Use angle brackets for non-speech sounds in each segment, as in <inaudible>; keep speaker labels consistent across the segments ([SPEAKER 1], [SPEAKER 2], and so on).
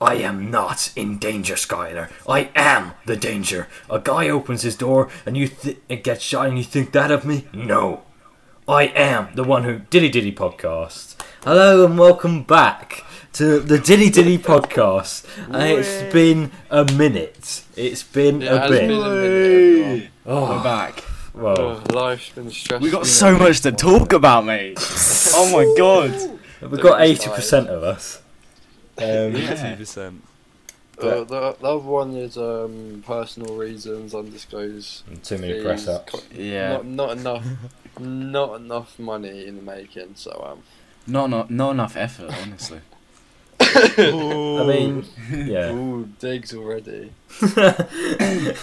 [SPEAKER 1] I am not in danger, Skylar. I am the danger. A guy opens his door and you th- and gets shot and you think that of me? No. I am the one who Diddy Diddy podcast. Hello and welcome back to the Diddy Diddy podcast. And it's been a minute. It's been
[SPEAKER 2] Yeah, it
[SPEAKER 1] a
[SPEAKER 2] has
[SPEAKER 1] bit.
[SPEAKER 2] been a minute.
[SPEAKER 3] We're back.
[SPEAKER 1] Well,
[SPEAKER 2] Oh, life's been stressful.
[SPEAKER 3] We got so much to talk about, mate. oh my god.
[SPEAKER 1] we've got eighty percent Um, of us.
[SPEAKER 2] <laughs>
[SPEAKER 3] Yeah.
[SPEAKER 4] percent.
[SPEAKER 2] Uh, the, the other one is um, personal reasons, undisclosed.
[SPEAKER 1] Too many
[SPEAKER 2] fees,
[SPEAKER 1] press ups.
[SPEAKER 2] co-
[SPEAKER 3] Yeah.
[SPEAKER 2] Not, not enough. not enough money in the making. So um.
[SPEAKER 3] Not, not not enough effort, honestly.
[SPEAKER 1] I mean, yeah.
[SPEAKER 2] Ooh, digs already.
[SPEAKER 1] yeah.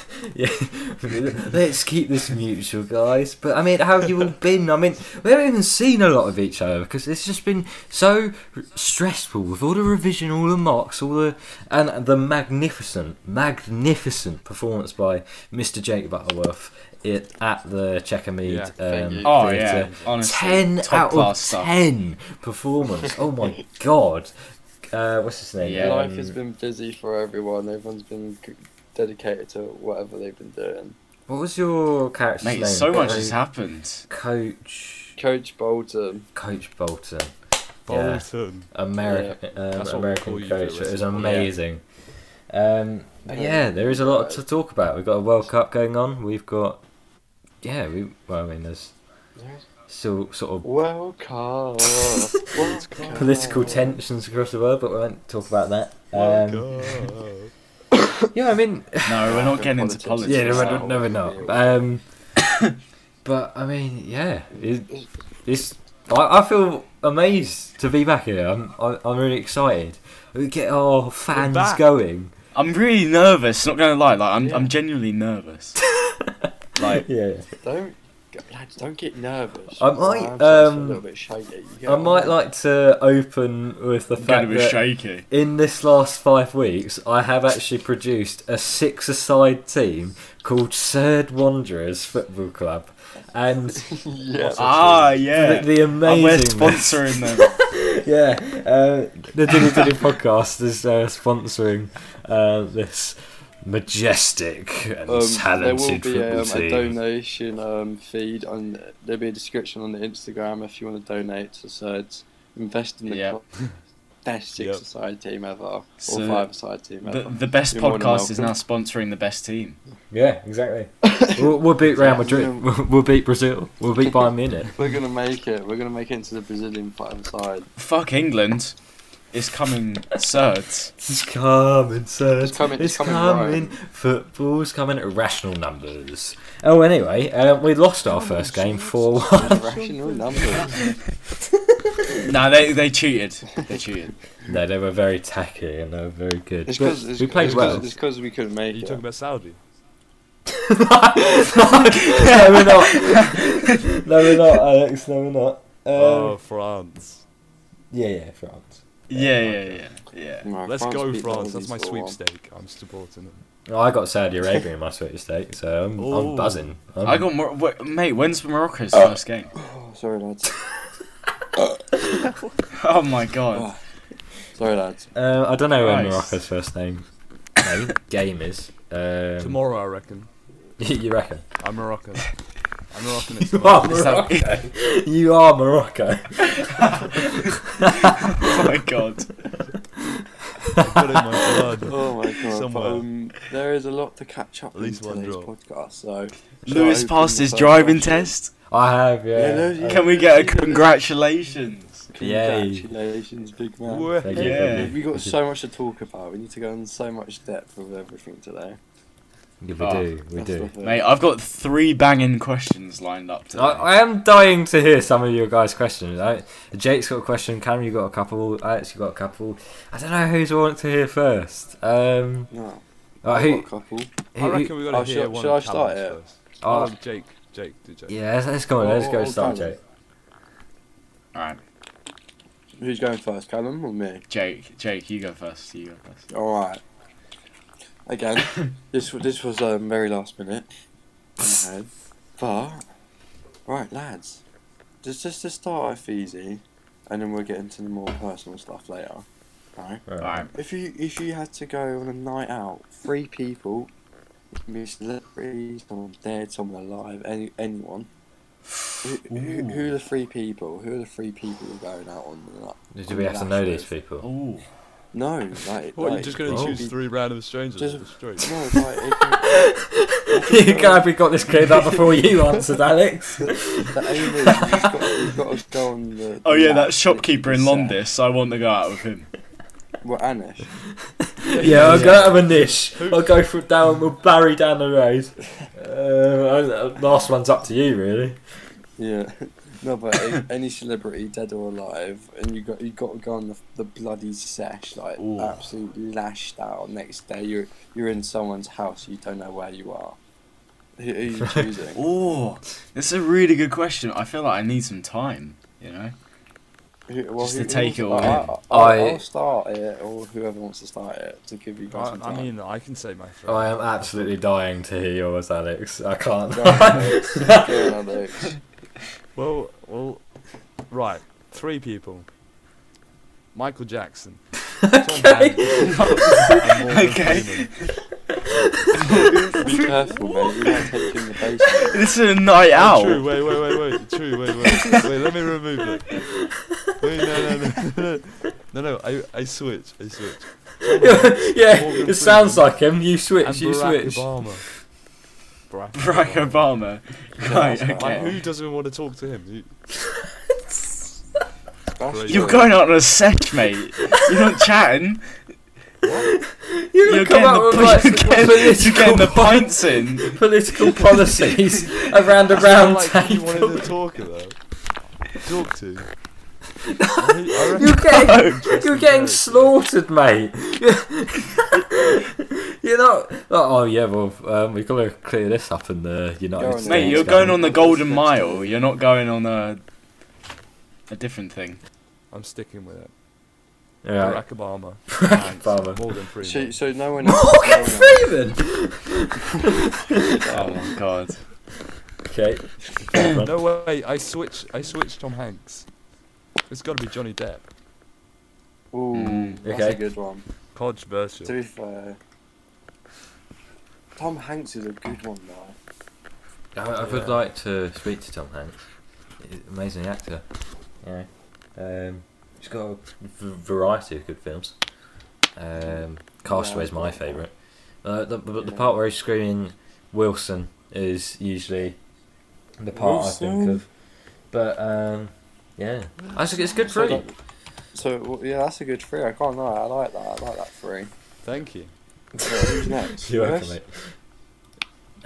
[SPEAKER 1] <laughs> Let's keep this mutual, guys. But I mean, how have you all been? I mean, we haven't even seen a lot of each other because it's just been so r- stressful with all the revision, all the marks, all the and the magnificent, magnificent performance by Mr. Jake Butterworth it, at the Checker Mead.
[SPEAKER 4] Yeah,
[SPEAKER 2] thank
[SPEAKER 1] um,
[SPEAKER 2] you.
[SPEAKER 3] Oh yeah,
[SPEAKER 1] Theatre.
[SPEAKER 3] honestly.
[SPEAKER 1] Ten
[SPEAKER 3] top
[SPEAKER 1] out of
[SPEAKER 3] class stuff.
[SPEAKER 1] ten performance. Oh
[SPEAKER 3] <laughs>
[SPEAKER 1] my god. Uh, what's his name?
[SPEAKER 3] Yeah.
[SPEAKER 2] Life
[SPEAKER 1] Um,
[SPEAKER 2] has been busy for everyone. Everyone's been c- dedicated to whatever they've been doing.
[SPEAKER 1] What was your character's
[SPEAKER 3] Mate,
[SPEAKER 1] name?
[SPEAKER 3] so much
[SPEAKER 1] Co-
[SPEAKER 3] has happened.
[SPEAKER 1] Coach,
[SPEAKER 2] Coach Bolton.
[SPEAKER 1] Coach Bolton, Yeah.
[SPEAKER 4] Bolton.
[SPEAKER 1] American,
[SPEAKER 4] That's what we call
[SPEAKER 1] American
[SPEAKER 4] you,
[SPEAKER 1] coach.
[SPEAKER 4] Lewis.
[SPEAKER 1] It was amazing. Um, but
[SPEAKER 2] Yeah.
[SPEAKER 1] yeah, there is a lot to talk about. We've got a World Cup going on. We've got, yeah, we. Well, I mean, there's still sort
[SPEAKER 2] Welcome.
[SPEAKER 1] of <laughs>
[SPEAKER 2] Oh.
[SPEAKER 1] political tensions across the world, but we won't talk about that.
[SPEAKER 4] Oh,
[SPEAKER 1] Um, yeah, I mean,
[SPEAKER 3] No, we're not getting into
[SPEAKER 2] Politics.
[SPEAKER 3] politics.
[SPEAKER 1] yeah,
[SPEAKER 2] just
[SPEAKER 1] no,
[SPEAKER 2] how
[SPEAKER 1] no, no, we're
[SPEAKER 2] we
[SPEAKER 1] not.
[SPEAKER 2] feel.
[SPEAKER 1] Um, <coughs> but I mean, yeah, it, it's. I, I feel amazed to be back here. I'm, I, I'm really excited. We get our fans
[SPEAKER 4] back.
[SPEAKER 1] going.
[SPEAKER 3] I'm really nervous. Not gonna lie, like I'm,
[SPEAKER 2] Yeah.
[SPEAKER 3] I'm
[SPEAKER 1] <laughs>
[SPEAKER 3] genuinely nervous. like,
[SPEAKER 1] Yeah,
[SPEAKER 2] Don't, g- lads, don't get nervous.
[SPEAKER 1] I might,
[SPEAKER 2] I'm just a
[SPEAKER 1] um,
[SPEAKER 2] little bit shaky. You
[SPEAKER 1] I might like to open with the
[SPEAKER 3] I'm gonna
[SPEAKER 1] fact
[SPEAKER 3] be
[SPEAKER 1] that
[SPEAKER 3] shaky.
[SPEAKER 1] in this last five weeks, I have actually produced a six-a-side team called Surd Wanderers Football Club, and
[SPEAKER 2] <laughs> yeah. Um,
[SPEAKER 3] Ah, <laughs> yeah.
[SPEAKER 1] the, the
[SPEAKER 3] and we're
[SPEAKER 1] amazing
[SPEAKER 3] sponsoring them.
[SPEAKER 1] <laughs> yeah, uh, the Dilly Dilly podcast is uh, sponsoring uh, this majestic and
[SPEAKER 2] Um, there will
[SPEAKER 1] talented
[SPEAKER 2] be
[SPEAKER 1] football
[SPEAKER 2] um, a
[SPEAKER 1] team.
[SPEAKER 2] donation um, feed, and there'll be a description on the Instagram if you want to donate to Surds. Invest in the
[SPEAKER 3] Yeah.
[SPEAKER 4] <laughs>
[SPEAKER 2] club. best six
[SPEAKER 4] Yep.
[SPEAKER 2] side team ever, or
[SPEAKER 3] So,
[SPEAKER 2] five side team ever.
[SPEAKER 3] the, the best
[SPEAKER 2] You're more than
[SPEAKER 3] podcast is now
[SPEAKER 2] welcome.
[SPEAKER 3] sponsoring the best team.
[SPEAKER 1] Yeah,
[SPEAKER 2] <laughs>
[SPEAKER 1] exactly.
[SPEAKER 4] <laughs>
[SPEAKER 1] we'll, we'll beat Real Madrid. We'll, we'll beat Brazil. We'll beat Bayern Munich.
[SPEAKER 2] We're gonna make it. We're gonna make it into the Brazilian five
[SPEAKER 4] <laughs>
[SPEAKER 2] side.
[SPEAKER 3] Fuck England. It's coming thirds.
[SPEAKER 1] It's coming, sir.
[SPEAKER 2] It's coming- it's coming,
[SPEAKER 1] Football's coming. Irrational numbers. Oh, anyway, um, we lost our first game four
[SPEAKER 2] <laughs>
[SPEAKER 1] one.
[SPEAKER 2] Rational numbers.
[SPEAKER 3] No, they they cheated. They cheated.
[SPEAKER 1] No, they were very tacky and they were very good.
[SPEAKER 2] It's
[SPEAKER 1] But
[SPEAKER 2] because
[SPEAKER 1] we played well.
[SPEAKER 2] It's because we couldn't
[SPEAKER 4] Are
[SPEAKER 2] make
[SPEAKER 4] you
[SPEAKER 2] it.
[SPEAKER 4] talking about Saudi?
[SPEAKER 1] <laughs> no, we're not. No, we're not, <laughs> Alex. No, we're not. Um,
[SPEAKER 4] oh, France.
[SPEAKER 1] Yeah, yeah, France.
[SPEAKER 3] Yeah, yeah, yeah, yeah.
[SPEAKER 2] No,
[SPEAKER 4] Let's go
[SPEAKER 2] beat
[SPEAKER 4] Oh, France.
[SPEAKER 2] Netherlands
[SPEAKER 4] That's my
[SPEAKER 2] for one.
[SPEAKER 4] sweepstake. I'm supporting them.
[SPEAKER 1] Oh, I got Saudi Arabia in my sweet state, so I'm, I'm
[SPEAKER 4] Ooh.
[SPEAKER 1] buzzing. I'm,
[SPEAKER 3] I got Mor- wait, mate. When's Morocco's first game?
[SPEAKER 2] Oh, sorry, lads.
[SPEAKER 3] Oh my god.
[SPEAKER 2] Sorry, lads.
[SPEAKER 1] Uh, I don't know when
[SPEAKER 3] Nice.
[SPEAKER 1] Morocco's first name name game is. Um,
[SPEAKER 4] Tomorrow, I reckon.
[SPEAKER 1] <laughs> you reckon? <laughs>
[SPEAKER 4] I'm Moroccan. I'm Moroccan. It's
[SPEAKER 1] You are
[SPEAKER 3] Is that-
[SPEAKER 1] Morocco. you are Morocco.
[SPEAKER 3] <laughs> oh my god.
[SPEAKER 4] I've got it in my
[SPEAKER 2] <laughs>
[SPEAKER 4] blood.
[SPEAKER 2] Oh my god.
[SPEAKER 4] Somewhere.
[SPEAKER 2] Um, there is a lot to catch up
[SPEAKER 4] At least
[SPEAKER 2] in
[SPEAKER 4] one
[SPEAKER 2] today's
[SPEAKER 4] draw.
[SPEAKER 2] podcast. So shall I
[SPEAKER 3] Lewis
[SPEAKER 2] open
[SPEAKER 3] passed
[SPEAKER 2] the
[SPEAKER 3] his
[SPEAKER 2] first
[SPEAKER 3] driving
[SPEAKER 2] question?
[SPEAKER 3] test.
[SPEAKER 1] <laughs> I have,
[SPEAKER 2] Yeah,
[SPEAKER 1] yeah.
[SPEAKER 2] no, you-
[SPEAKER 3] Can we get a congratulations?
[SPEAKER 1] Yay.
[SPEAKER 2] Congratulations, big man.
[SPEAKER 4] Whoa.
[SPEAKER 1] Thank you.
[SPEAKER 3] Yeah.
[SPEAKER 1] thank you.
[SPEAKER 2] We got so much to talk about. We need to go in so much depth with everything today.
[SPEAKER 1] Yeah,
[SPEAKER 3] Oh,
[SPEAKER 1] we do, we
[SPEAKER 2] That's the
[SPEAKER 1] do.
[SPEAKER 2] thing.
[SPEAKER 3] Mate, I've got three banging questions lined up
[SPEAKER 1] I, I
[SPEAKER 3] today.
[SPEAKER 1] am dying to hear some of your guys' questions. I, Jake's got a question. Cameron, you got a couple. Alex, you got a couple. I don't know who's I want to hear first. Um,
[SPEAKER 2] No,
[SPEAKER 1] uh,
[SPEAKER 2] I've got
[SPEAKER 1] who,
[SPEAKER 2] a couple.
[SPEAKER 1] who,
[SPEAKER 4] I
[SPEAKER 1] who-
[SPEAKER 4] reckon we got
[SPEAKER 2] Oh,
[SPEAKER 4] to hear
[SPEAKER 2] should-
[SPEAKER 4] one.
[SPEAKER 2] should I start
[SPEAKER 4] Callum's
[SPEAKER 2] it?
[SPEAKER 4] first.
[SPEAKER 1] oh,
[SPEAKER 4] Oh, Jake. Jake. Do Jake.
[SPEAKER 1] yeah, let's, let's go on. Let's go
[SPEAKER 2] Oh,
[SPEAKER 1] start,
[SPEAKER 2] Cameron.
[SPEAKER 1] Jake.
[SPEAKER 3] Alright,
[SPEAKER 2] Who's going first, Callum or me?
[SPEAKER 3] Jake. Jake, you go first. You go first.
[SPEAKER 2] All right. Again, this w- this was um, very last minute. in my head. But right, lads, just just to start off easy, and then we'll get into the more personal stuff later. right?
[SPEAKER 3] Alright.
[SPEAKER 2] If you if you had to go on a night out, three people, it can be a celebrity, someone dead, someone alive, any anyone. Who, who, who are the three people? Who are the three people you're going out on? the night?
[SPEAKER 1] Do we have to know these people?
[SPEAKER 3] Ooh.
[SPEAKER 2] No, like,
[SPEAKER 4] <laughs> What,
[SPEAKER 2] like
[SPEAKER 4] you're just going to
[SPEAKER 1] Oh.
[SPEAKER 4] choose three random strangers
[SPEAKER 2] Just-
[SPEAKER 4] on the <laughs> street?
[SPEAKER 2] No, like, it can,
[SPEAKER 1] <laughs> you glad we got this cleared up before
[SPEAKER 2] <laughs>
[SPEAKER 1] you answered, Alex?
[SPEAKER 2] the aim is you've got, you've got to go on the.
[SPEAKER 3] Oh yeah,
[SPEAKER 2] the
[SPEAKER 3] that
[SPEAKER 2] map
[SPEAKER 3] shopkeeper in
[SPEAKER 2] set.
[SPEAKER 3] Londis. I want to go out with him.
[SPEAKER 2] Well, Anish.
[SPEAKER 1] <laughs> yeah, I'll go out of a niche. I'll go from down. We'll bury down the road. Uh, I- I- last one's up to you, really.
[SPEAKER 2] Yeah. <laughs> No, but a- any celebrity, dead or alive, and you got you got to go on the, the bloody sesh, like
[SPEAKER 3] Ooh.
[SPEAKER 2] absolutely lashed out. Next day, you're you're in someone's house, you don't know where you are. Who, who are
[SPEAKER 3] <laughs>
[SPEAKER 2] you choosing?
[SPEAKER 3] Ooh, this is a really good question. I feel like I need some time. You know.
[SPEAKER 2] Who-
[SPEAKER 3] Just to take it all
[SPEAKER 2] I,
[SPEAKER 3] in.
[SPEAKER 2] I, I'll,
[SPEAKER 1] I-
[SPEAKER 2] I'll start it, or whoever wants to start it to give you guys
[SPEAKER 4] I,
[SPEAKER 2] some
[SPEAKER 4] I
[SPEAKER 2] time. <laughs>
[SPEAKER 4] mean, I can say my three.
[SPEAKER 1] I am absolutely dying to hear yours, Alex. I can't.
[SPEAKER 2] Go on,
[SPEAKER 1] <laughs>
[SPEAKER 2] Alex. Go on, Alex.
[SPEAKER 4] Well, well, right. Three people.
[SPEAKER 1] <laughs>
[SPEAKER 4] Michael Jackson. Tom Hanks, and Morgan
[SPEAKER 3] Okay.
[SPEAKER 4] Freeman.
[SPEAKER 2] Be careful, mate. You might take
[SPEAKER 3] <laughs>
[SPEAKER 2] in the basement.
[SPEAKER 3] This is a night
[SPEAKER 4] Oh,
[SPEAKER 3] out.
[SPEAKER 4] True. Wait, wait, wait, wait. True. Wait, <laughs> wait. Wait. Let me remove it. Wait, no, no, <laughs> no, no, no. I, I switch. I switch.
[SPEAKER 1] yeah, it sounds
[SPEAKER 4] Freeman.
[SPEAKER 1] like him. You switch.
[SPEAKER 4] and
[SPEAKER 1] you
[SPEAKER 4] Barack
[SPEAKER 1] switch.
[SPEAKER 4] Obama. Barack.
[SPEAKER 3] Barack Obama. Right.
[SPEAKER 2] that's
[SPEAKER 4] Like,
[SPEAKER 3] Okay.
[SPEAKER 2] fine.
[SPEAKER 4] who doesn't want to talk to him? You-
[SPEAKER 2] That's
[SPEAKER 4] You're
[SPEAKER 3] You're
[SPEAKER 2] true.
[SPEAKER 3] going out on a sec, mate. You're not chatting.
[SPEAKER 1] You're gonna come
[SPEAKER 3] You're getting
[SPEAKER 1] out
[SPEAKER 3] the,
[SPEAKER 1] with
[SPEAKER 3] pi-
[SPEAKER 1] like,
[SPEAKER 3] <laughs> you're getting, you're getting the
[SPEAKER 1] political,
[SPEAKER 3] <laughs> pints in.
[SPEAKER 1] <laughs> political policies around a
[SPEAKER 4] It's not
[SPEAKER 1] round
[SPEAKER 4] like you
[SPEAKER 1] table.
[SPEAKER 4] wanted to talk about.
[SPEAKER 1] <laughs>
[SPEAKER 4] Talk to. I reckon <laughs>
[SPEAKER 1] You're getting, you're
[SPEAKER 4] Interesting
[SPEAKER 1] getting
[SPEAKER 4] joke.
[SPEAKER 1] slaughtered, mate. <laughs> you're not. Oh, oh, yeah, well, um, we've got to clear this up in the United
[SPEAKER 2] Go on,
[SPEAKER 1] States.
[SPEAKER 3] Mate, you're
[SPEAKER 2] Sounds
[SPEAKER 3] going
[SPEAKER 1] don't
[SPEAKER 3] on
[SPEAKER 1] you?
[SPEAKER 3] the Golden Mile. You're not going on a a different thing.
[SPEAKER 4] I'm sticking with it.
[SPEAKER 1] Yeah.
[SPEAKER 4] Barack Obama.
[SPEAKER 1] <laughs>
[SPEAKER 4] Thanks.
[SPEAKER 1] Obama.
[SPEAKER 4] Morgan
[SPEAKER 2] So,
[SPEAKER 4] Freeman.
[SPEAKER 2] so no one.
[SPEAKER 3] <laughs>
[SPEAKER 2] no
[SPEAKER 1] Morgan
[SPEAKER 2] one-
[SPEAKER 1] Freeman.
[SPEAKER 3] Oh my god.
[SPEAKER 1] Okay.
[SPEAKER 4] No way. I switch. I switch Tom Hanks. It's got to be Johnny Depp.
[SPEAKER 2] Ooh,
[SPEAKER 3] Mm.
[SPEAKER 2] that's
[SPEAKER 1] Okay.
[SPEAKER 2] a good one.
[SPEAKER 4] Controversial.
[SPEAKER 2] To be fair, Tom Hanks is a good one though.
[SPEAKER 1] I, I would
[SPEAKER 4] Yeah.
[SPEAKER 1] like to speak to Tom Hanks. He's an Amazing actor. Yeah. Um, he's got a v- variety of good films. Um, Castaway's my favourite. Uh, the, but the
[SPEAKER 2] Yeah.
[SPEAKER 1] part where he's screaming Wilson is usually the part I think of. But um, yeah, I think it's good for
[SPEAKER 2] So that- So w- yeah, that's a good three. I can't lie. I like that. I like that three.
[SPEAKER 4] Thank you.
[SPEAKER 2] So who's next?
[SPEAKER 1] You're
[SPEAKER 2] Lewis?
[SPEAKER 1] welcome, mate.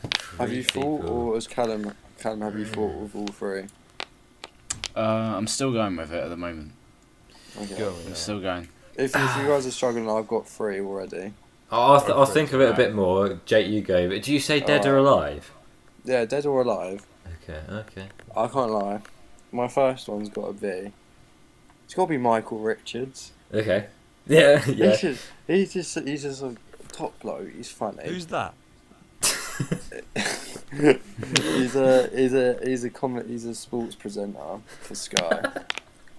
[SPEAKER 1] Uh,
[SPEAKER 2] Have
[SPEAKER 1] three
[SPEAKER 2] you thought,
[SPEAKER 1] people. Mm.
[SPEAKER 2] or has Callum? Callum, have you thought with all three?
[SPEAKER 3] Uh, I'm still going with it at the moment.
[SPEAKER 2] Okay.
[SPEAKER 4] Go.
[SPEAKER 3] I'm
[SPEAKER 4] yeah.
[SPEAKER 3] still going.
[SPEAKER 2] If, if you guys are struggling, I've got three already.
[SPEAKER 1] I'll, I'll, th-
[SPEAKER 4] Go
[SPEAKER 1] I'll
[SPEAKER 4] for it.
[SPEAKER 1] think of it a bit more. Jake, you go. But do you say dead or alive?
[SPEAKER 2] Yeah, dead or alive.
[SPEAKER 1] Okay, okay.
[SPEAKER 2] I can't lie. My first one's got to be. It's got to be Michael Richards.
[SPEAKER 1] Okay. <laughs> Yeah, yeah.
[SPEAKER 2] <laughs> He's just, he's just, he's just a top bloke. He's funny.
[SPEAKER 4] Who's that?
[SPEAKER 2] he's a he's a he's a com- he's a sports presenter for Sky.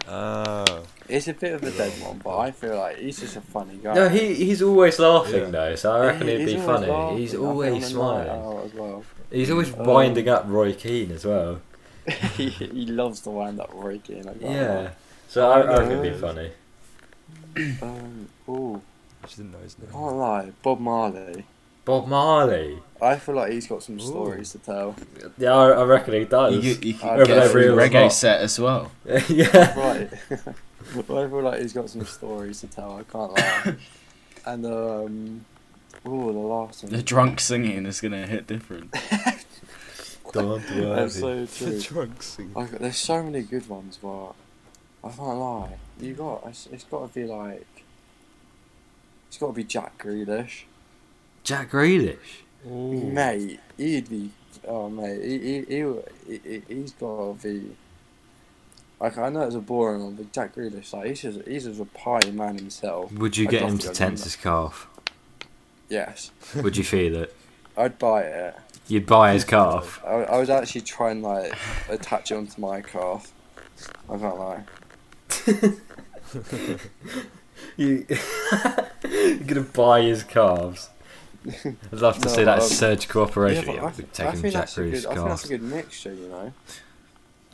[SPEAKER 4] Oh.
[SPEAKER 2] it's a bit of a dead one, but I feel like he's just a funny guy.
[SPEAKER 1] <laughs> No, he he's always laughing
[SPEAKER 4] Yeah.
[SPEAKER 1] though, so I reckon
[SPEAKER 2] He-
[SPEAKER 1] it'd
[SPEAKER 2] he's
[SPEAKER 1] be
[SPEAKER 2] always
[SPEAKER 1] funny.
[SPEAKER 2] laughing.
[SPEAKER 1] He's
[SPEAKER 2] I think on
[SPEAKER 1] always
[SPEAKER 2] the
[SPEAKER 1] smiling.
[SPEAKER 2] night out as well. <laughs>
[SPEAKER 1] He's always
[SPEAKER 2] Um,
[SPEAKER 1] winding up Roy Keane as well.
[SPEAKER 2] he, he loves to wind up Ricky. Like that.
[SPEAKER 1] Yeah. So I, I reckon it'd be
[SPEAKER 2] Yeah.
[SPEAKER 1] funny.
[SPEAKER 2] Um. Ooh.
[SPEAKER 4] She didn't know his name.
[SPEAKER 2] Can't
[SPEAKER 4] <laughs>
[SPEAKER 2] lie. Bob Marley.
[SPEAKER 1] Bob Marley.
[SPEAKER 2] I feel like he's got some
[SPEAKER 4] Ooh.
[SPEAKER 2] stories to tell.
[SPEAKER 1] Yeah, I, I reckon he
[SPEAKER 3] You,
[SPEAKER 1] does.
[SPEAKER 3] could- you could
[SPEAKER 2] Over
[SPEAKER 3] get
[SPEAKER 2] there,
[SPEAKER 3] a free
[SPEAKER 1] real as
[SPEAKER 3] reggae
[SPEAKER 1] well.
[SPEAKER 3] set as well.
[SPEAKER 1] <laughs> yeah.
[SPEAKER 2] Right. <laughs> I feel like he's got some stories to tell. I can't
[SPEAKER 1] <laughs>
[SPEAKER 2] lie. And um. Ooh, the last one.
[SPEAKER 3] The drunk singing is gonna hit different.
[SPEAKER 1] <laughs> Don't worry.
[SPEAKER 2] That's so
[SPEAKER 4] The
[SPEAKER 2] true.
[SPEAKER 4] drunk singer.
[SPEAKER 2] I got, there's so many good ones, but I can't lie. You got it's, it's got to be like it's got to be Jack Grealish,
[SPEAKER 1] Jack Grealish. Mm.
[SPEAKER 2] mate. He'd be oh mate. He he he would- he- he he's got to be. Like I know it's a boring one, but Jack Grealish, like he's just he's just a party man himself.
[SPEAKER 1] Would you
[SPEAKER 2] I'd
[SPEAKER 1] get
[SPEAKER 2] love
[SPEAKER 1] him
[SPEAKER 2] to
[SPEAKER 1] to
[SPEAKER 2] go
[SPEAKER 1] tense
[SPEAKER 2] do
[SPEAKER 1] his calf?
[SPEAKER 2] Yes,
[SPEAKER 1] Would
[SPEAKER 4] <laughs>
[SPEAKER 1] you feel it?
[SPEAKER 2] I'd buy it.
[SPEAKER 1] You'd buy
[SPEAKER 2] <laughs>
[SPEAKER 1] his calf.
[SPEAKER 2] I, I was actually trying like attach it onto my calf. I can't lie.
[SPEAKER 1] <laughs> You, you're gonna buy his calves. I'd love to
[SPEAKER 2] No,
[SPEAKER 1] see that
[SPEAKER 2] um,
[SPEAKER 1] surgical
[SPEAKER 2] Yeah,
[SPEAKER 1] operation.
[SPEAKER 2] but
[SPEAKER 1] Yeah,
[SPEAKER 2] I,
[SPEAKER 1] we're
[SPEAKER 2] th- I
[SPEAKER 1] taking
[SPEAKER 2] think
[SPEAKER 1] Jack
[SPEAKER 2] that's a
[SPEAKER 1] Reeves'
[SPEAKER 2] good. I think that's a
[SPEAKER 1] calves.
[SPEAKER 2] good mixture, you know.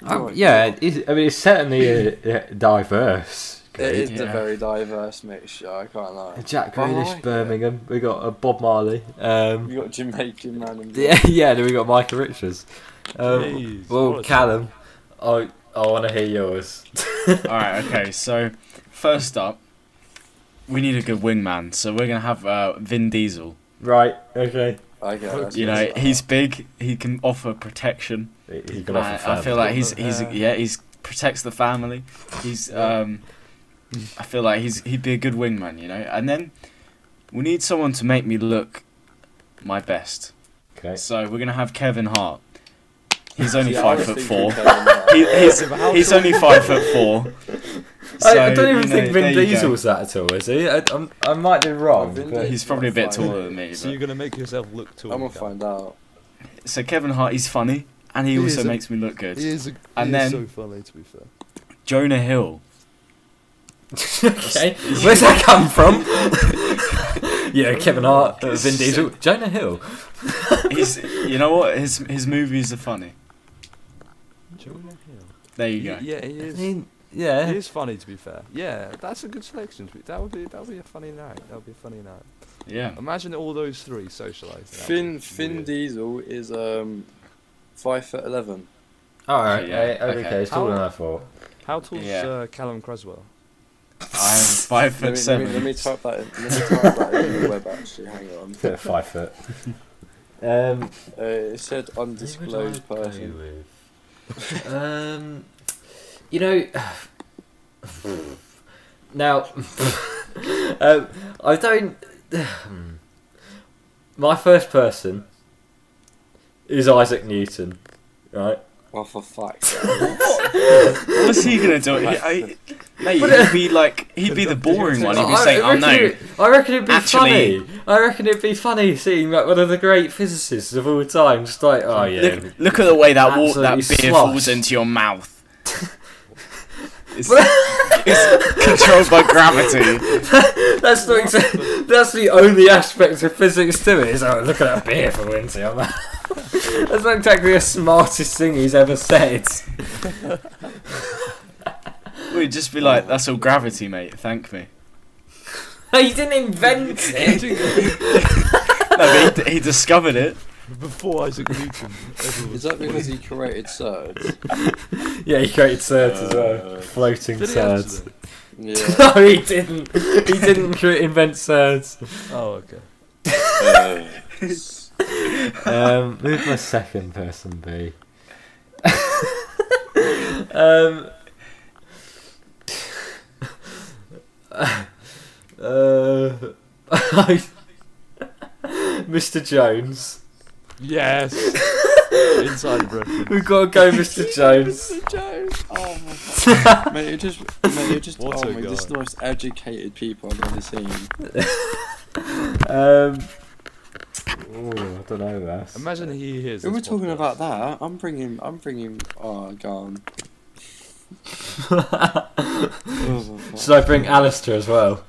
[SPEAKER 1] Um,
[SPEAKER 2] Like,
[SPEAKER 1] yeah, it is, I mean it's certainly uh, uh, diverse.
[SPEAKER 2] it is a
[SPEAKER 3] yeah.
[SPEAKER 2] very diverse mixture. I
[SPEAKER 1] <laughs>
[SPEAKER 2] can't lie.
[SPEAKER 1] Jack
[SPEAKER 2] I
[SPEAKER 1] Grealish,
[SPEAKER 2] like it.
[SPEAKER 1] Birmingham. We got uh, Bob Marley. Um,
[SPEAKER 2] You got Jamaican man
[SPEAKER 1] <laughs>
[SPEAKER 2] and
[SPEAKER 1] yeah, yeah. Then we got Michael Richards. Um,
[SPEAKER 4] Jeez,
[SPEAKER 1] well,
[SPEAKER 4] what a-
[SPEAKER 1] Callum, I I want to hear yours.
[SPEAKER 3] All right, okay. So first up, we need a good wingman. So we're gonna have uh, Vin Diesel.
[SPEAKER 1] <laughs> Right. Okay.
[SPEAKER 2] Okay, that's
[SPEAKER 3] You know,
[SPEAKER 2] good.
[SPEAKER 3] he's big. He can offer protection.
[SPEAKER 1] He- he got
[SPEAKER 3] I,
[SPEAKER 1] off the
[SPEAKER 3] I
[SPEAKER 1] fan.
[SPEAKER 3] feel like he's he's
[SPEAKER 4] Uh,
[SPEAKER 3] yeah he's protects the family. He's um, I feel like he's he'd be a good wingman. You know, and then we need someone to make me look my best.
[SPEAKER 1] Okay.
[SPEAKER 3] So we're gonna have Kevin Hart. He's only
[SPEAKER 2] Yeah, I
[SPEAKER 3] five
[SPEAKER 2] was
[SPEAKER 3] foot
[SPEAKER 2] thinking
[SPEAKER 3] four.
[SPEAKER 2] Kevin
[SPEAKER 3] <laughs>
[SPEAKER 2] Hart.
[SPEAKER 3] He, he's
[SPEAKER 4] Yeah, but how
[SPEAKER 3] he's
[SPEAKER 4] tall-
[SPEAKER 3] only five foot four.
[SPEAKER 1] I, I
[SPEAKER 3] So,
[SPEAKER 1] don't
[SPEAKER 3] you
[SPEAKER 1] even
[SPEAKER 3] know,
[SPEAKER 1] think
[SPEAKER 3] there
[SPEAKER 1] Vin
[SPEAKER 3] you go.
[SPEAKER 1] Diesel's that at all, is he? I, I'm, I might be wrong.
[SPEAKER 2] Vin
[SPEAKER 1] but-
[SPEAKER 2] Diesel.
[SPEAKER 3] He's probably a bit
[SPEAKER 2] Fine.
[SPEAKER 3] taller than me.
[SPEAKER 4] So
[SPEAKER 3] but-
[SPEAKER 4] you're gonna make yourself look tall.
[SPEAKER 2] I'm gonna
[SPEAKER 4] Cal.
[SPEAKER 2] find out.
[SPEAKER 3] So Kevin Hart, he's funny, and he,
[SPEAKER 4] He
[SPEAKER 3] also
[SPEAKER 4] is a-
[SPEAKER 3] makes me look good.
[SPEAKER 4] He is, a, he
[SPEAKER 3] And
[SPEAKER 4] is
[SPEAKER 3] then-
[SPEAKER 4] so funny to be fair.
[SPEAKER 3] Jonah Hill.
[SPEAKER 1] <laughs>
[SPEAKER 4] <laughs>
[SPEAKER 1] okay, where's that come from? yeah, Kevin Hart, uh, Vin Diesel, Jonah Hill.
[SPEAKER 3] He's, you know what? His his movies are funny. There you go.
[SPEAKER 4] Yeah, he
[SPEAKER 1] I
[SPEAKER 4] is.
[SPEAKER 1] mean,
[SPEAKER 4] He
[SPEAKER 1] yeah.
[SPEAKER 4] is funny to be fair. Yeah, that's a good selection. To be, that would be that would be a funny night. That would be a funny night.
[SPEAKER 3] Yeah.
[SPEAKER 4] Imagine all those three socializing.
[SPEAKER 2] Finn Finn Diesel is um five foot eleven.
[SPEAKER 1] All right,
[SPEAKER 3] Yeah,
[SPEAKER 1] eh, okay,
[SPEAKER 3] okay.
[SPEAKER 1] it's taller
[SPEAKER 4] How-
[SPEAKER 1] than I thought.
[SPEAKER 4] How tall's
[SPEAKER 3] Yeah.
[SPEAKER 4] uh, Callum Creswell?
[SPEAKER 3] I am
[SPEAKER 2] Let
[SPEAKER 3] five foot
[SPEAKER 2] me, let me,
[SPEAKER 3] seven.
[SPEAKER 2] let me type that in. Let me type that in the web actually. Hang on.
[SPEAKER 1] Five foot. <laughs> Um,
[SPEAKER 2] Uh, it said undisclosed
[SPEAKER 1] Who would I
[SPEAKER 2] person.
[SPEAKER 1] go with? um, you know, <sighs> now <laughs> um, I don't. <sighs> My first person is Isaac Newton, right?
[SPEAKER 2] Oh for fuck.
[SPEAKER 3] What's he gonna do? He, I, mate, he'd be like, he'd be the boring one. He'd be saying, "Oh
[SPEAKER 1] reckon
[SPEAKER 3] no."
[SPEAKER 1] it- I reckon it'd be
[SPEAKER 3] Actually-
[SPEAKER 1] funny. I reckon it'd be funny seeing like one of the great physicists of all time, just like, oh yeah,
[SPEAKER 3] Look, look at the way that wa- that
[SPEAKER 1] Absolutely
[SPEAKER 3] beer
[SPEAKER 1] sloshed.
[SPEAKER 3] falls into your mouth. It's, it's controlled by gravity.
[SPEAKER 1] That's not exa- <laughs> That's the only aspect of physics to it. Is oh, look at that beer for winter. I'm like- <laughs> that's not exactly the smartest thing he's ever said. <laughs>
[SPEAKER 3] We'd just be like, "That's all gravity, mate. Thank me."
[SPEAKER 1] he didn't
[SPEAKER 4] <laughs>
[SPEAKER 1] invent it.
[SPEAKER 3] No, but he, d- he discovered it.
[SPEAKER 4] <laughs> Before Isaac Newton. ever was
[SPEAKER 2] Is that because
[SPEAKER 4] born.
[SPEAKER 2] he created
[SPEAKER 1] <laughs>
[SPEAKER 2] surds?
[SPEAKER 1] Yeah, he created cerds as well, floating
[SPEAKER 4] Did he
[SPEAKER 1] cerds.
[SPEAKER 4] actually?
[SPEAKER 2] Yeah.
[SPEAKER 1] <laughs> no, he didn't. He didn't cre- invent cerds.
[SPEAKER 4] Oh, okay.
[SPEAKER 1] Um, who would my second person be? um. Uh, <laughs> Mr. Jones.
[SPEAKER 2] <laughs>
[SPEAKER 4] Yes. Inside reference.
[SPEAKER 1] We've got to go, Mr. Jones.
[SPEAKER 2] Oh my god. <laughs> mate, you're just, mate, you're just,
[SPEAKER 4] What
[SPEAKER 2] oh
[SPEAKER 4] a
[SPEAKER 2] my, this is
[SPEAKER 4] guy.
[SPEAKER 2] the most educated people I've ever seen.
[SPEAKER 1] Um, oh, I don't know that.
[SPEAKER 4] Imagine he hears.
[SPEAKER 2] If we're
[SPEAKER 4] this
[SPEAKER 2] talking
[SPEAKER 4] podcast.
[SPEAKER 2] about that, I'm bringing, I'm bringing, oh, gone.
[SPEAKER 4] <laughs>
[SPEAKER 2] <laughs> Oh, my
[SPEAKER 1] Should I bring Alistair as well?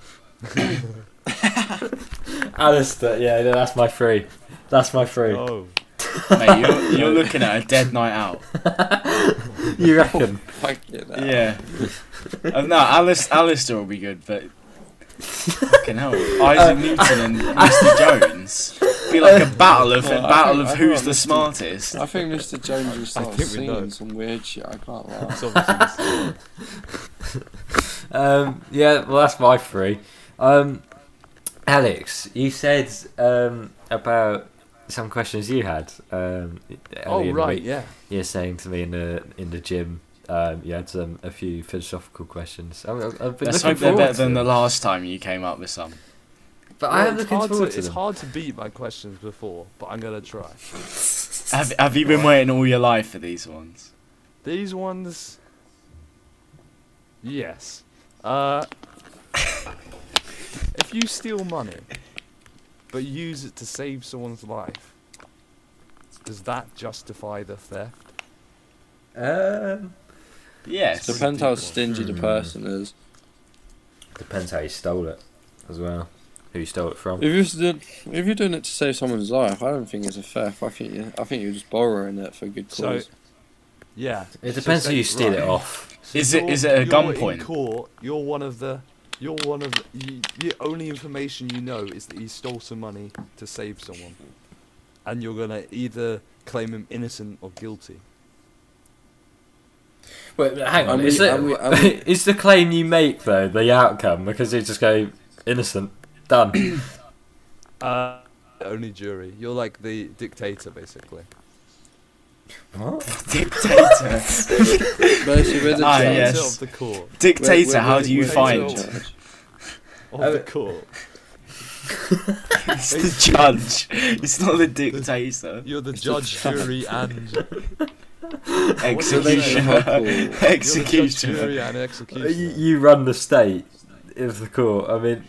[SPEAKER 1] Alistair, yeah, no, that's my three. That's my three.
[SPEAKER 4] Oh.
[SPEAKER 3] Mate, you're, you're looking at a dead night out.
[SPEAKER 1] You reckon?
[SPEAKER 2] fuck. Fucking hell.
[SPEAKER 3] Yeah. Uh, no, Alice, Alistair will be good, but fucking hell,
[SPEAKER 1] Uh,
[SPEAKER 3] Isaac Newton and
[SPEAKER 1] <laughs>
[SPEAKER 3] Mr. Jones be like a battle of
[SPEAKER 2] Well, I
[SPEAKER 3] battle
[SPEAKER 2] think-
[SPEAKER 3] of
[SPEAKER 2] I think
[SPEAKER 3] who's
[SPEAKER 2] I missed
[SPEAKER 3] the
[SPEAKER 2] it.
[SPEAKER 3] smartest.
[SPEAKER 2] I think Mr. Jones will start
[SPEAKER 4] think we know.
[SPEAKER 2] singing some weird shit. I can't lie.
[SPEAKER 4] <laughs> It's obviously Mr.
[SPEAKER 1] Um, yeah, well, that's my three. Um, Alex, you said um, about some questions you had. Um, earlier
[SPEAKER 4] oh
[SPEAKER 1] in the
[SPEAKER 4] right,
[SPEAKER 1] week.
[SPEAKER 4] yeah.
[SPEAKER 1] You're saying to me in the in the gym, um, you had some a few philosophical questions. I, I've I've been
[SPEAKER 3] Let's
[SPEAKER 1] looking
[SPEAKER 3] hope they're
[SPEAKER 1] forward
[SPEAKER 3] better
[SPEAKER 1] to
[SPEAKER 3] than the
[SPEAKER 1] them.
[SPEAKER 3] last time you came up with some.
[SPEAKER 1] But I
[SPEAKER 4] Well,
[SPEAKER 1] am
[SPEAKER 4] it's
[SPEAKER 1] looking
[SPEAKER 4] hard
[SPEAKER 1] forward
[SPEAKER 4] to,
[SPEAKER 1] to
[SPEAKER 4] It's
[SPEAKER 1] them.
[SPEAKER 4] hard to beat my questions before, but I'm gonna try.
[SPEAKER 3] Have Have you been waiting all your life for these ones?
[SPEAKER 4] These ones. Yes. Uh. if you steal money, but use it to save someone's life, does that justify the theft?
[SPEAKER 1] Um,
[SPEAKER 3] Yes.
[SPEAKER 2] Depends how stingy the person is.
[SPEAKER 1] Depends how you stole it as well. Who you stole it from.
[SPEAKER 2] If you're, if you're doing it to save someone's life, I don't think it's a theft. I think you, I think you're just borrowing it for a good
[SPEAKER 4] So-
[SPEAKER 2] cause.
[SPEAKER 4] Yeah.
[SPEAKER 1] It
[SPEAKER 4] so
[SPEAKER 1] depends who you
[SPEAKER 4] say-
[SPEAKER 1] steal
[SPEAKER 4] right.
[SPEAKER 1] it off.
[SPEAKER 4] So
[SPEAKER 3] Is it-
[SPEAKER 4] you're-
[SPEAKER 3] is it a
[SPEAKER 4] you're
[SPEAKER 3] gunpoint?
[SPEAKER 4] In court, you're one of the. You're one of the, you, the only information you know is that he stole some money to save someone, and you're gonna either claim him innocent or guilty.
[SPEAKER 1] Wait, hang on.
[SPEAKER 2] I mean-
[SPEAKER 1] is, it,
[SPEAKER 2] I
[SPEAKER 1] <laughs>
[SPEAKER 2] mean- I mean-
[SPEAKER 1] is the claim you make though the outcome because you just go innocent, <coughs> done?
[SPEAKER 4] Uh, only jury. You're like the dictator, basically.
[SPEAKER 1] what?
[SPEAKER 3] Dictator.
[SPEAKER 2] Basically, we're the
[SPEAKER 3] Ah,
[SPEAKER 2] judge.
[SPEAKER 3] yes.
[SPEAKER 4] Dictator of the court.
[SPEAKER 2] We're- we're-
[SPEAKER 3] Dictator, how
[SPEAKER 2] we're-
[SPEAKER 3] do you
[SPEAKER 2] we're the
[SPEAKER 3] find?
[SPEAKER 2] judge.
[SPEAKER 4] Of
[SPEAKER 1] Uh,
[SPEAKER 4] the court.
[SPEAKER 3] It's <laughs> the judge. It's not the dictator.
[SPEAKER 4] You're the judge, jury, and
[SPEAKER 3] <laughs>
[SPEAKER 4] you're
[SPEAKER 3] Executioner. Uh,
[SPEAKER 2] You're
[SPEAKER 4] the judge, jury,
[SPEAKER 3] Executioner.
[SPEAKER 4] and
[SPEAKER 1] You,
[SPEAKER 4] executioner.
[SPEAKER 1] you run the state of the court. I mean,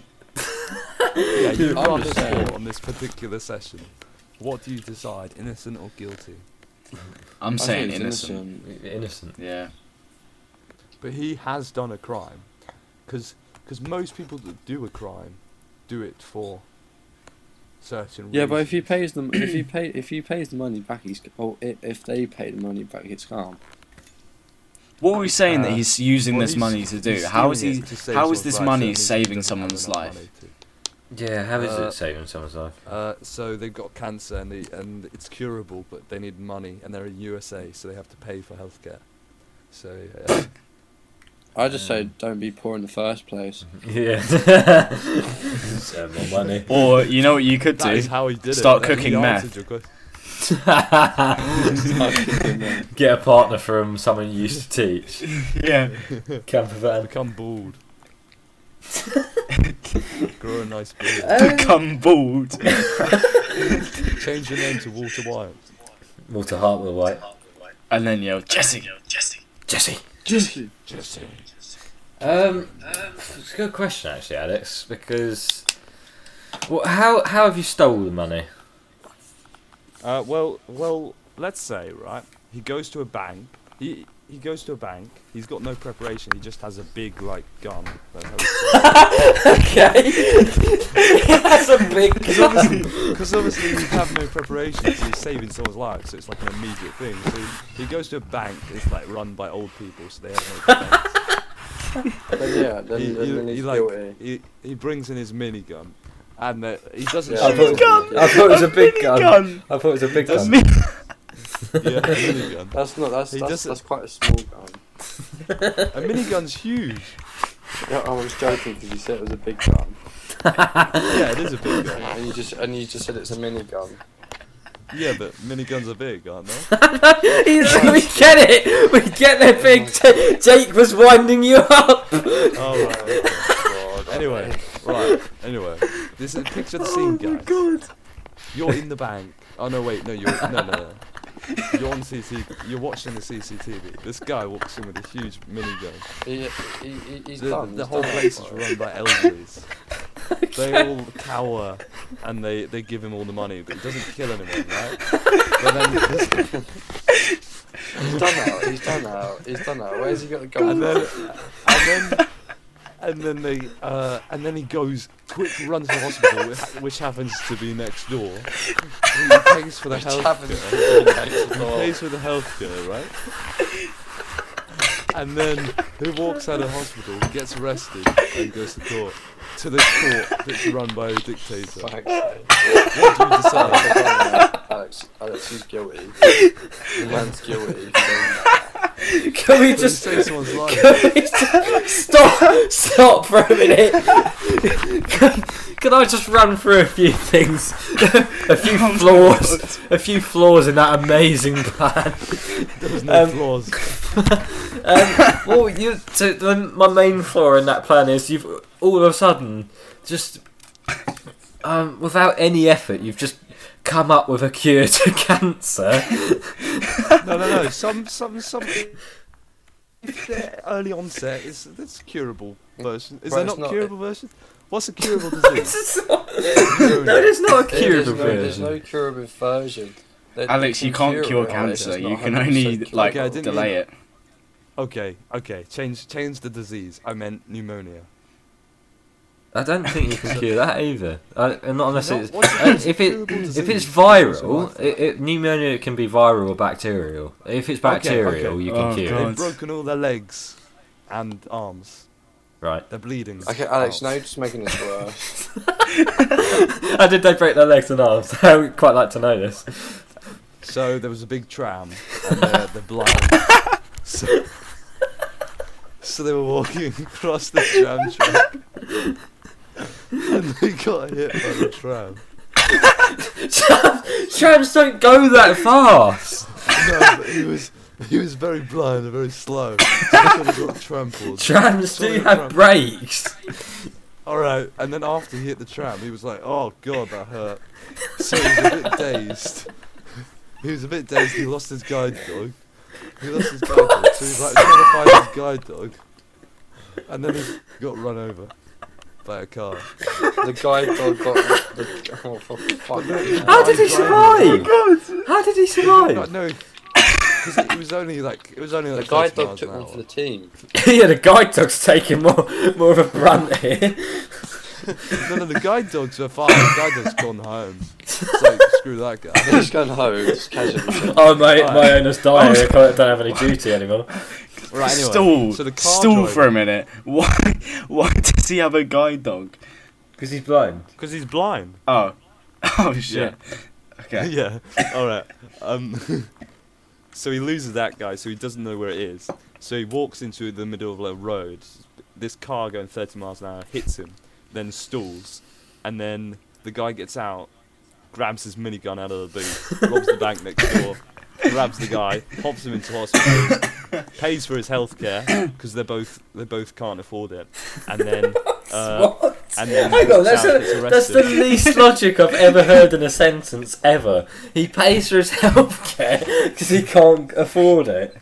[SPEAKER 4] Yeah, you
[SPEAKER 2] I'm
[SPEAKER 4] run the
[SPEAKER 2] just saying.
[SPEAKER 4] court on this particular session. What do you decide, innocent or guilty?
[SPEAKER 3] I'm
[SPEAKER 2] I think
[SPEAKER 3] saying
[SPEAKER 2] it's
[SPEAKER 3] innocent.
[SPEAKER 1] innocent.
[SPEAKER 3] Yeah.
[SPEAKER 4] But he has done a crime, because most people that do a crime do it for certain.
[SPEAKER 2] Yeah, but if he
[SPEAKER 4] reasons.
[SPEAKER 2] pays them, if he pay, if he pays the money back, he's or i- if they pay the money back, it's calm.
[SPEAKER 3] What are we saying that
[SPEAKER 4] Uh,
[SPEAKER 3] he's using
[SPEAKER 4] Well,
[SPEAKER 3] this
[SPEAKER 4] he's-
[SPEAKER 3] money to
[SPEAKER 4] he's
[SPEAKER 3] do? How is
[SPEAKER 4] stealing
[SPEAKER 3] he?
[SPEAKER 4] it to save
[SPEAKER 3] how is
[SPEAKER 4] someone's
[SPEAKER 3] this
[SPEAKER 4] life, so
[SPEAKER 3] money
[SPEAKER 4] it means he
[SPEAKER 3] saving
[SPEAKER 4] doesn't have
[SPEAKER 3] someone's
[SPEAKER 4] enough
[SPEAKER 3] life?
[SPEAKER 4] money to-
[SPEAKER 1] Yeah, how is
[SPEAKER 4] Uh,
[SPEAKER 1] it saving someone's life?
[SPEAKER 4] Uh, so they've got cancer and, they, and it's curable, but they need money, and they're in USA, so they have to pay for healthcare. So uh,
[SPEAKER 3] <laughs>
[SPEAKER 2] I just say don't be poor in the first place.
[SPEAKER 1] <laughs> <laughs> Yeah. Save more money.
[SPEAKER 3] Or you know what you could do?
[SPEAKER 4] that is how he did it.
[SPEAKER 3] Start
[SPEAKER 4] That- he
[SPEAKER 3] cooking
[SPEAKER 4] answered
[SPEAKER 3] meth.
[SPEAKER 4] your question.
[SPEAKER 2] Fucking
[SPEAKER 1] <laughs> Get a partner from someone you used to <laughs> teach.
[SPEAKER 3] <laughs> Yeah.
[SPEAKER 1] Camper van.
[SPEAKER 3] <laughs>
[SPEAKER 4] Become bald. Grow a nice
[SPEAKER 1] Uh,
[SPEAKER 4] beard.
[SPEAKER 3] Become bald.
[SPEAKER 4] Change your name to Walter White.
[SPEAKER 1] Walter Hartwell White.
[SPEAKER 3] And then yell, Jesse.
[SPEAKER 1] Jesse.
[SPEAKER 2] <laughs> Jesse.
[SPEAKER 4] Jesse.
[SPEAKER 1] Um, it's a good question actually, Alex, because well, how how have you stolen money?
[SPEAKER 4] Uh, well, well, let's say right. He goes to a bank. He he goes to a bank. He's got no preparation. He just has a big like gun. That's how <laughs> it's-
[SPEAKER 1] Okay, that's a big.
[SPEAKER 4] Because obviously, because obviously you have no preparation, so you're saving someone's life, so it's like an immediate thing. So he, he goes to a bank, it's like run by old people, so they have no defense.
[SPEAKER 2] Then, yeah, then,
[SPEAKER 4] he,
[SPEAKER 2] then,
[SPEAKER 4] he-
[SPEAKER 2] then
[SPEAKER 4] he,
[SPEAKER 2] he's guilty.
[SPEAKER 4] like, he, he brings in his minigun, and uh, he doesn't
[SPEAKER 2] Yeah.
[SPEAKER 4] shoot
[SPEAKER 1] I thought, I thought it was a big gun. I thought it was a big gun.
[SPEAKER 3] <laughs>
[SPEAKER 4] yeah, a minigun.
[SPEAKER 2] That's not. That's
[SPEAKER 4] He
[SPEAKER 2] that's,
[SPEAKER 4] doesn't-
[SPEAKER 2] that's quite a small gun.
[SPEAKER 4] A minigun's huge.
[SPEAKER 2] Yeah, I was joking because you said it was a big gun,
[SPEAKER 4] Yeah, it is a big gun.
[SPEAKER 2] and you just and you just said it's a minigun.
[SPEAKER 4] Yeah, but miniguns are big, aren't they?
[SPEAKER 1] we get it. We get the big. J- Jake was winding you up.
[SPEAKER 4] Oh, right. okay. Anyway, right.
[SPEAKER 2] <laughs>
[SPEAKER 4] Anyway, this is picture
[SPEAKER 2] Oh
[SPEAKER 4] the scene, guys. You're in the bank. Oh no, wait, no, you're no,
[SPEAKER 2] <laughs>
[SPEAKER 4] no, no. You're on CCTV. You're watching the CCTV. This guy walks in with a huge minigun.
[SPEAKER 2] He, he, he, he's
[SPEAKER 4] The,
[SPEAKER 2] done.
[SPEAKER 4] the
[SPEAKER 2] he's
[SPEAKER 4] whole
[SPEAKER 2] done.
[SPEAKER 4] place is run by
[SPEAKER 2] <laughs>
[SPEAKER 4] elderlies. They all cower, and they they give him all the money, but he doesn't kill anyone, right? But then this,
[SPEAKER 2] He's done out. He's done out. He's done out. Where's he got the gun?
[SPEAKER 4] and then and then and then they uh, and then he goes quick runs to the hospital which, which happens to be next door he pays for the
[SPEAKER 2] Which
[SPEAKER 4] health
[SPEAKER 2] happens to be next
[SPEAKER 4] he
[SPEAKER 2] door.
[SPEAKER 4] pays for the healthcare right and then he walks out of hospital gets arrested and goes to court to the court that's run by a dictator what
[SPEAKER 2] Fuck.
[SPEAKER 4] do you decide
[SPEAKER 2] Alex, Alex, he's guilty. The man's guilty.
[SPEAKER 1] Can we
[SPEAKER 4] just
[SPEAKER 1] just
[SPEAKER 4] save someone's life
[SPEAKER 1] stop? Stop for a minute. <laughs> Can, can I just run through a few things? <laughs> a
[SPEAKER 3] Oh
[SPEAKER 1] few flaws. A few flaws in that amazing plan.
[SPEAKER 4] there was no
[SPEAKER 1] Um,
[SPEAKER 4] flaws
[SPEAKER 1] Um, well, you. So the, my main flaw in that plan is you've all of a sudden just, um, without any effort, you've just come up with a cure to <laughs> cancer.
[SPEAKER 4] No, no, no. Some, some, some. If they're early onset, is this curable version? Is
[SPEAKER 2] Well,
[SPEAKER 4] there
[SPEAKER 2] it's
[SPEAKER 4] not,
[SPEAKER 2] not-
[SPEAKER 4] curable version? What's a curable disease?
[SPEAKER 1] no, there's not a
[SPEAKER 2] There
[SPEAKER 1] cure
[SPEAKER 2] is no- There's
[SPEAKER 1] version.
[SPEAKER 2] no curable version. There-
[SPEAKER 3] Alex,
[SPEAKER 2] you
[SPEAKER 3] you can't
[SPEAKER 2] it,
[SPEAKER 3] cure
[SPEAKER 2] Alex,
[SPEAKER 3] cancer.
[SPEAKER 2] it's not
[SPEAKER 3] You can
[SPEAKER 2] 100%
[SPEAKER 3] only
[SPEAKER 2] cure.
[SPEAKER 3] like
[SPEAKER 4] Okay, I didn't
[SPEAKER 3] delay
[SPEAKER 4] mean-
[SPEAKER 3] it.
[SPEAKER 4] okay, okay. Change, change the disease. I meant pneumonia.
[SPEAKER 1] I don't think you can cure that either. I, not unless
[SPEAKER 4] Not-
[SPEAKER 1] it's
[SPEAKER 4] what's the
[SPEAKER 1] uh, if it
[SPEAKER 4] curable
[SPEAKER 1] if it's
[SPEAKER 4] disease? Something
[SPEAKER 1] viral,
[SPEAKER 4] like
[SPEAKER 1] it, it, pneumonia can be viral or bacterial. If it's bacterial,
[SPEAKER 4] okay.
[SPEAKER 1] you can
[SPEAKER 3] Oh,
[SPEAKER 1] cure
[SPEAKER 3] God.
[SPEAKER 1] it.
[SPEAKER 4] They've broken all their legs and arms.
[SPEAKER 1] Right? <laughs>
[SPEAKER 4] They're bleeding.
[SPEAKER 2] Okay, Alex,
[SPEAKER 4] out.
[SPEAKER 2] no, you're just making this worse.
[SPEAKER 1] How did they break their legs and arms? <laughs> I would quite like to know this.
[SPEAKER 4] So there was a big tram,
[SPEAKER 2] <laughs>
[SPEAKER 4] and they're, they're blind. so, so they were walking <laughs> across the tram track, and they got hit by the tram.
[SPEAKER 1] Trams don't go that fast.
[SPEAKER 4] No, but he was he was very blind and very slow. So they could have got trampled.
[SPEAKER 1] Trams
[SPEAKER 4] Sorry,
[SPEAKER 1] do have
[SPEAKER 4] Trump.
[SPEAKER 1] brakes.
[SPEAKER 4] All right, and then after he hit the tram, he was like, "Oh god, that hurt." So he was a bit dazed. He was a bit dazed. He lost his guide dog. He lost his guide dog. So he was like trying to find his guide dog, and then he got run over by a car.
[SPEAKER 2] The guy got got the. Oh, for fuck's sake.
[SPEAKER 4] Oh,
[SPEAKER 1] How did he
[SPEAKER 4] Blind driver.
[SPEAKER 1] survive? How did he
[SPEAKER 4] No,
[SPEAKER 1] survive? <laughs>
[SPEAKER 4] no, 'cause it was only like it was only
[SPEAKER 2] The
[SPEAKER 4] like.
[SPEAKER 2] guy
[SPEAKER 4] 30
[SPEAKER 2] dog
[SPEAKER 4] miles
[SPEAKER 2] took
[SPEAKER 4] an
[SPEAKER 2] one for
[SPEAKER 4] hour.
[SPEAKER 2] the team.
[SPEAKER 1] yeah, the guide dog's taking more more of a brunt here. <laughs>
[SPEAKER 4] No, no, the guide dogs were fine. The guide dog's gone home. It's like screw that guy.
[SPEAKER 2] <laughs> He's going home, just casually.
[SPEAKER 1] Oh mate, my owner's dying.
[SPEAKER 4] <laughs>
[SPEAKER 1] I
[SPEAKER 4] Oh,
[SPEAKER 1] can't- don't have any duty anymore.
[SPEAKER 4] Right, anyway.
[SPEAKER 3] Stall,
[SPEAKER 4] so the car
[SPEAKER 3] stall
[SPEAKER 4] driver-
[SPEAKER 3] for a minute. <laughs> Why? Why does he have a guide dog?
[SPEAKER 1] Because he's blind.
[SPEAKER 4] Because he's blind.
[SPEAKER 3] Oh, <laughs> oh shit. Okay.
[SPEAKER 4] <laughs> yeah. All right. Um, <laughs> so he loses that guy, so he doesn't know where it is. So he walks into the middle of a road. This car going 30 miles an hour hits him, then stalls, and then the guy gets out, grabs his minigun out of the boot, robs the bank next door, grabs the guy, pops him into hospital,
[SPEAKER 1] <laughs>
[SPEAKER 4] pays for his healthcare because they both they both can't afford it, and
[SPEAKER 1] <laughs>
[SPEAKER 4] then. Uh,
[SPEAKER 1] what?
[SPEAKER 4] and then
[SPEAKER 1] Hang on,
[SPEAKER 4] walks
[SPEAKER 1] that's,
[SPEAKER 4] out,
[SPEAKER 1] a-
[SPEAKER 4] gets
[SPEAKER 1] that's the
[SPEAKER 4] arrested.
[SPEAKER 1] least logic I've ever heard in a sentence ever. He pays for his healthcare <laughs> because he can't afford it.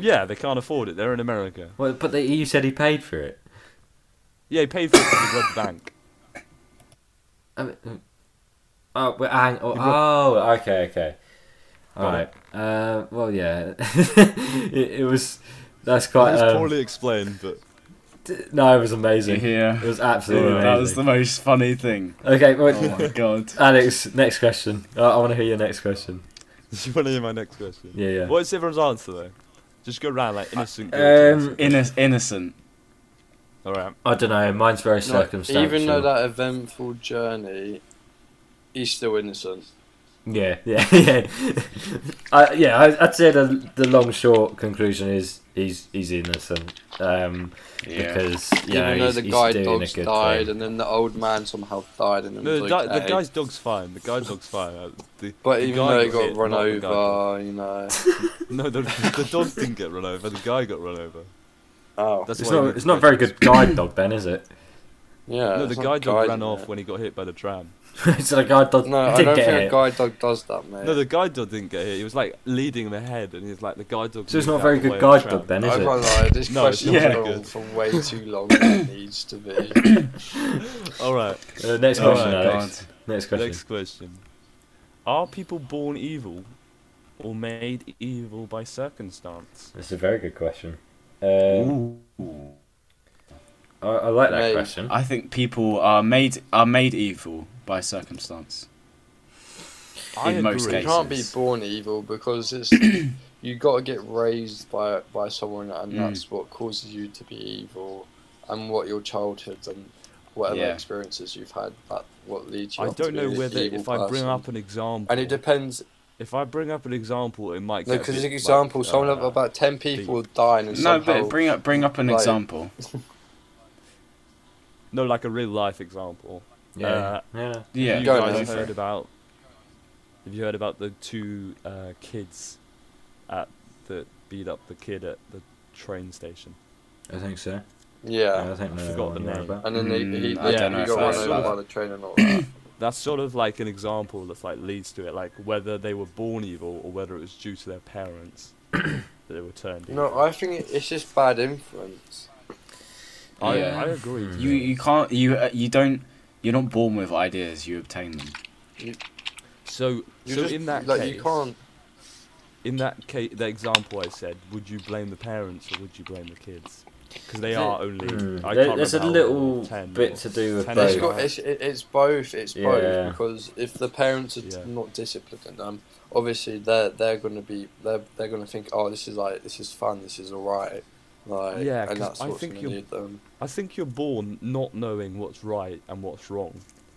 [SPEAKER 4] Yeah, they can't afford it. They're in America.
[SPEAKER 1] Well, but the, you said he paid for it.
[SPEAKER 4] Yeah, he paid for it because he robbed
[SPEAKER 1] <laughs>
[SPEAKER 4] the bank.
[SPEAKER 1] I mean, uh, oh, well, hang, oh,
[SPEAKER 4] You
[SPEAKER 1] oh, okay, okay. All
[SPEAKER 4] Got
[SPEAKER 1] right.
[SPEAKER 4] it.
[SPEAKER 1] Uh, well, yeah. <laughs> it, it was. That's quite.
[SPEAKER 4] It was
[SPEAKER 1] Um,
[SPEAKER 4] poorly explained,
[SPEAKER 2] <laughs>
[SPEAKER 4] but
[SPEAKER 1] d- no, it was amazing.
[SPEAKER 3] Yeah.
[SPEAKER 1] It was
[SPEAKER 3] Oh,
[SPEAKER 1] absolutely
[SPEAKER 3] that was
[SPEAKER 1] amazing.
[SPEAKER 3] the most funny
[SPEAKER 4] <laughs>
[SPEAKER 3] thing.
[SPEAKER 1] Okay, well,
[SPEAKER 3] Oh my god.
[SPEAKER 1] Alex, next question. I, I want to hear your next question.
[SPEAKER 4] you want to hear my next question?
[SPEAKER 1] Yeah, yeah.
[SPEAKER 4] What is everyone's answer though? Just go round like innocent.
[SPEAKER 1] Um,
[SPEAKER 3] Inno- innocent.
[SPEAKER 4] All right.
[SPEAKER 1] I don't know. Mine's very
[SPEAKER 2] No,
[SPEAKER 1] circumstantial.
[SPEAKER 2] Even though that eventful journey, he's still innocent.
[SPEAKER 1] Yeah, yeah, <laughs> yeah. I, yeah, I, I'd say the the long short conclusion is he's he's innocent. Um,
[SPEAKER 3] Yeah.
[SPEAKER 1] because you know,
[SPEAKER 2] Even though
[SPEAKER 1] he's,
[SPEAKER 2] the
[SPEAKER 1] he's
[SPEAKER 2] guide
[SPEAKER 1] doing
[SPEAKER 2] dogs
[SPEAKER 1] a good
[SPEAKER 2] died,
[SPEAKER 1] thing.
[SPEAKER 2] and then the old man somehow died, and then
[SPEAKER 4] No,
[SPEAKER 2] was
[SPEAKER 4] the,
[SPEAKER 2] like,
[SPEAKER 4] guy, the
[SPEAKER 2] "Hey."
[SPEAKER 4] guy's dog's fine. The guy's dog's fine. Uh, The,
[SPEAKER 2] But
[SPEAKER 4] the
[SPEAKER 2] even
[SPEAKER 4] guy
[SPEAKER 2] though he
[SPEAKER 4] hit,
[SPEAKER 2] got run
[SPEAKER 4] not the guy got-
[SPEAKER 2] over, you
[SPEAKER 4] <laughs>
[SPEAKER 2] know.
[SPEAKER 4] No, the, the dog didn't get run over. The guy got run over.
[SPEAKER 2] Oh,
[SPEAKER 4] That's
[SPEAKER 1] It's
[SPEAKER 4] why he
[SPEAKER 1] not
[SPEAKER 4] makes
[SPEAKER 1] it's not a very
[SPEAKER 2] <laughs>
[SPEAKER 4] questions.
[SPEAKER 1] good guide dog then, is it? <laughs>
[SPEAKER 2] yeah.
[SPEAKER 4] No,
[SPEAKER 2] it's
[SPEAKER 4] the
[SPEAKER 2] not
[SPEAKER 4] guy dog
[SPEAKER 2] guiding
[SPEAKER 4] ran off
[SPEAKER 2] it.
[SPEAKER 4] when he got hit by the tram.
[SPEAKER 1] it's a guide dog.
[SPEAKER 2] No, I
[SPEAKER 1] did
[SPEAKER 2] don't
[SPEAKER 1] get
[SPEAKER 2] think a
[SPEAKER 1] hit.
[SPEAKER 2] guide dog does that, mate.
[SPEAKER 4] No, the guide dog didn't get hit. He was like leading him ahead, and he's like the guide dog.
[SPEAKER 1] So it's
[SPEAKER 4] moved
[SPEAKER 1] not a
[SPEAKER 4] out
[SPEAKER 1] very
[SPEAKER 4] the way
[SPEAKER 1] good
[SPEAKER 4] of
[SPEAKER 1] guide
[SPEAKER 4] the
[SPEAKER 1] dog
[SPEAKER 4] tram.
[SPEAKER 1] then,
[SPEAKER 2] I
[SPEAKER 1] is
[SPEAKER 2] can't
[SPEAKER 1] it?
[SPEAKER 2] lie, this
[SPEAKER 4] No, it's
[SPEAKER 2] question
[SPEAKER 3] not
[SPEAKER 2] went
[SPEAKER 3] very
[SPEAKER 2] on
[SPEAKER 4] good.
[SPEAKER 2] for way too
[SPEAKER 1] <laughs>
[SPEAKER 2] long than it needs to be.
[SPEAKER 4] All right.
[SPEAKER 1] Uh, next
[SPEAKER 4] Oh
[SPEAKER 1] question,
[SPEAKER 4] my
[SPEAKER 1] Alex. Next question.
[SPEAKER 4] Next question. Are people born evil or made evil by circumstance?
[SPEAKER 1] It's a very good question. Um,
[SPEAKER 3] Ooh.
[SPEAKER 1] I, I like that
[SPEAKER 2] Mate. Uh,
[SPEAKER 1] question.
[SPEAKER 3] I think people are made are made evil by circumstance.
[SPEAKER 4] I
[SPEAKER 3] In most
[SPEAKER 4] agree.
[SPEAKER 2] You can't be
[SPEAKER 3] Cases.
[SPEAKER 2] born evil because
[SPEAKER 4] <clears throat>
[SPEAKER 2] it's you got to get raised by by someone, and
[SPEAKER 3] Mm.
[SPEAKER 2] that's what causes you to be evil, and what your childhood and whatever
[SPEAKER 3] Yeah.
[SPEAKER 2] experiences you've had that what leads you.
[SPEAKER 4] I
[SPEAKER 2] up to
[SPEAKER 4] don't know
[SPEAKER 2] be an
[SPEAKER 4] whether
[SPEAKER 2] evil
[SPEAKER 4] if I bring
[SPEAKER 2] person.
[SPEAKER 4] up an example.
[SPEAKER 2] And it depends.
[SPEAKER 4] if I bring up an example, it might.
[SPEAKER 2] No,
[SPEAKER 4] get a
[SPEAKER 2] because
[SPEAKER 4] bit,
[SPEAKER 2] an example,
[SPEAKER 4] like,
[SPEAKER 2] someone
[SPEAKER 4] uh,
[SPEAKER 2] of about ten people were dying, and
[SPEAKER 3] No,
[SPEAKER 2] somehow
[SPEAKER 3] but bring up bring up an
[SPEAKER 2] like-
[SPEAKER 3] example.
[SPEAKER 4] No, like a real life example.
[SPEAKER 1] yeah,
[SPEAKER 4] uh,
[SPEAKER 1] yeah.
[SPEAKER 3] Yeah.
[SPEAKER 4] you
[SPEAKER 2] Go on,
[SPEAKER 4] guys
[SPEAKER 2] then.
[SPEAKER 4] have heard about. Have you heard about the two uh, kids, at that beat up the kid at the train station?
[SPEAKER 1] I think so.
[SPEAKER 2] yeah.
[SPEAKER 1] I think
[SPEAKER 4] I
[SPEAKER 1] know
[SPEAKER 4] forgot
[SPEAKER 1] what
[SPEAKER 4] the
[SPEAKER 1] you're on
[SPEAKER 4] name.
[SPEAKER 1] about.
[SPEAKER 2] And then they,
[SPEAKER 3] Mm,
[SPEAKER 2] he,
[SPEAKER 3] I
[SPEAKER 2] they,
[SPEAKER 3] don't
[SPEAKER 2] he
[SPEAKER 3] know if
[SPEAKER 2] got run
[SPEAKER 3] that's
[SPEAKER 2] over by
[SPEAKER 3] about-
[SPEAKER 2] the train and all that.
[SPEAKER 4] That's sort of like an example that's like leads to it, like whether they were born evil or whether it was due to
[SPEAKER 1] <coughs>
[SPEAKER 4] their parents that they were turned evil.
[SPEAKER 2] no, I think it, it's just bad influence.
[SPEAKER 4] I,
[SPEAKER 3] Yeah.
[SPEAKER 4] I agree. to
[SPEAKER 3] You
[SPEAKER 4] that.
[SPEAKER 3] you can't you uh, you don't you're not born with ideas. You obtain them.
[SPEAKER 4] So,
[SPEAKER 2] You
[SPEAKER 4] so
[SPEAKER 2] just,
[SPEAKER 4] in that
[SPEAKER 2] like
[SPEAKER 4] case,
[SPEAKER 2] you can't.
[SPEAKER 4] in that case, the example I said, would you blame the parents or would you blame the kids? because they are only.
[SPEAKER 1] Mm.
[SPEAKER 4] I
[SPEAKER 1] There-
[SPEAKER 4] can't
[SPEAKER 1] there's a
[SPEAKER 4] remember how
[SPEAKER 1] little
[SPEAKER 4] old, 10
[SPEAKER 1] bit
[SPEAKER 4] or
[SPEAKER 1] to do with
[SPEAKER 4] 10
[SPEAKER 1] both.
[SPEAKER 4] or
[SPEAKER 2] It's, got, it's, it- it's both. It's
[SPEAKER 1] Yeah.
[SPEAKER 2] both because if the parents are t-
[SPEAKER 4] Yeah.
[SPEAKER 2] not disciplined, um, obviously they're they're gonna be they're they're gonna think, oh, this is like this is fun, this is alright, like
[SPEAKER 4] Yeah,
[SPEAKER 2] and
[SPEAKER 4] 'cause
[SPEAKER 2] that's
[SPEAKER 4] I
[SPEAKER 2] what's
[SPEAKER 4] think
[SPEAKER 2] gonna
[SPEAKER 4] you're-
[SPEAKER 2] lead them.
[SPEAKER 4] I think you're born not knowing what's right and what's wrong.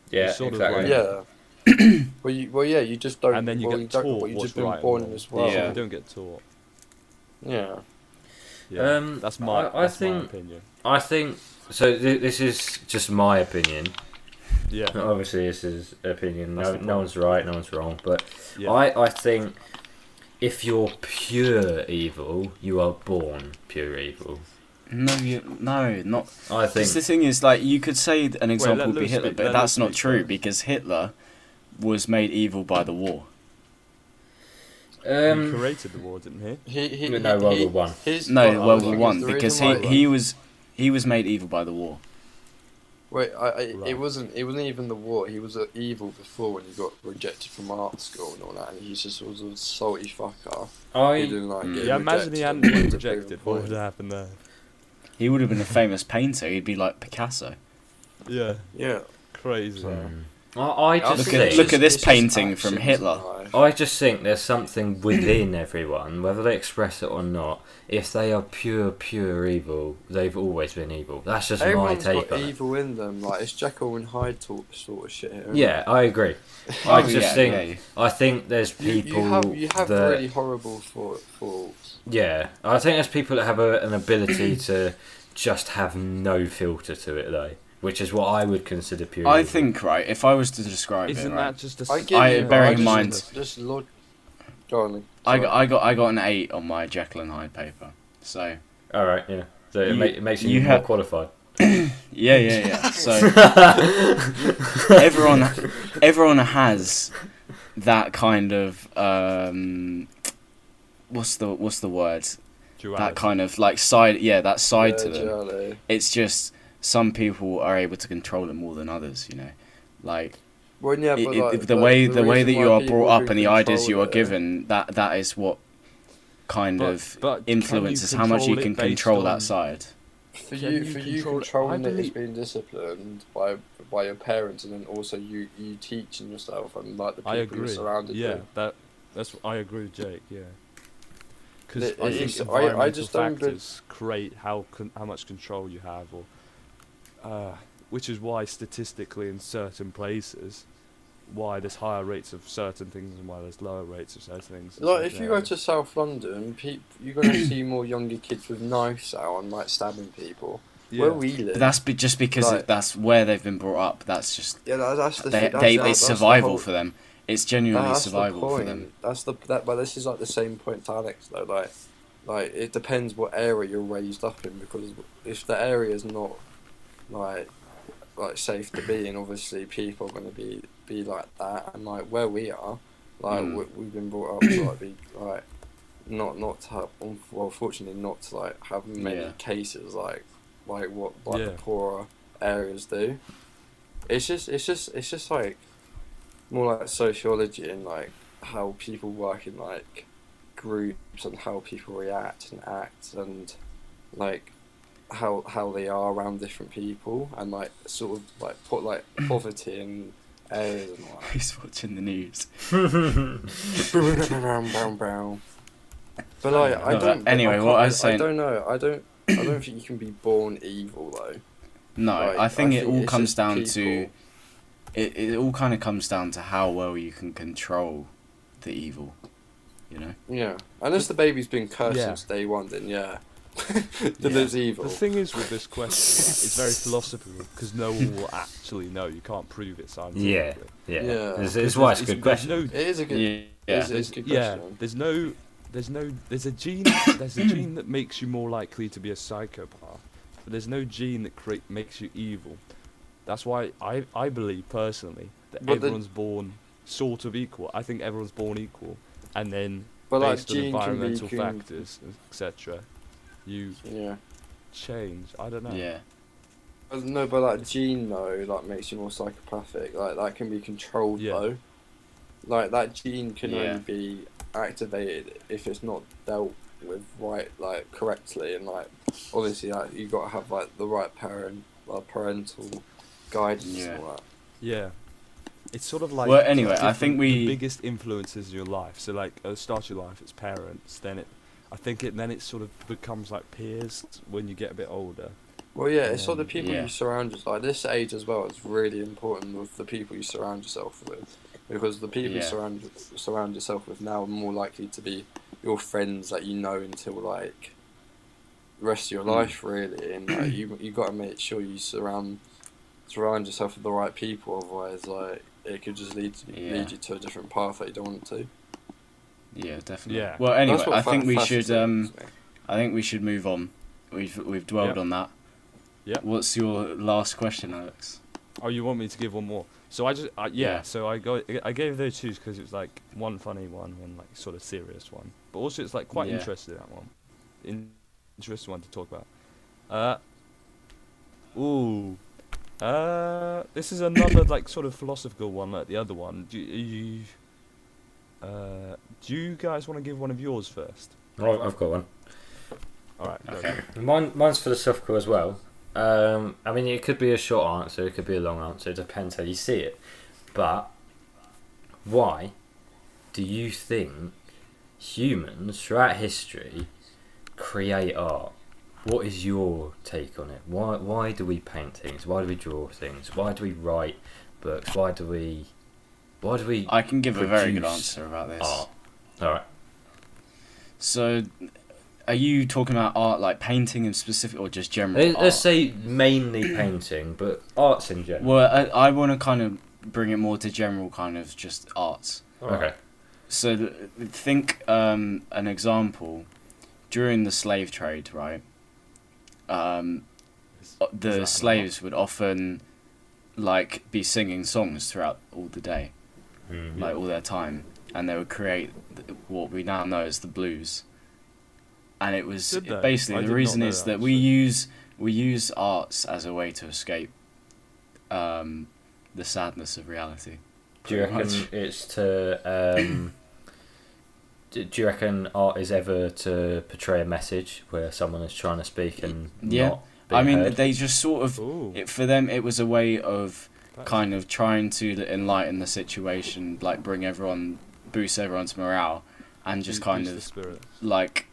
[SPEAKER 1] Yeah,
[SPEAKER 4] It's sort of
[SPEAKER 1] exactly.
[SPEAKER 4] like-
[SPEAKER 2] Yeah. <coughs> well, you, well, yeah, you just don't.
[SPEAKER 4] And then you
[SPEAKER 2] well,
[SPEAKER 4] get
[SPEAKER 2] you don't, know
[SPEAKER 4] taught
[SPEAKER 2] what you've
[SPEAKER 4] what's
[SPEAKER 2] just been
[SPEAKER 4] right and
[SPEAKER 2] born in
[SPEAKER 4] wrong.
[SPEAKER 2] as well.
[SPEAKER 4] So
[SPEAKER 3] Yeah.
[SPEAKER 4] you don't get taught.
[SPEAKER 2] yeah.
[SPEAKER 4] Yeah,
[SPEAKER 1] Um,
[SPEAKER 4] that's my.
[SPEAKER 1] I- I
[SPEAKER 4] that's my
[SPEAKER 1] think-
[SPEAKER 4] opinion.
[SPEAKER 1] I think so. Th- this is just my opinion.
[SPEAKER 4] Yeah,
[SPEAKER 1] <laughs> Obviously, this is opinion.
[SPEAKER 4] That's
[SPEAKER 1] No,
[SPEAKER 4] the
[SPEAKER 1] no
[SPEAKER 4] point.
[SPEAKER 1] one's right, no one's wrong. But
[SPEAKER 4] yeah.
[SPEAKER 1] I, I think if you're pure evil, you are born pure evil.
[SPEAKER 3] No, you, no, not.
[SPEAKER 1] I think.
[SPEAKER 3] Because the thing is, like, you could say an example would be
[SPEAKER 4] Lewis
[SPEAKER 3] Hitler,
[SPEAKER 4] speak-
[SPEAKER 3] but
[SPEAKER 4] let
[SPEAKER 3] that's
[SPEAKER 4] Lewis
[SPEAKER 3] not
[SPEAKER 4] speak
[SPEAKER 3] true
[SPEAKER 4] first.
[SPEAKER 3] because Hitler was made evil by the war.
[SPEAKER 4] he
[SPEAKER 1] um,
[SPEAKER 4] created the war, didn't he?
[SPEAKER 2] He, he,
[SPEAKER 1] no, World
[SPEAKER 2] he-
[SPEAKER 1] War
[SPEAKER 2] he-
[SPEAKER 1] One.
[SPEAKER 2] his-
[SPEAKER 3] No,
[SPEAKER 2] well, I
[SPEAKER 3] World War
[SPEAKER 2] think
[SPEAKER 3] One
[SPEAKER 2] it's the
[SPEAKER 3] because he,
[SPEAKER 2] reason why-
[SPEAKER 3] he was he was made evil by the war.
[SPEAKER 2] Wait, I, I,
[SPEAKER 4] Right.
[SPEAKER 2] it wasn't. It wasn't even the war. He was uh, evil before when he got rejected from art school and all that. And he just was a salty fucker. He
[SPEAKER 1] I
[SPEAKER 2] didn't like
[SPEAKER 3] Mm.
[SPEAKER 2] getting
[SPEAKER 4] Yeah, imagine he hadn't
[SPEAKER 2] rejected.
[SPEAKER 4] been rejected. What would have happened there?
[SPEAKER 3] He would have been a famous painter. He'd be like Picasso.
[SPEAKER 4] Yeah,
[SPEAKER 2] Yeah,
[SPEAKER 4] crazy.
[SPEAKER 1] um, I, I
[SPEAKER 2] I
[SPEAKER 1] just
[SPEAKER 2] think
[SPEAKER 3] Look at-
[SPEAKER 1] think.
[SPEAKER 2] it's
[SPEAKER 3] look at this
[SPEAKER 2] it's just
[SPEAKER 3] painting from
[SPEAKER 2] actions
[SPEAKER 3] Hitler.
[SPEAKER 2] in life.
[SPEAKER 1] I just think there's something within everyone, whether they express it or not. If they are pure, pure evil, they've always been evil. That's just
[SPEAKER 2] Everyone's
[SPEAKER 1] my take
[SPEAKER 2] got
[SPEAKER 1] on it.
[SPEAKER 2] evil in them. Like it's Jekyll and Hyde talk, sort of shit. Here,
[SPEAKER 1] Yeah, I agree. I
[SPEAKER 3] Oh,
[SPEAKER 1] just
[SPEAKER 3] yeah,
[SPEAKER 1] think
[SPEAKER 3] yeah, yeah.
[SPEAKER 1] I think there's
[SPEAKER 2] You,
[SPEAKER 1] people
[SPEAKER 2] you have you have
[SPEAKER 1] that
[SPEAKER 2] really horrible thought, thoughts.
[SPEAKER 1] Yeah, I think there's people that have a, an ability <clears throat> to just have no filter to it, though, which is what I would consider pure.
[SPEAKER 3] I
[SPEAKER 1] evil.
[SPEAKER 3] think right. If I was to describe
[SPEAKER 4] Isn't
[SPEAKER 3] it, right,
[SPEAKER 4] that just a?
[SPEAKER 2] I
[SPEAKER 4] s-
[SPEAKER 2] give
[SPEAKER 3] I-
[SPEAKER 2] you
[SPEAKER 3] bearing in
[SPEAKER 2] just-
[SPEAKER 3] mind-
[SPEAKER 2] just log. Go on. Lee.
[SPEAKER 3] I got I got I got an eight on my Jekyll and Hyde paper. So
[SPEAKER 1] All right, yeah. So it,
[SPEAKER 3] You-
[SPEAKER 1] ma- it makes you,
[SPEAKER 3] you
[SPEAKER 1] more
[SPEAKER 3] have- <laughs>
[SPEAKER 1] qualified. <laughs>
[SPEAKER 3] yeah, yeah, yeah. So everyone everyone has that kind of um, what's the what's the word? That
[SPEAKER 4] duality?
[SPEAKER 3] kind of like side yeah that side to
[SPEAKER 2] Yeah,
[SPEAKER 3] them.
[SPEAKER 2] Charlie.
[SPEAKER 3] It's just some people are able to control it more than others. You know, like
[SPEAKER 2] Well, yeah,
[SPEAKER 3] it,
[SPEAKER 2] but,
[SPEAKER 3] it-
[SPEAKER 2] like,
[SPEAKER 3] the, way the, way that
[SPEAKER 2] reason
[SPEAKER 3] you
[SPEAKER 2] why
[SPEAKER 3] are
[SPEAKER 2] people
[SPEAKER 3] brought up
[SPEAKER 2] who
[SPEAKER 3] and the ideas
[SPEAKER 2] control
[SPEAKER 3] you are
[SPEAKER 2] it-
[SPEAKER 3] given that that is what kind
[SPEAKER 4] But-
[SPEAKER 3] of
[SPEAKER 4] but can you
[SPEAKER 3] influences how much you
[SPEAKER 4] control it
[SPEAKER 3] can
[SPEAKER 4] based
[SPEAKER 3] control
[SPEAKER 4] on-
[SPEAKER 3] that side.
[SPEAKER 2] For
[SPEAKER 4] Can
[SPEAKER 2] you,
[SPEAKER 4] you
[SPEAKER 2] for you
[SPEAKER 4] control it?
[SPEAKER 2] controlling
[SPEAKER 4] I
[SPEAKER 2] it is
[SPEAKER 4] believe-
[SPEAKER 2] being disciplined by by your parents, and then also you you teaching yourself and like the people
[SPEAKER 4] I agree.
[SPEAKER 2] you're surrounded
[SPEAKER 4] yeah,
[SPEAKER 2] with.
[SPEAKER 4] that that's I agree with Jake. Yeah, because
[SPEAKER 2] It-
[SPEAKER 4] I
[SPEAKER 2] it
[SPEAKER 4] think
[SPEAKER 2] is- I- I
[SPEAKER 4] environmental
[SPEAKER 2] just don't be-
[SPEAKER 4] factors create how con- how much control you have, or uh, which is why statistically in certain places, why there's higher rates of certain things and why there's lower rates of certain things. and
[SPEAKER 2] Like
[SPEAKER 4] certain
[SPEAKER 2] if you go
[SPEAKER 4] areas.
[SPEAKER 2] to South London, peop you're
[SPEAKER 4] <coughs>
[SPEAKER 2] gonna see more younger kids with knives out and like stabbing people.
[SPEAKER 4] yeah.
[SPEAKER 2] Where we live,
[SPEAKER 3] But that's be, just because
[SPEAKER 2] Right.
[SPEAKER 3] that's where they've been brought up. That's just
[SPEAKER 2] yeah, that, that's the
[SPEAKER 3] they,
[SPEAKER 2] that's
[SPEAKER 3] they
[SPEAKER 2] the- that's
[SPEAKER 3] it's
[SPEAKER 2] the
[SPEAKER 3] survival
[SPEAKER 2] whole-
[SPEAKER 3] for them. It's
[SPEAKER 2] No,
[SPEAKER 3] genuinely
[SPEAKER 2] that's the
[SPEAKER 3] survival for
[SPEAKER 2] point.
[SPEAKER 3] them.
[SPEAKER 2] That's the that, but this is like the same point to Alex though. Like, like it depends what area you're raised up in because if the area is not like like safe to be in, obviously people are going to be be like that. And like where we are, like
[SPEAKER 3] Mm.
[SPEAKER 2] we, we've been brought up to like be like not not to have un- well, fortunately not to like have many
[SPEAKER 3] Yeah.
[SPEAKER 2] cases like like what like the
[SPEAKER 4] Yeah.
[SPEAKER 2] poorer areas do. It's just it's just it's just like more like sociology and like how people work in like groups and how people react and act and like how how they are around different people and like sort of like put like poverty in areas and all
[SPEAKER 3] <laughs> He's watching the news.
[SPEAKER 2] that. brown brown brown. But like I
[SPEAKER 3] No, but
[SPEAKER 2] don't.
[SPEAKER 3] anyway,
[SPEAKER 2] I can't-
[SPEAKER 3] what I
[SPEAKER 2] I,
[SPEAKER 3] was saying-
[SPEAKER 2] I don't know. I don't. I don't think you can be born evil though.
[SPEAKER 3] No,
[SPEAKER 2] Like,
[SPEAKER 3] I think it all
[SPEAKER 2] it's
[SPEAKER 3] comes
[SPEAKER 2] just
[SPEAKER 3] down to
[SPEAKER 2] people-
[SPEAKER 3] it, it all kind of comes down to how well you can control the evil. You know?
[SPEAKER 2] yeah. Unless the baby's been cursed
[SPEAKER 4] Yeah.
[SPEAKER 2] since day one, then yeah, <laughs> then
[SPEAKER 3] Yeah.
[SPEAKER 2] there's evil.
[SPEAKER 4] The thing is with
[SPEAKER 1] <laughs>
[SPEAKER 4] this question, right, it's very philosophical because no one will actually know. You can't prove it scientifically.
[SPEAKER 1] yeah, yeah.
[SPEAKER 2] Yeah.
[SPEAKER 1] It's, it's why it's a
[SPEAKER 4] There's-
[SPEAKER 1] good
[SPEAKER 4] there's
[SPEAKER 1] question.
[SPEAKER 4] No
[SPEAKER 2] It is a good.
[SPEAKER 3] Yeah.
[SPEAKER 2] Is it-
[SPEAKER 4] there's,
[SPEAKER 2] good
[SPEAKER 4] yeah,
[SPEAKER 2] question.
[SPEAKER 4] there's no, there's no, there's a gene, <coughs> there's
[SPEAKER 1] Hmm.
[SPEAKER 4] a gene that makes you more likely to be a psychopath, but there's no gene that create, makes you evil. That's why I, I believe personally that
[SPEAKER 2] But the-
[SPEAKER 4] everyone's born sort of equal. I think everyone's born equal, and then
[SPEAKER 2] But like
[SPEAKER 4] based on
[SPEAKER 2] gene can be
[SPEAKER 4] environmental
[SPEAKER 2] can,
[SPEAKER 4] factors, etc., you
[SPEAKER 2] Yeah.
[SPEAKER 4] change. I don't know.
[SPEAKER 3] Yeah.
[SPEAKER 2] But No, but like gene though, like makes you more psychopathic. Like that can be controlled
[SPEAKER 4] Yeah.
[SPEAKER 2] though. Like that gene can
[SPEAKER 3] Yeah.
[SPEAKER 2] only be activated if it's not dealt with right, like correctly, and like obviously, like you got to have like the right parent, like, parental guidance
[SPEAKER 3] Yeah.
[SPEAKER 2] and all that.
[SPEAKER 4] Yeah. It's sort of like
[SPEAKER 3] Well, anyway, I
[SPEAKER 4] different-
[SPEAKER 3] think
[SPEAKER 4] the
[SPEAKER 3] we-
[SPEAKER 4] biggest influences in your life. So like at the start of your life it's parents, then it I think it then it sort of becomes like peers when you get a bit older.
[SPEAKER 2] Well, yeah, it's sort of
[SPEAKER 4] Um,
[SPEAKER 2] the people
[SPEAKER 3] yeah.
[SPEAKER 2] you surround yourself. Like this age as well is really important with the people you surround yourself with, because the people you
[SPEAKER 3] Yeah.
[SPEAKER 2] surround surround yourself with now are more likely to be your friends that you know until like the rest of your
[SPEAKER 3] Mm.
[SPEAKER 2] life, really. And like, you you got to make sure you surround surround yourself with the right people, otherwise, like it could just lead
[SPEAKER 3] Yeah.
[SPEAKER 2] lead you to a different path that you don't want it to.
[SPEAKER 3] Yeah, definitely.
[SPEAKER 4] Yeah.
[SPEAKER 3] Well, anyway,
[SPEAKER 2] That's what
[SPEAKER 3] I think
[SPEAKER 2] fa-
[SPEAKER 3] we
[SPEAKER 2] fascinates
[SPEAKER 3] should um,
[SPEAKER 2] me.
[SPEAKER 3] I think we should move on. We've we've dwelled
[SPEAKER 4] Yep.
[SPEAKER 3] on that.
[SPEAKER 4] Yep.
[SPEAKER 3] What's your last question, Alex?
[SPEAKER 4] Oh, you want me to give one more? So I just I, yeah,
[SPEAKER 3] Yeah.
[SPEAKER 4] So I go I gave those two because it was like one funny one, one like sort of serious one, but also it's like quite
[SPEAKER 3] Yeah.
[SPEAKER 4] interesting that one, In- interesting one to talk about. Uh, ooh, uh, this is another <coughs> like sort of philosophical one like the other one. Do you, you uh, do you guys want to give one of yours first?
[SPEAKER 1] Right, I've got one.
[SPEAKER 4] All right. go.
[SPEAKER 3] Okay.
[SPEAKER 1] Mine, mine's philosophical as well. Um, I mean, it could be a short answer, it could be a long answer, it depends how you see it. But why do you think humans throughout history create art? What is your take on it? Why, why do we paint things? Why do we draw things? Why do we write books? Why do we, why do we
[SPEAKER 3] I can give a very good
[SPEAKER 1] Produce
[SPEAKER 3] answer about this.
[SPEAKER 1] art? All right.
[SPEAKER 3] So, are you talking about art like painting in specific, or just general
[SPEAKER 1] Let-
[SPEAKER 3] art?
[SPEAKER 1] Let's say mainly painting, but arts in general.
[SPEAKER 3] Well, I, I want to kind of bring it more to general kind of just arts.
[SPEAKER 1] Okay.
[SPEAKER 3] So th- think um, an example during the slave trade, right? Um,
[SPEAKER 4] Is-
[SPEAKER 3] uh,
[SPEAKER 4] is that
[SPEAKER 3] the
[SPEAKER 4] an
[SPEAKER 3] slaves would often like be singing songs throughout all the day,
[SPEAKER 1] Hmm.
[SPEAKER 3] like all their time, and they would create th- what we now know as the blues. And it was
[SPEAKER 4] Did they? I
[SPEAKER 3] basically
[SPEAKER 4] did
[SPEAKER 3] the
[SPEAKER 4] not
[SPEAKER 3] reason
[SPEAKER 4] know
[SPEAKER 3] is
[SPEAKER 4] that,
[SPEAKER 3] that we
[SPEAKER 4] actually.
[SPEAKER 3] use we use arts as a way to escape um, the sadness of reality.
[SPEAKER 1] Do you
[SPEAKER 3] pretty
[SPEAKER 1] reckon
[SPEAKER 3] much.
[SPEAKER 1] it's to? Um, <coughs> d- do you reckon art is ever to portray a message where someone is trying to speak and
[SPEAKER 3] Yeah.
[SPEAKER 1] not?
[SPEAKER 3] I
[SPEAKER 1] being
[SPEAKER 3] mean,
[SPEAKER 1] heard?
[SPEAKER 3] they just sort of
[SPEAKER 4] Ooh,
[SPEAKER 3] it, for them it was a way of
[SPEAKER 4] that's-
[SPEAKER 3] kind of trying to enlighten the situation like bring everyone boost everyone's morale and just
[SPEAKER 4] boost
[SPEAKER 3] kind
[SPEAKER 4] the
[SPEAKER 3] of
[SPEAKER 4] spirit.
[SPEAKER 3] like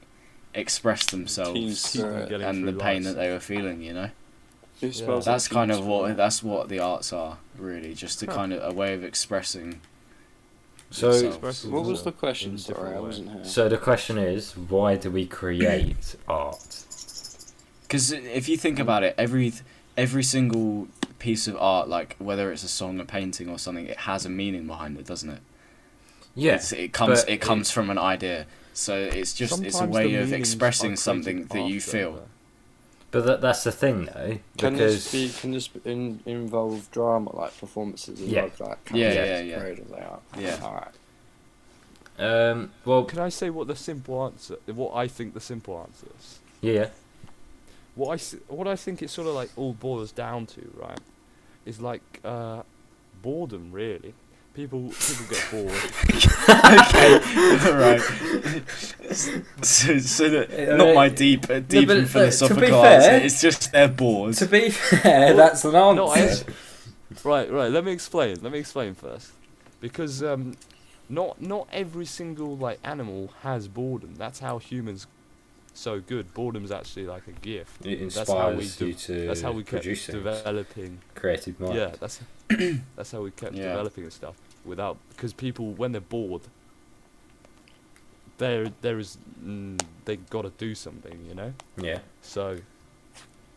[SPEAKER 3] express
[SPEAKER 2] Team
[SPEAKER 3] themselves
[SPEAKER 4] Keep them
[SPEAKER 2] Right.
[SPEAKER 4] getting
[SPEAKER 3] and the
[SPEAKER 4] through
[SPEAKER 3] pain
[SPEAKER 4] life.
[SPEAKER 3] that they were feeling you know
[SPEAKER 2] Who
[SPEAKER 4] Yeah.
[SPEAKER 2] smells like
[SPEAKER 3] that's kind of
[SPEAKER 2] cheese
[SPEAKER 3] what
[SPEAKER 2] fries?
[SPEAKER 3] that's what the arts are really just a
[SPEAKER 4] Huh.
[SPEAKER 3] kind of a way of expressing
[SPEAKER 1] so.
[SPEAKER 3] themselves.
[SPEAKER 4] Expressive
[SPEAKER 2] What was
[SPEAKER 4] as
[SPEAKER 2] the
[SPEAKER 4] well,
[SPEAKER 2] question?
[SPEAKER 4] in a
[SPEAKER 2] Sorry,
[SPEAKER 4] different
[SPEAKER 2] I
[SPEAKER 4] way.
[SPEAKER 2] wasn't here.
[SPEAKER 1] So the question is, why do we <coughs> create art?
[SPEAKER 3] Because if you think about it, every every single piece of art, like whether it's a song, a painting, or something, it has a meaning behind it, doesn't it?
[SPEAKER 1] Yes.
[SPEAKER 3] It's, it comes
[SPEAKER 1] but
[SPEAKER 3] it comes from an idea, so it's just it's a
[SPEAKER 4] Sometimes
[SPEAKER 3] way
[SPEAKER 4] the
[SPEAKER 3] of
[SPEAKER 4] meanings are
[SPEAKER 3] expressing
[SPEAKER 4] created
[SPEAKER 3] something that you
[SPEAKER 4] after,
[SPEAKER 3] feel.
[SPEAKER 4] though.
[SPEAKER 1] but that, that's the thing, though,
[SPEAKER 2] Can
[SPEAKER 1] because
[SPEAKER 2] this be? Can this be in, involve drama, like performances
[SPEAKER 1] Yeah.
[SPEAKER 2] involved, like
[SPEAKER 3] Yeah,
[SPEAKER 2] characters
[SPEAKER 3] yeah, yeah.
[SPEAKER 2] created, like, oh,
[SPEAKER 3] Yeah.
[SPEAKER 2] All right.
[SPEAKER 1] um, well,
[SPEAKER 4] Can I say what the simple answer? What I think the simple answer is.
[SPEAKER 1] yeah,
[SPEAKER 4] What I s- what I think it sort of like all boils down to, right, is like uh, boredom. Really, people people get bored.
[SPEAKER 3] <laughs>
[SPEAKER 1] <laughs>
[SPEAKER 3] right. so so that, not my deep uh, deep
[SPEAKER 1] but, uh, to
[SPEAKER 3] and
[SPEAKER 1] be
[SPEAKER 3] philosophical
[SPEAKER 1] fair-
[SPEAKER 3] answer. It's just they're
[SPEAKER 1] <laughs>
[SPEAKER 3] bored. <laughs>
[SPEAKER 1] to be fair, Eh,
[SPEAKER 4] Well,
[SPEAKER 1] that's an answer.
[SPEAKER 4] no, I actually, right, right. Let me explain. Let me explain first, because um, not not every single like animal has boredom. That's how humans so good. Boredom's actually like a gift.
[SPEAKER 1] it
[SPEAKER 4] That's how we
[SPEAKER 1] inspires
[SPEAKER 4] de-
[SPEAKER 1] you to
[SPEAKER 4] That's how we kept
[SPEAKER 1] produce things.
[SPEAKER 4] developing
[SPEAKER 1] creative mind.
[SPEAKER 4] Yeah,
[SPEAKER 1] <coughs>
[SPEAKER 4] that's that's how we kept
[SPEAKER 3] Yeah.
[SPEAKER 4] developing and stuff without because people when they're bored, there there is mm, they gotta do something, you know.
[SPEAKER 1] yeah.
[SPEAKER 4] So,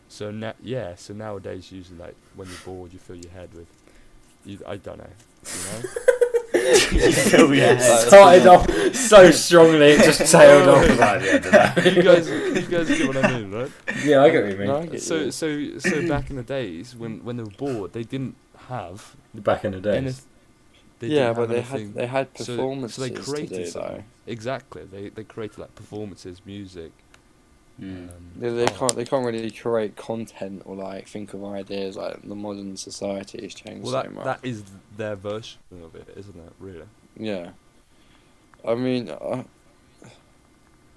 [SPEAKER 4] so now yeah, so nowadays usually like when you're bored, you fill your head with, you I don't know, you know.
[SPEAKER 2] <laughs>
[SPEAKER 4] <laughs>
[SPEAKER 3] You
[SPEAKER 1] Oh,
[SPEAKER 3] <laughs> feel your
[SPEAKER 1] <laughs>
[SPEAKER 3] head.
[SPEAKER 1] started off so strongly, it <laughs> just tailed off at the end of that.
[SPEAKER 4] you guys you guys get what I
[SPEAKER 2] <laughs>
[SPEAKER 4] mean, right?
[SPEAKER 1] <laughs> Yeah, I get what you mean.
[SPEAKER 2] No, I get
[SPEAKER 4] So
[SPEAKER 2] you. <clears throat>
[SPEAKER 4] so so back in the days when when they were bored, they didn't have
[SPEAKER 1] Back in the day.
[SPEAKER 4] anything.
[SPEAKER 2] yeah, but they had they had
[SPEAKER 4] So- so they
[SPEAKER 2] performances to do,
[SPEAKER 4] something.
[SPEAKER 2] though.
[SPEAKER 4] Exactly. They they created like performances, music. um,
[SPEAKER 3] Mm.
[SPEAKER 2] They, they
[SPEAKER 4] Oh.
[SPEAKER 2] can't they can't really create content or like think of ideas. Like the modern society has changed
[SPEAKER 4] Well,
[SPEAKER 2] so
[SPEAKER 4] that
[SPEAKER 2] much.
[SPEAKER 4] that is their version of it, isn't it? Really.
[SPEAKER 2] uh, Yeah. I mean, I,
[SPEAKER 4] All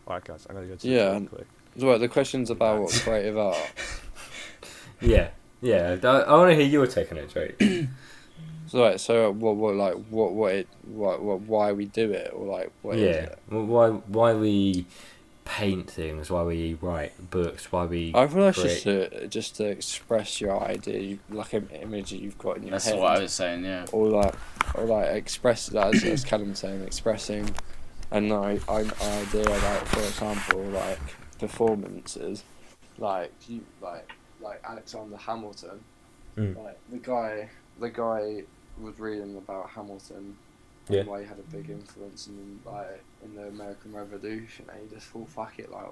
[SPEAKER 4] right, guys, I'm gonna go to
[SPEAKER 2] Yeah,
[SPEAKER 4] the
[SPEAKER 2] and-
[SPEAKER 4] toilet quick.
[SPEAKER 2] Well, the question's about
[SPEAKER 3] <laughs>
[SPEAKER 2] what creative art.
[SPEAKER 1] Yeah, yeah. I, I want to hear your take on it, Drake.
[SPEAKER 2] So, right, so what, what, like, what, what, it, what, what, why we do it, or like, what is
[SPEAKER 1] yeah.
[SPEAKER 2] it?
[SPEAKER 1] Well, why why we paint things? Why we write books? Why we?
[SPEAKER 2] I feel like it's just
[SPEAKER 1] Create.
[SPEAKER 2] to, just to express your idea, you- like an image that you've got in your
[SPEAKER 3] That's
[SPEAKER 2] head,
[SPEAKER 3] what I was saying. Yeah.
[SPEAKER 2] or like, or like express that as, as Callum saying, expressing an i- an idea, like for example, like performances, like you, like like Alexander Hamilton,
[SPEAKER 1] Mm.
[SPEAKER 2] like the guy, the guy was reading about Hamilton
[SPEAKER 1] Yeah.
[SPEAKER 2] and why he had a big influence in like in the American Revolution, and he just thought, fuck it, like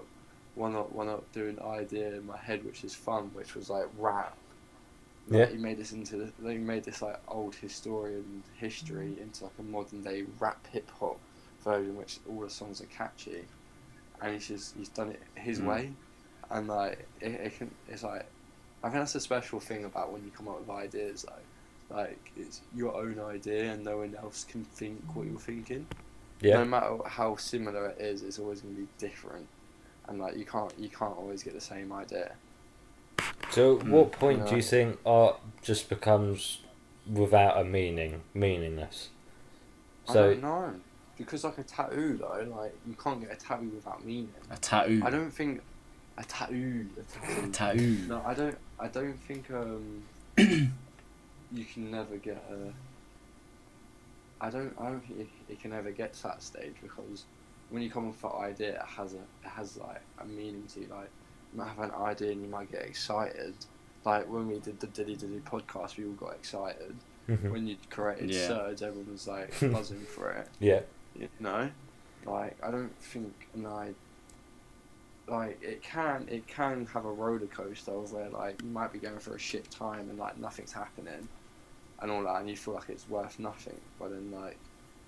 [SPEAKER 2] why not why not do an idea in my head which is fun, which was like rap. Like,
[SPEAKER 1] Yeah.
[SPEAKER 2] He made this into the, they made this like old historian history into like a modern day rap hip hop version, which all the songs are catchy, and he's just he's done it his
[SPEAKER 3] Mm.
[SPEAKER 2] way, and like it, it can it's like I think that's a special thing about when you come up with ideas like. Like it's your own idea, and no one else can think what you're thinking no
[SPEAKER 1] yeah.
[SPEAKER 2] matter how similar it is, it's always going to be different, and like you can't you can't always get the same idea.
[SPEAKER 1] So, at what point do
[SPEAKER 2] Yeah.
[SPEAKER 1] you think art just becomes without a meaning, meaningless?
[SPEAKER 2] I
[SPEAKER 1] So
[SPEAKER 2] don't know because like a tattoo though, like you can't get a tattoo without meaning.
[SPEAKER 3] A tattoo.
[SPEAKER 2] I don't think a tattoo. A tattoo.
[SPEAKER 3] Mm. tattoo.
[SPEAKER 2] No, I don't. I don't think um you can never get a. I don't. I don't think it, it can ever get to that stage because when you come up with an idea, it has a it has like a meaning to you. Like you might have an idea and you might get excited. Like when we did the Diddy Diddy podcast, we all got excited.
[SPEAKER 1] Mhm.
[SPEAKER 2] When you created
[SPEAKER 3] Yeah.
[SPEAKER 2] Surge, everyone was like buzzing for it
[SPEAKER 1] yeah,
[SPEAKER 2] you know like i don't think and i like it can it can have a roller coaster of where like you might be going for a shit time and like nothing's happening and all that and you feel like it's worth nothing but then like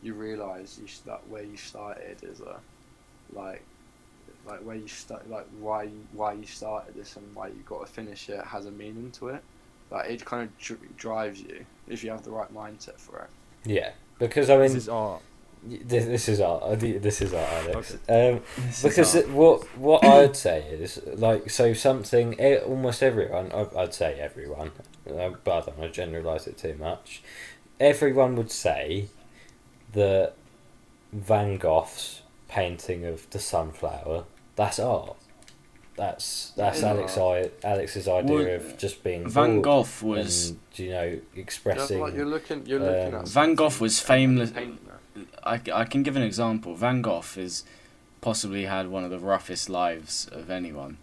[SPEAKER 2] you realize you start where you started is a like like where you start like why you- why you started this and why you got to finish it has a meaning to it like it kind of dr- drives you if you have the right mindset for it
[SPEAKER 1] yeah. Because I mean,
[SPEAKER 4] This is art.
[SPEAKER 1] Y- This, this is art. I do- This is art, Alex. Um,
[SPEAKER 3] This is
[SPEAKER 1] because
[SPEAKER 3] art.
[SPEAKER 1] it- what what I'd say is like so something. eh, Almost everyone, I- I'd say everyone, uh, but I don't want to generalize it too much. Everyone would say that Van Gogh's painting of the sunflower that's art. That's that's
[SPEAKER 2] Yeah.
[SPEAKER 1] Alex I, Alex's idea
[SPEAKER 3] Well,
[SPEAKER 1] of just being
[SPEAKER 3] Van
[SPEAKER 1] bored
[SPEAKER 3] Gogh was
[SPEAKER 1] and, you know
[SPEAKER 2] Yeah, but,
[SPEAKER 1] expressing.
[SPEAKER 2] like, you're looking, you're
[SPEAKER 1] um,
[SPEAKER 2] looking at
[SPEAKER 3] Van Gogh
[SPEAKER 2] something
[SPEAKER 3] was
[SPEAKER 2] that
[SPEAKER 3] famous-
[SPEAKER 2] paint-
[SPEAKER 3] I, I can give an example. Van Gogh is possibly had one of the roughest lives of anyone.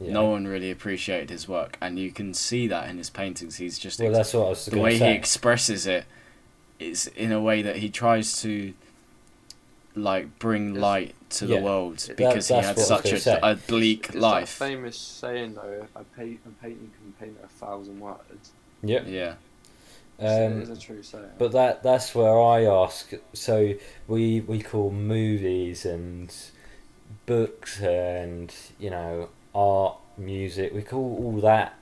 [SPEAKER 1] yeah.
[SPEAKER 3] No one really appreciated his work, and you can see that in his paintings. He's just
[SPEAKER 1] well,
[SPEAKER 3] ex-
[SPEAKER 1] that's what I was
[SPEAKER 3] the
[SPEAKER 1] going to
[SPEAKER 3] way
[SPEAKER 1] say.
[SPEAKER 3] he expresses it is in a way that he tries to like bring
[SPEAKER 2] Yes.
[SPEAKER 3] light to
[SPEAKER 1] Yeah.
[SPEAKER 3] the world
[SPEAKER 2] That-
[SPEAKER 3] because he
[SPEAKER 1] that's
[SPEAKER 3] had
[SPEAKER 1] what I was
[SPEAKER 3] such
[SPEAKER 1] gonna
[SPEAKER 3] a,
[SPEAKER 1] say.
[SPEAKER 3] a bleak
[SPEAKER 2] It's
[SPEAKER 3] life.
[SPEAKER 2] That famous saying though, a, paint, a painting can paint a thousand words.
[SPEAKER 1] Yep.
[SPEAKER 3] Yeah,
[SPEAKER 1] Um,
[SPEAKER 3] uh,
[SPEAKER 2] it's a true saying.
[SPEAKER 1] But that that's where I ask. So we we call movies and books and you know art, music. We call all that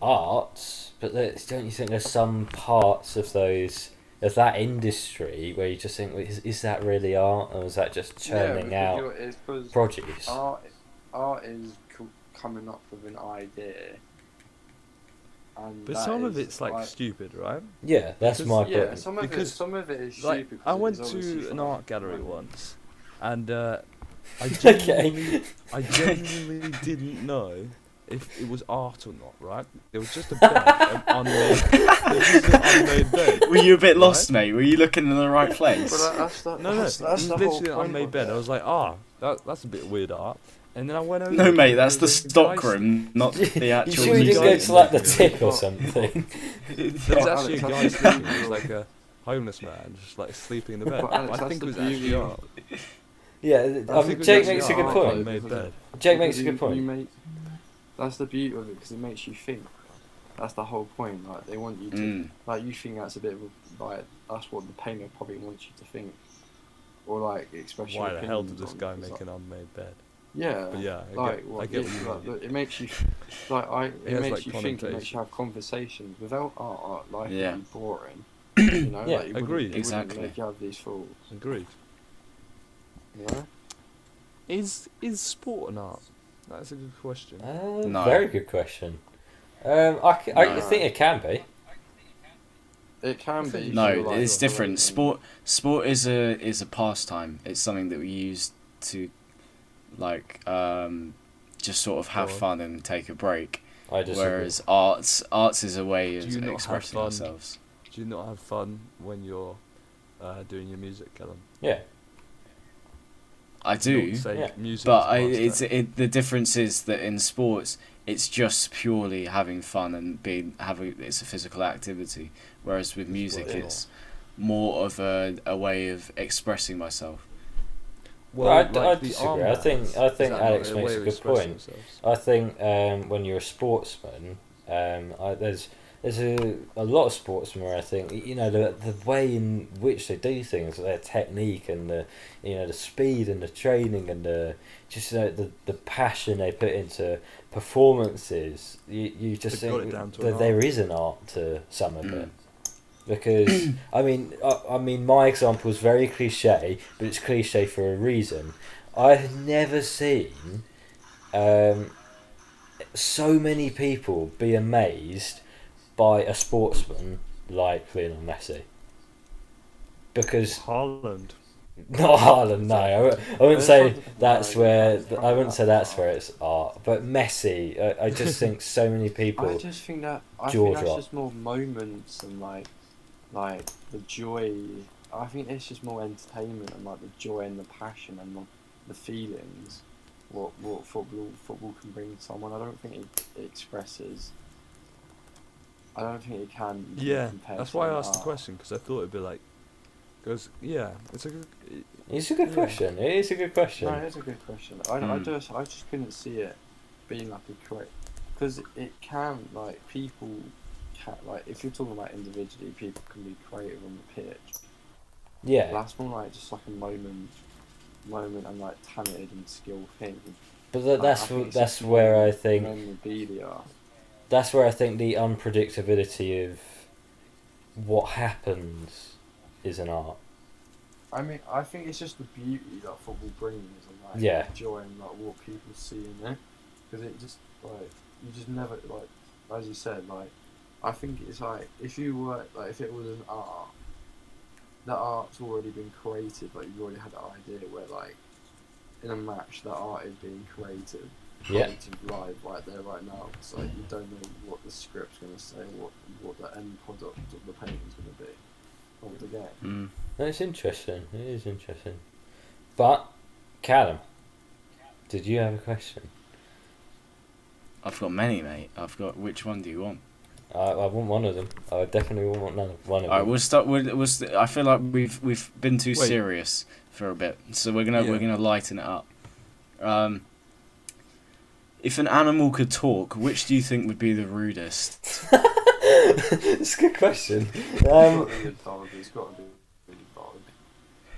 [SPEAKER 1] arts, but there's- don't you think there's some parts of those of that industry where you just think well, is, is that really art or is that just churning
[SPEAKER 2] yeah,
[SPEAKER 1] out
[SPEAKER 2] because you're- it's 'cause
[SPEAKER 1] produce?
[SPEAKER 2] art, art is co- coming up with an idea. And
[SPEAKER 4] But
[SPEAKER 2] that
[SPEAKER 4] some of
[SPEAKER 2] is,
[SPEAKER 4] it's like stupid, right?
[SPEAKER 1] yeah, that's
[SPEAKER 4] because-
[SPEAKER 1] my point.
[SPEAKER 2] yeah, some of
[SPEAKER 4] Because,
[SPEAKER 2] it, some of it is
[SPEAKER 4] Like,
[SPEAKER 2] stupid.
[SPEAKER 4] I
[SPEAKER 2] 'cause
[SPEAKER 4] went
[SPEAKER 2] it's
[SPEAKER 4] to
[SPEAKER 2] obviously
[SPEAKER 4] an
[SPEAKER 2] from-
[SPEAKER 4] art gallery
[SPEAKER 2] from-
[SPEAKER 4] once, and uh,
[SPEAKER 2] <laughs>
[SPEAKER 4] I
[SPEAKER 1] <laughs>
[SPEAKER 4] genuinely,
[SPEAKER 1] okay.
[SPEAKER 4] I genuinely didn't know if it was art or not. Right? There was
[SPEAKER 2] <laughs>
[SPEAKER 4] just a bed, an unmade, there was just an unmade bed.
[SPEAKER 3] were you a bit
[SPEAKER 4] Right?
[SPEAKER 3] lost, mate? Were you looking in the
[SPEAKER 4] <laughs>
[SPEAKER 3] right
[SPEAKER 2] But
[SPEAKER 3] place?
[SPEAKER 2] that, that's the,
[SPEAKER 4] No, no,
[SPEAKER 2] that's, that's the
[SPEAKER 4] literally
[SPEAKER 2] whole
[SPEAKER 4] an
[SPEAKER 2] point
[SPEAKER 4] unmade
[SPEAKER 2] of
[SPEAKER 4] bed.
[SPEAKER 2] it.
[SPEAKER 4] I was like, ah, that, that's a bit weird art. And then I went over.
[SPEAKER 3] no, mate, that's the
[SPEAKER 4] guy
[SPEAKER 3] stock
[SPEAKER 4] st-
[SPEAKER 3] room,
[SPEAKER 1] <laughs>
[SPEAKER 3] not the
[SPEAKER 1] you
[SPEAKER 3] actual.
[SPEAKER 1] sure you didn't go
[SPEAKER 3] museum.
[SPEAKER 1] to like
[SPEAKER 4] <laughs>
[SPEAKER 1] the
[SPEAKER 4] museum.
[SPEAKER 1] tip or something?
[SPEAKER 4] There was
[SPEAKER 2] Alex,
[SPEAKER 4] actually
[SPEAKER 2] <laughs>
[SPEAKER 4] a
[SPEAKER 2] that's
[SPEAKER 4] guy
[SPEAKER 2] the
[SPEAKER 4] sleeping.
[SPEAKER 2] beauty <laughs>
[SPEAKER 4] He was
[SPEAKER 2] of-
[SPEAKER 4] like a homeless man, just like sleeping in the bed.
[SPEAKER 2] But Alex,
[SPEAKER 4] I
[SPEAKER 2] that's
[SPEAKER 4] think it
[SPEAKER 2] the
[SPEAKER 4] was
[SPEAKER 2] beauty
[SPEAKER 4] actually
[SPEAKER 2] of-
[SPEAKER 4] art.
[SPEAKER 1] yeah,
[SPEAKER 4] I
[SPEAKER 1] um,
[SPEAKER 4] think it was
[SPEAKER 1] Jake
[SPEAKER 4] actually
[SPEAKER 1] makes a good
[SPEAKER 4] art,
[SPEAKER 1] point.
[SPEAKER 4] Unmade bed.
[SPEAKER 1] Jake
[SPEAKER 2] Because
[SPEAKER 1] makes a good
[SPEAKER 2] you-
[SPEAKER 1] point.
[SPEAKER 2] you make- that's the beauty of it because it makes you think. That's the whole point. Like they want you to,
[SPEAKER 3] Mm.
[SPEAKER 2] like you think that's a bit of a- like that's what the painter probably wants you to think, or like express your
[SPEAKER 4] Why the hell
[SPEAKER 2] opinions
[SPEAKER 4] did this
[SPEAKER 2] on.
[SPEAKER 4] guy
[SPEAKER 2] It's
[SPEAKER 4] make
[SPEAKER 2] like-
[SPEAKER 4] an unmade bed?
[SPEAKER 2] Yeah.
[SPEAKER 4] But yeah, I get,
[SPEAKER 2] Like,
[SPEAKER 4] I
[SPEAKER 2] what,
[SPEAKER 4] get
[SPEAKER 2] it,
[SPEAKER 4] what you
[SPEAKER 2] like,
[SPEAKER 4] mean.
[SPEAKER 2] look, it makes you, like, I, it,
[SPEAKER 4] has,
[SPEAKER 2] makes
[SPEAKER 4] like,
[SPEAKER 2] you think. It makes
[SPEAKER 4] connotation.
[SPEAKER 2] you have conversations. Without art, art life
[SPEAKER 3] Yeah.
[SPEAKER 2] would be boring. You know,
[SPEAKER 1] Yeah,
[SPEAKER 2] like, it wouldn't-
[SPEAKER 4] agreed.
[SPEAKER 2] it wouldn't
[SPEAKER 3] Exactly.
[SPEAKER 2] make you have these thoughts.
[SPEAKER 4] Agreed.
[SPEAKER 2] You know?
[SPEAKER 4] Is is sport an art? That's a good question.
[SPEAKER 1] Uh,
[SPEAKER 3] No.
[SPEAKER 1] Very good question. Um, I, c- I
[SPEAKER 2] No.
[SPEAKER 1] think it can be.
[SPEAKER 2] It can be.
[SPEAKER 4] You
[SPEAKER 3] No,
[SPEAKER 4] should like
[SPEAKER 3] it's
[SPEAKER 4] your
[SPEAKER 3] different.
[SPEAKER 4] hobby.
[SPEAKER 3] Sport sport is a is a pastime. It's something that we use to like um just sort of have
[SPEAKER 4] Go on.
[SPEAKER 3] fun and take a break.
[SPEAKER 1] I disagree.
[SPEAKER 3] Whereas arts arts is a way of
[SPEAKER 4] Do you not have
[SPEAKER 3] expressing
[SPEAKER 4] fun?
[SPEAKER 3] ourselves.
[SPEAKER 4] Do you not have fun when you're uh, doing your music, Callum?
[SPEAKER 1] yeah,
[SPEAKER 3] I do.
[SPEAKER 4] Not say
[SPEAKER 1] Yeah.
[SPEAKER 4] music
[SPEAKER 3] But
[SPEAKER 4] is
[SPEAKER 3] I,
[SPEAKER 4] pastime.
[SPEAKER 3] it's it, the difference is that in sports, it's just purely having fun and being having it's a physical activity. Whereas with music,
[SPEAKER 4] what it
[SPEAKER 3] it's more of a, a way of expressing myself.
[SPEAKER 1] Well, I d- I
[SPEAKER 4] the
[SPEAKER 1] disagree.
[SPEAKER 4] arm
[SPEAKER 1] I
[SPEAKER 4] bands,
[SPEAKER 1] think- I
[SPEAKER 4] is
[SPEAKER 1] think
[SPEAKER 4] that
[SPEAKER 1] Alex
[SPEAKER 4] not
[SPEAKER 1] makes
[SPEAKER 4] way
[SPEAKER 1] a
[SPEAKER 4] of
[SPEAKER 1] good
[SPEAKER 4] expressing
[SPEAKER 1] point.
[SPEAKER 4] themselves?
[SPEAKER 1] I think um, when you're a sportsman, um, I, there's there's a, a lot of sportsmen where I think y- you know the the way in which they do things, their technique and the you know the speed and the training and the just you know, the the passion they put into performances. You you just
[SPEAKER 4] They've got
[SPEAKER 1] think
[SPEAKER 4] it down to an
[SPEAKER 1] that
[SPEAKER 4] art.
[SPEAKER 1] there is an art to some of it. Because I mean, I, I mean, my example is very cliche, but it's cliche for a reason. I've never seen um, so many people be amazed by a sportsman like Lionel Messi. Because <laughs>
[SPEAKER 4] Haaland.
[SPEAKER 1] not Haaland, no, I, wou- I wouldn't say that's
[SPEAKER 2] No,
[SPEAKER 1] where
[SPEAKER 2] that's probably
[SPEAKER 1] I wouldn't say
[SPEAKER 2] not
[SPEAKER 1] that's where it's art. But Messi, I, I
[SPEAKER 2] <laughs>
[SPEAKER 1] just think so many
[SPEAKER 2] I
[SPEAKER 1] people.
[SPEAKER 2] just think that I
[SPEAKER 1] Jaw
[SPEAKER 2] think that's
[SPEAKER 1] drop.
[SPEAKER 2] just more moments and like like the joy. I think it's just more entertainment and like the joy and the passion and the, the feelings. What what football football can bring to someone. I don't think it, it expresses. I don't think it can. be
[SPEAKER 4] Yeah,
[SPEAKER 2] compared
[SPEAKER 4] that's
[SPEAKER 2] to
[SPEAKER 4] why I
[SPEAKER 2] an
[SPEAKER 4] asked the
[SPEAKER 2] art.
[SPEAKER 4] question because I thought it'd be like, goes yeah, it's a good. It,
[SPEAKER 1] It's a good
[SPEAKER 4] Yeah.
[SPEAKER 1] question. It is a good question.
[SPEAKER 2] No, that's a good question. I,
[SPEAKER 1] Hmm.
[SPEAKER 2] I
[SPEAKER 3] Mm.
[SPEAKER 2] just I just couldn't see it being like a correct because it can like people can like if you're talking about individually, people can be creative on the pitch.
[SPEAKER 1] Yeah.
[SPEAKER 2] That's more like just like a moment, moment and like talented and skilled thing.
[SPEAKER 1] But that,
[SPEAKER 2] I- I
[SPEAKER 1] that's
[SPEAKER 2] think Um,
[SPEAKER 1] wh-
[SPEAKER 2] it's
[SPEAKER 1] that's
[SPEAKER 2] just
[SPEAKER 1] where I think
[SPEAKER 2] memorabilia.
[SPEAKER 1] that's where I think the unpredictability of what happens is an art.
[SPEAKER 2] I mean, I think it's just the beauty that football brings and like
[SPEAKER 1] Yeah.
[SPEAKER 2] enjoying like what people see in it because it just like you just never like as you said like I think it's like if you were like if it was an art that art's already been created like you've already had an idea where like in a match that art is being created
[SPEAKER 1] Yeah.
[SPEAKER 2] created live right there right now so like, you don't know what the script's gonna say what what the end product of the painting's gonna be of the game.
[SPEAKER 4] Hmm.
[SPEAKER 3] Mm.
[SPEAKER 1] That's interesting. It is interesting. But Callum, did you have a question?
[SPEAKER 3] I've got many, mate. I've got. Which one do you want?
[SPEAKER 1] I, I want one of them. I definitely wouldn't want none of one of
[SPEAKER 3] All right,
[SPEAKER 1] them.
[SPEAKER 3] we'll start. We'll, we'll st- I feel like we've we've been too
[SPEAKER 4] Wait.
[SPEAKER 3] serious for a bit, so we're gonna we're
[SPEAKER 4] Yeah.
[SPEAKER 3] gonna lighten it up. Um, if an animal could talk, which do you think would be the rudest?
[SPEAKER 1] <laughs> it's a good question. Um,
[SPEAKER 2] It's gotta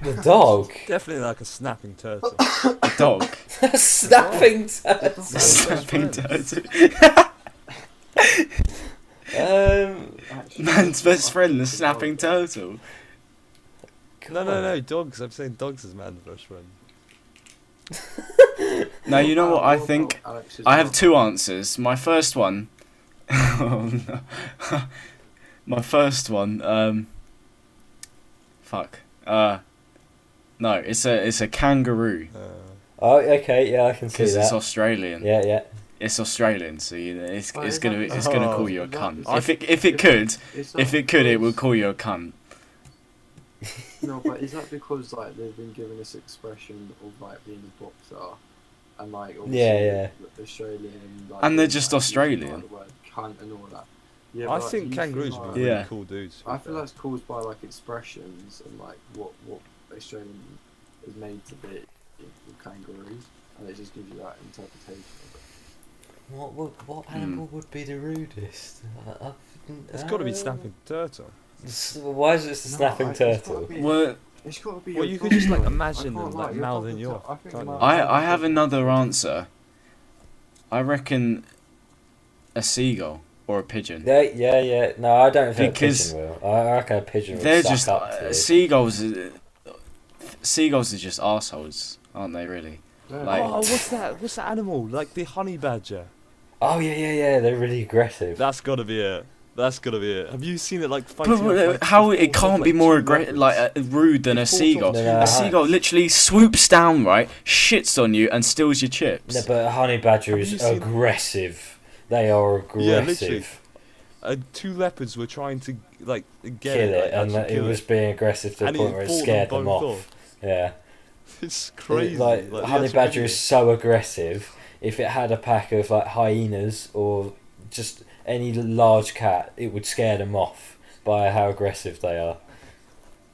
[SPEAKER 2] be a dog, it's gotta be a dog.
[SPEAKER 1] the dog.
[SPEAKER 4] definitely like a snapping turtle.
[SPEAKER 3] <laughs>
[SPEAKER 4] <laughs>
[SPEAKER 3] A dog.
[SPEAKER 1] Snapping turtle.
[SPEAKER 3] A snapping turtle.
[SPEAKER 1] Um,
[SPEAKER 2] Actually,
[SPEAKER 3] <laughs> <laughs> Man's best friend, the
[SPEAKER 2] it's a
[SPEAKER 3] snapping
[SPEAKER 2] dog.
[SPEAKER 3] turtle.
[SPEAKER 4] no, no, no, dogs. I'm saying dogs is man's best friend.
[SPEAKER 3] Now you know what I think.
[SPEAKER 2] Alex is
[SPEAKER 3] I have
[SPEAKER 2] not-
[SPEAKER 3] two answers. My first one. <laughs> oh, no. <laughs> My first one. Um, fuck. Uh, no, it's a it's a kangaroo
[SPEAKER 4] Uh,
[SPEAKER 1] Oh, okay. Yeah, I can see
[SPEAKER 3] because it's
[SPEAKER 1] that.
[SPEAKER 3] Australian.
[SPEAKER 1] Yeah, yeah.
[SPEAKER 3] It's Australian, so you know, it's
[SPEAKER 2] Oh,
[SPEAKER 3] it's
[SPEAKER 2] is
[SPEAKER 3] gonna
[SPEAKER 2] that-
[SPEAKER 3] it's gonna call you a
[SPEAKER 2] is that-
[SPEAKER 3] cunt.
[SPEAKER 2] is
[SPEAKER 3] If
[SPEAKER 2] that-
[SPEAKER 3] it if it
[SPEAKER 2] is
[SPEAKER 3] could
[SPEAKER 2] Is that
[SPEAKER 3] if it could it
[SPEAKER 2] because-
[SPEAKER 3] would call you a cunt.
[SPEAKER 2] No, but is that because like they've been given this expression of like being a boxer, and like obviously
[SPEAKER 1] Yeah, yeah.
[SPEAKER 2] the Australian like,
[SPEAKER 3] And they're
[SPEAKER 2] being,
[SPEAKER 3] just
[SPEAKER 2] like, using, like,
[SPEAKER 3] Australian.
[SPEAKER 2] the word cunt and all that. Yeah,
[SPEAKER 4] I
[SPEAKER 2] but, like,
[SPEAKER 4] think
[SPEAKER 2] you
[SPEAKER 4] kangaroos
[SPEAKER 2] like-
[SPEAKER 4] would be really
[SPEAKER 3] Yeah.
[SPEAKER 4] cool dudes. to
[SPEAKER 2] I
[SPEAKER 4] be
[SPEAKER 2] feel
[SPEAKER 4] fair.
[SPEAKER 2] that's caused by like expressions and like what what Australian is made to be with kangaroos, and it just gives you that interpretation. of it.
[SPEAKER 1] What would what
[SPEAKER 3] Hmm.
[SPEAKER 1] animal would be the rudest? Uh, I, I,
[SPEAKER 4] It's got to be
[SPEAKER 1] uh,
[SPEAKER 4] snapping turtle.
[SPEAKER 1] s- Why is it the
[SPEAKER 2] No,
[SPEAKER 1] snapping
[SPEAKER 2] I- it's gotta
[SPEAKER 1] turtle?
[SPEAKER 2] be-
[SPEAKER 3] Well,
[SPEAKER 2] It's got to be.
[SPEAKER 4] Well,
[SPEAKER 2] a
[SPEAKER 4] you could just, like,
[SPEAKER 2] dog.
[SPEAKER 4] imagine
[SPEAKER 2] I can't
[SPEAKER 4] them,
[SPEAKER 2] lie,
[SPEAKER 4] like,
[SPEAKER 2] you're
[SPEAKER 4] mouthing
[SPEAKER 2] talking
[SPEAKER 4] you
[SPEAKER 2] to-
[SPEAKER 4] off,
[SPEAKER 2] I think
[SPEAKER 4] can't you?
[SPEAKER 2] mouthing
[SPEAKER 3] I
[SPEAKER 2] off
[SPEAKER 3] I have
[SPEAKER 2] is-
[SPEAKER 3] another answer. I reckon a seagull or a pigeon.
[SPEAKER 1] Yeah, yeah, yeah. No, I don't think
[SPEAKER 3] Because
[SPEAKER 1] a pigeon will. I I reckon a pigeon would
[SPEAKER 3] They're
[SPEAKER 1] suck
[SPEAKER 3] just
[SPEAKER 1] up to
[SPEAKER 3] uh,
[SPEAKER 1] it.
[SPEAKER 3] seagulls. uh, Seagulls are just assholes, aren't they? Really? Like,
[SPEAKER 4] oh, what's that? What's that animal? Like the honey badger.
[SPEAKER 1] Oh yeah, yeah, yeah. They're really aggressive.
[SPEAKER 4] That's gotta be it. That's gotta be it. Have you seen it like
[SPEAKER 3] But,
[SPEAKER 4] fighting?
[SPEAKER 3] but, uh,
[SPEAKER 4] like,
[SPEAKER 3] how
[SPEAKER 4] the
[SPEAKER 3] it
[SPEAKER 4] force of,
[SPEAKER 3] can't be
[SPEAKER 4] like,
[SPEAKER 3] more
[SPEAKER 4] two
[SPEAKER 3] aggra-
[SPEAKER 4] leopards?
[SPEAKER 3] like uh, rude than a
[SPEAKER 4] It's all
[SPEAKER 3] seagull.
[SPEAKER 4] sorts of-
[SPEAKER 1] No, no,
[SPEAKER 3] A seagull literally swoops down, right, shits on you, and steals your chips.
[SPEAKER 1] No, but honey badger
[SPEAKER 4] Have
[SPEAKER 1] is
[SPEAKER 4] you seen-
[SPEAKER 1] aggressive. They are
[SPEAKER 4] Yeah,
[SPEAKER 1] aggressive.
[SPEAKER 4] Uh, two leopards were trying to like get
[SPEAKER 1] kill it,
[SPEAKER 4] like,
[SPEAKER 1] and
[SPEAKER 4] actually
[SPEAKER 1] that it
[SPEAKER 4] kill
[SPEAKER 1] was being aggressive to the
[SPEAKER 4] And
[SPEAKER 1] point
[SPEAKER 4] it
[SPEAKER 1] where it
[SPEAKER 4] fought them
[SPEAKER 1] scared them
[SPEAKER 4] both
[SPEAKER 1] off. Yeah,
[SPEAKER 4] <laughs> It's crazy.
[SPEAKER 1] like,
[SPEAKER 4] the
[SPEAKER 1] honey
[SPEAKER 4] actual
[SPEAKER 1] badger
[SPEAKER 4] video.
[SPEAKER 1] is so aggressive. If it had a pack of like hyenas or just any large cat, it would scare them off by how aggressive they are.
[SPEAKER 4] <laughs>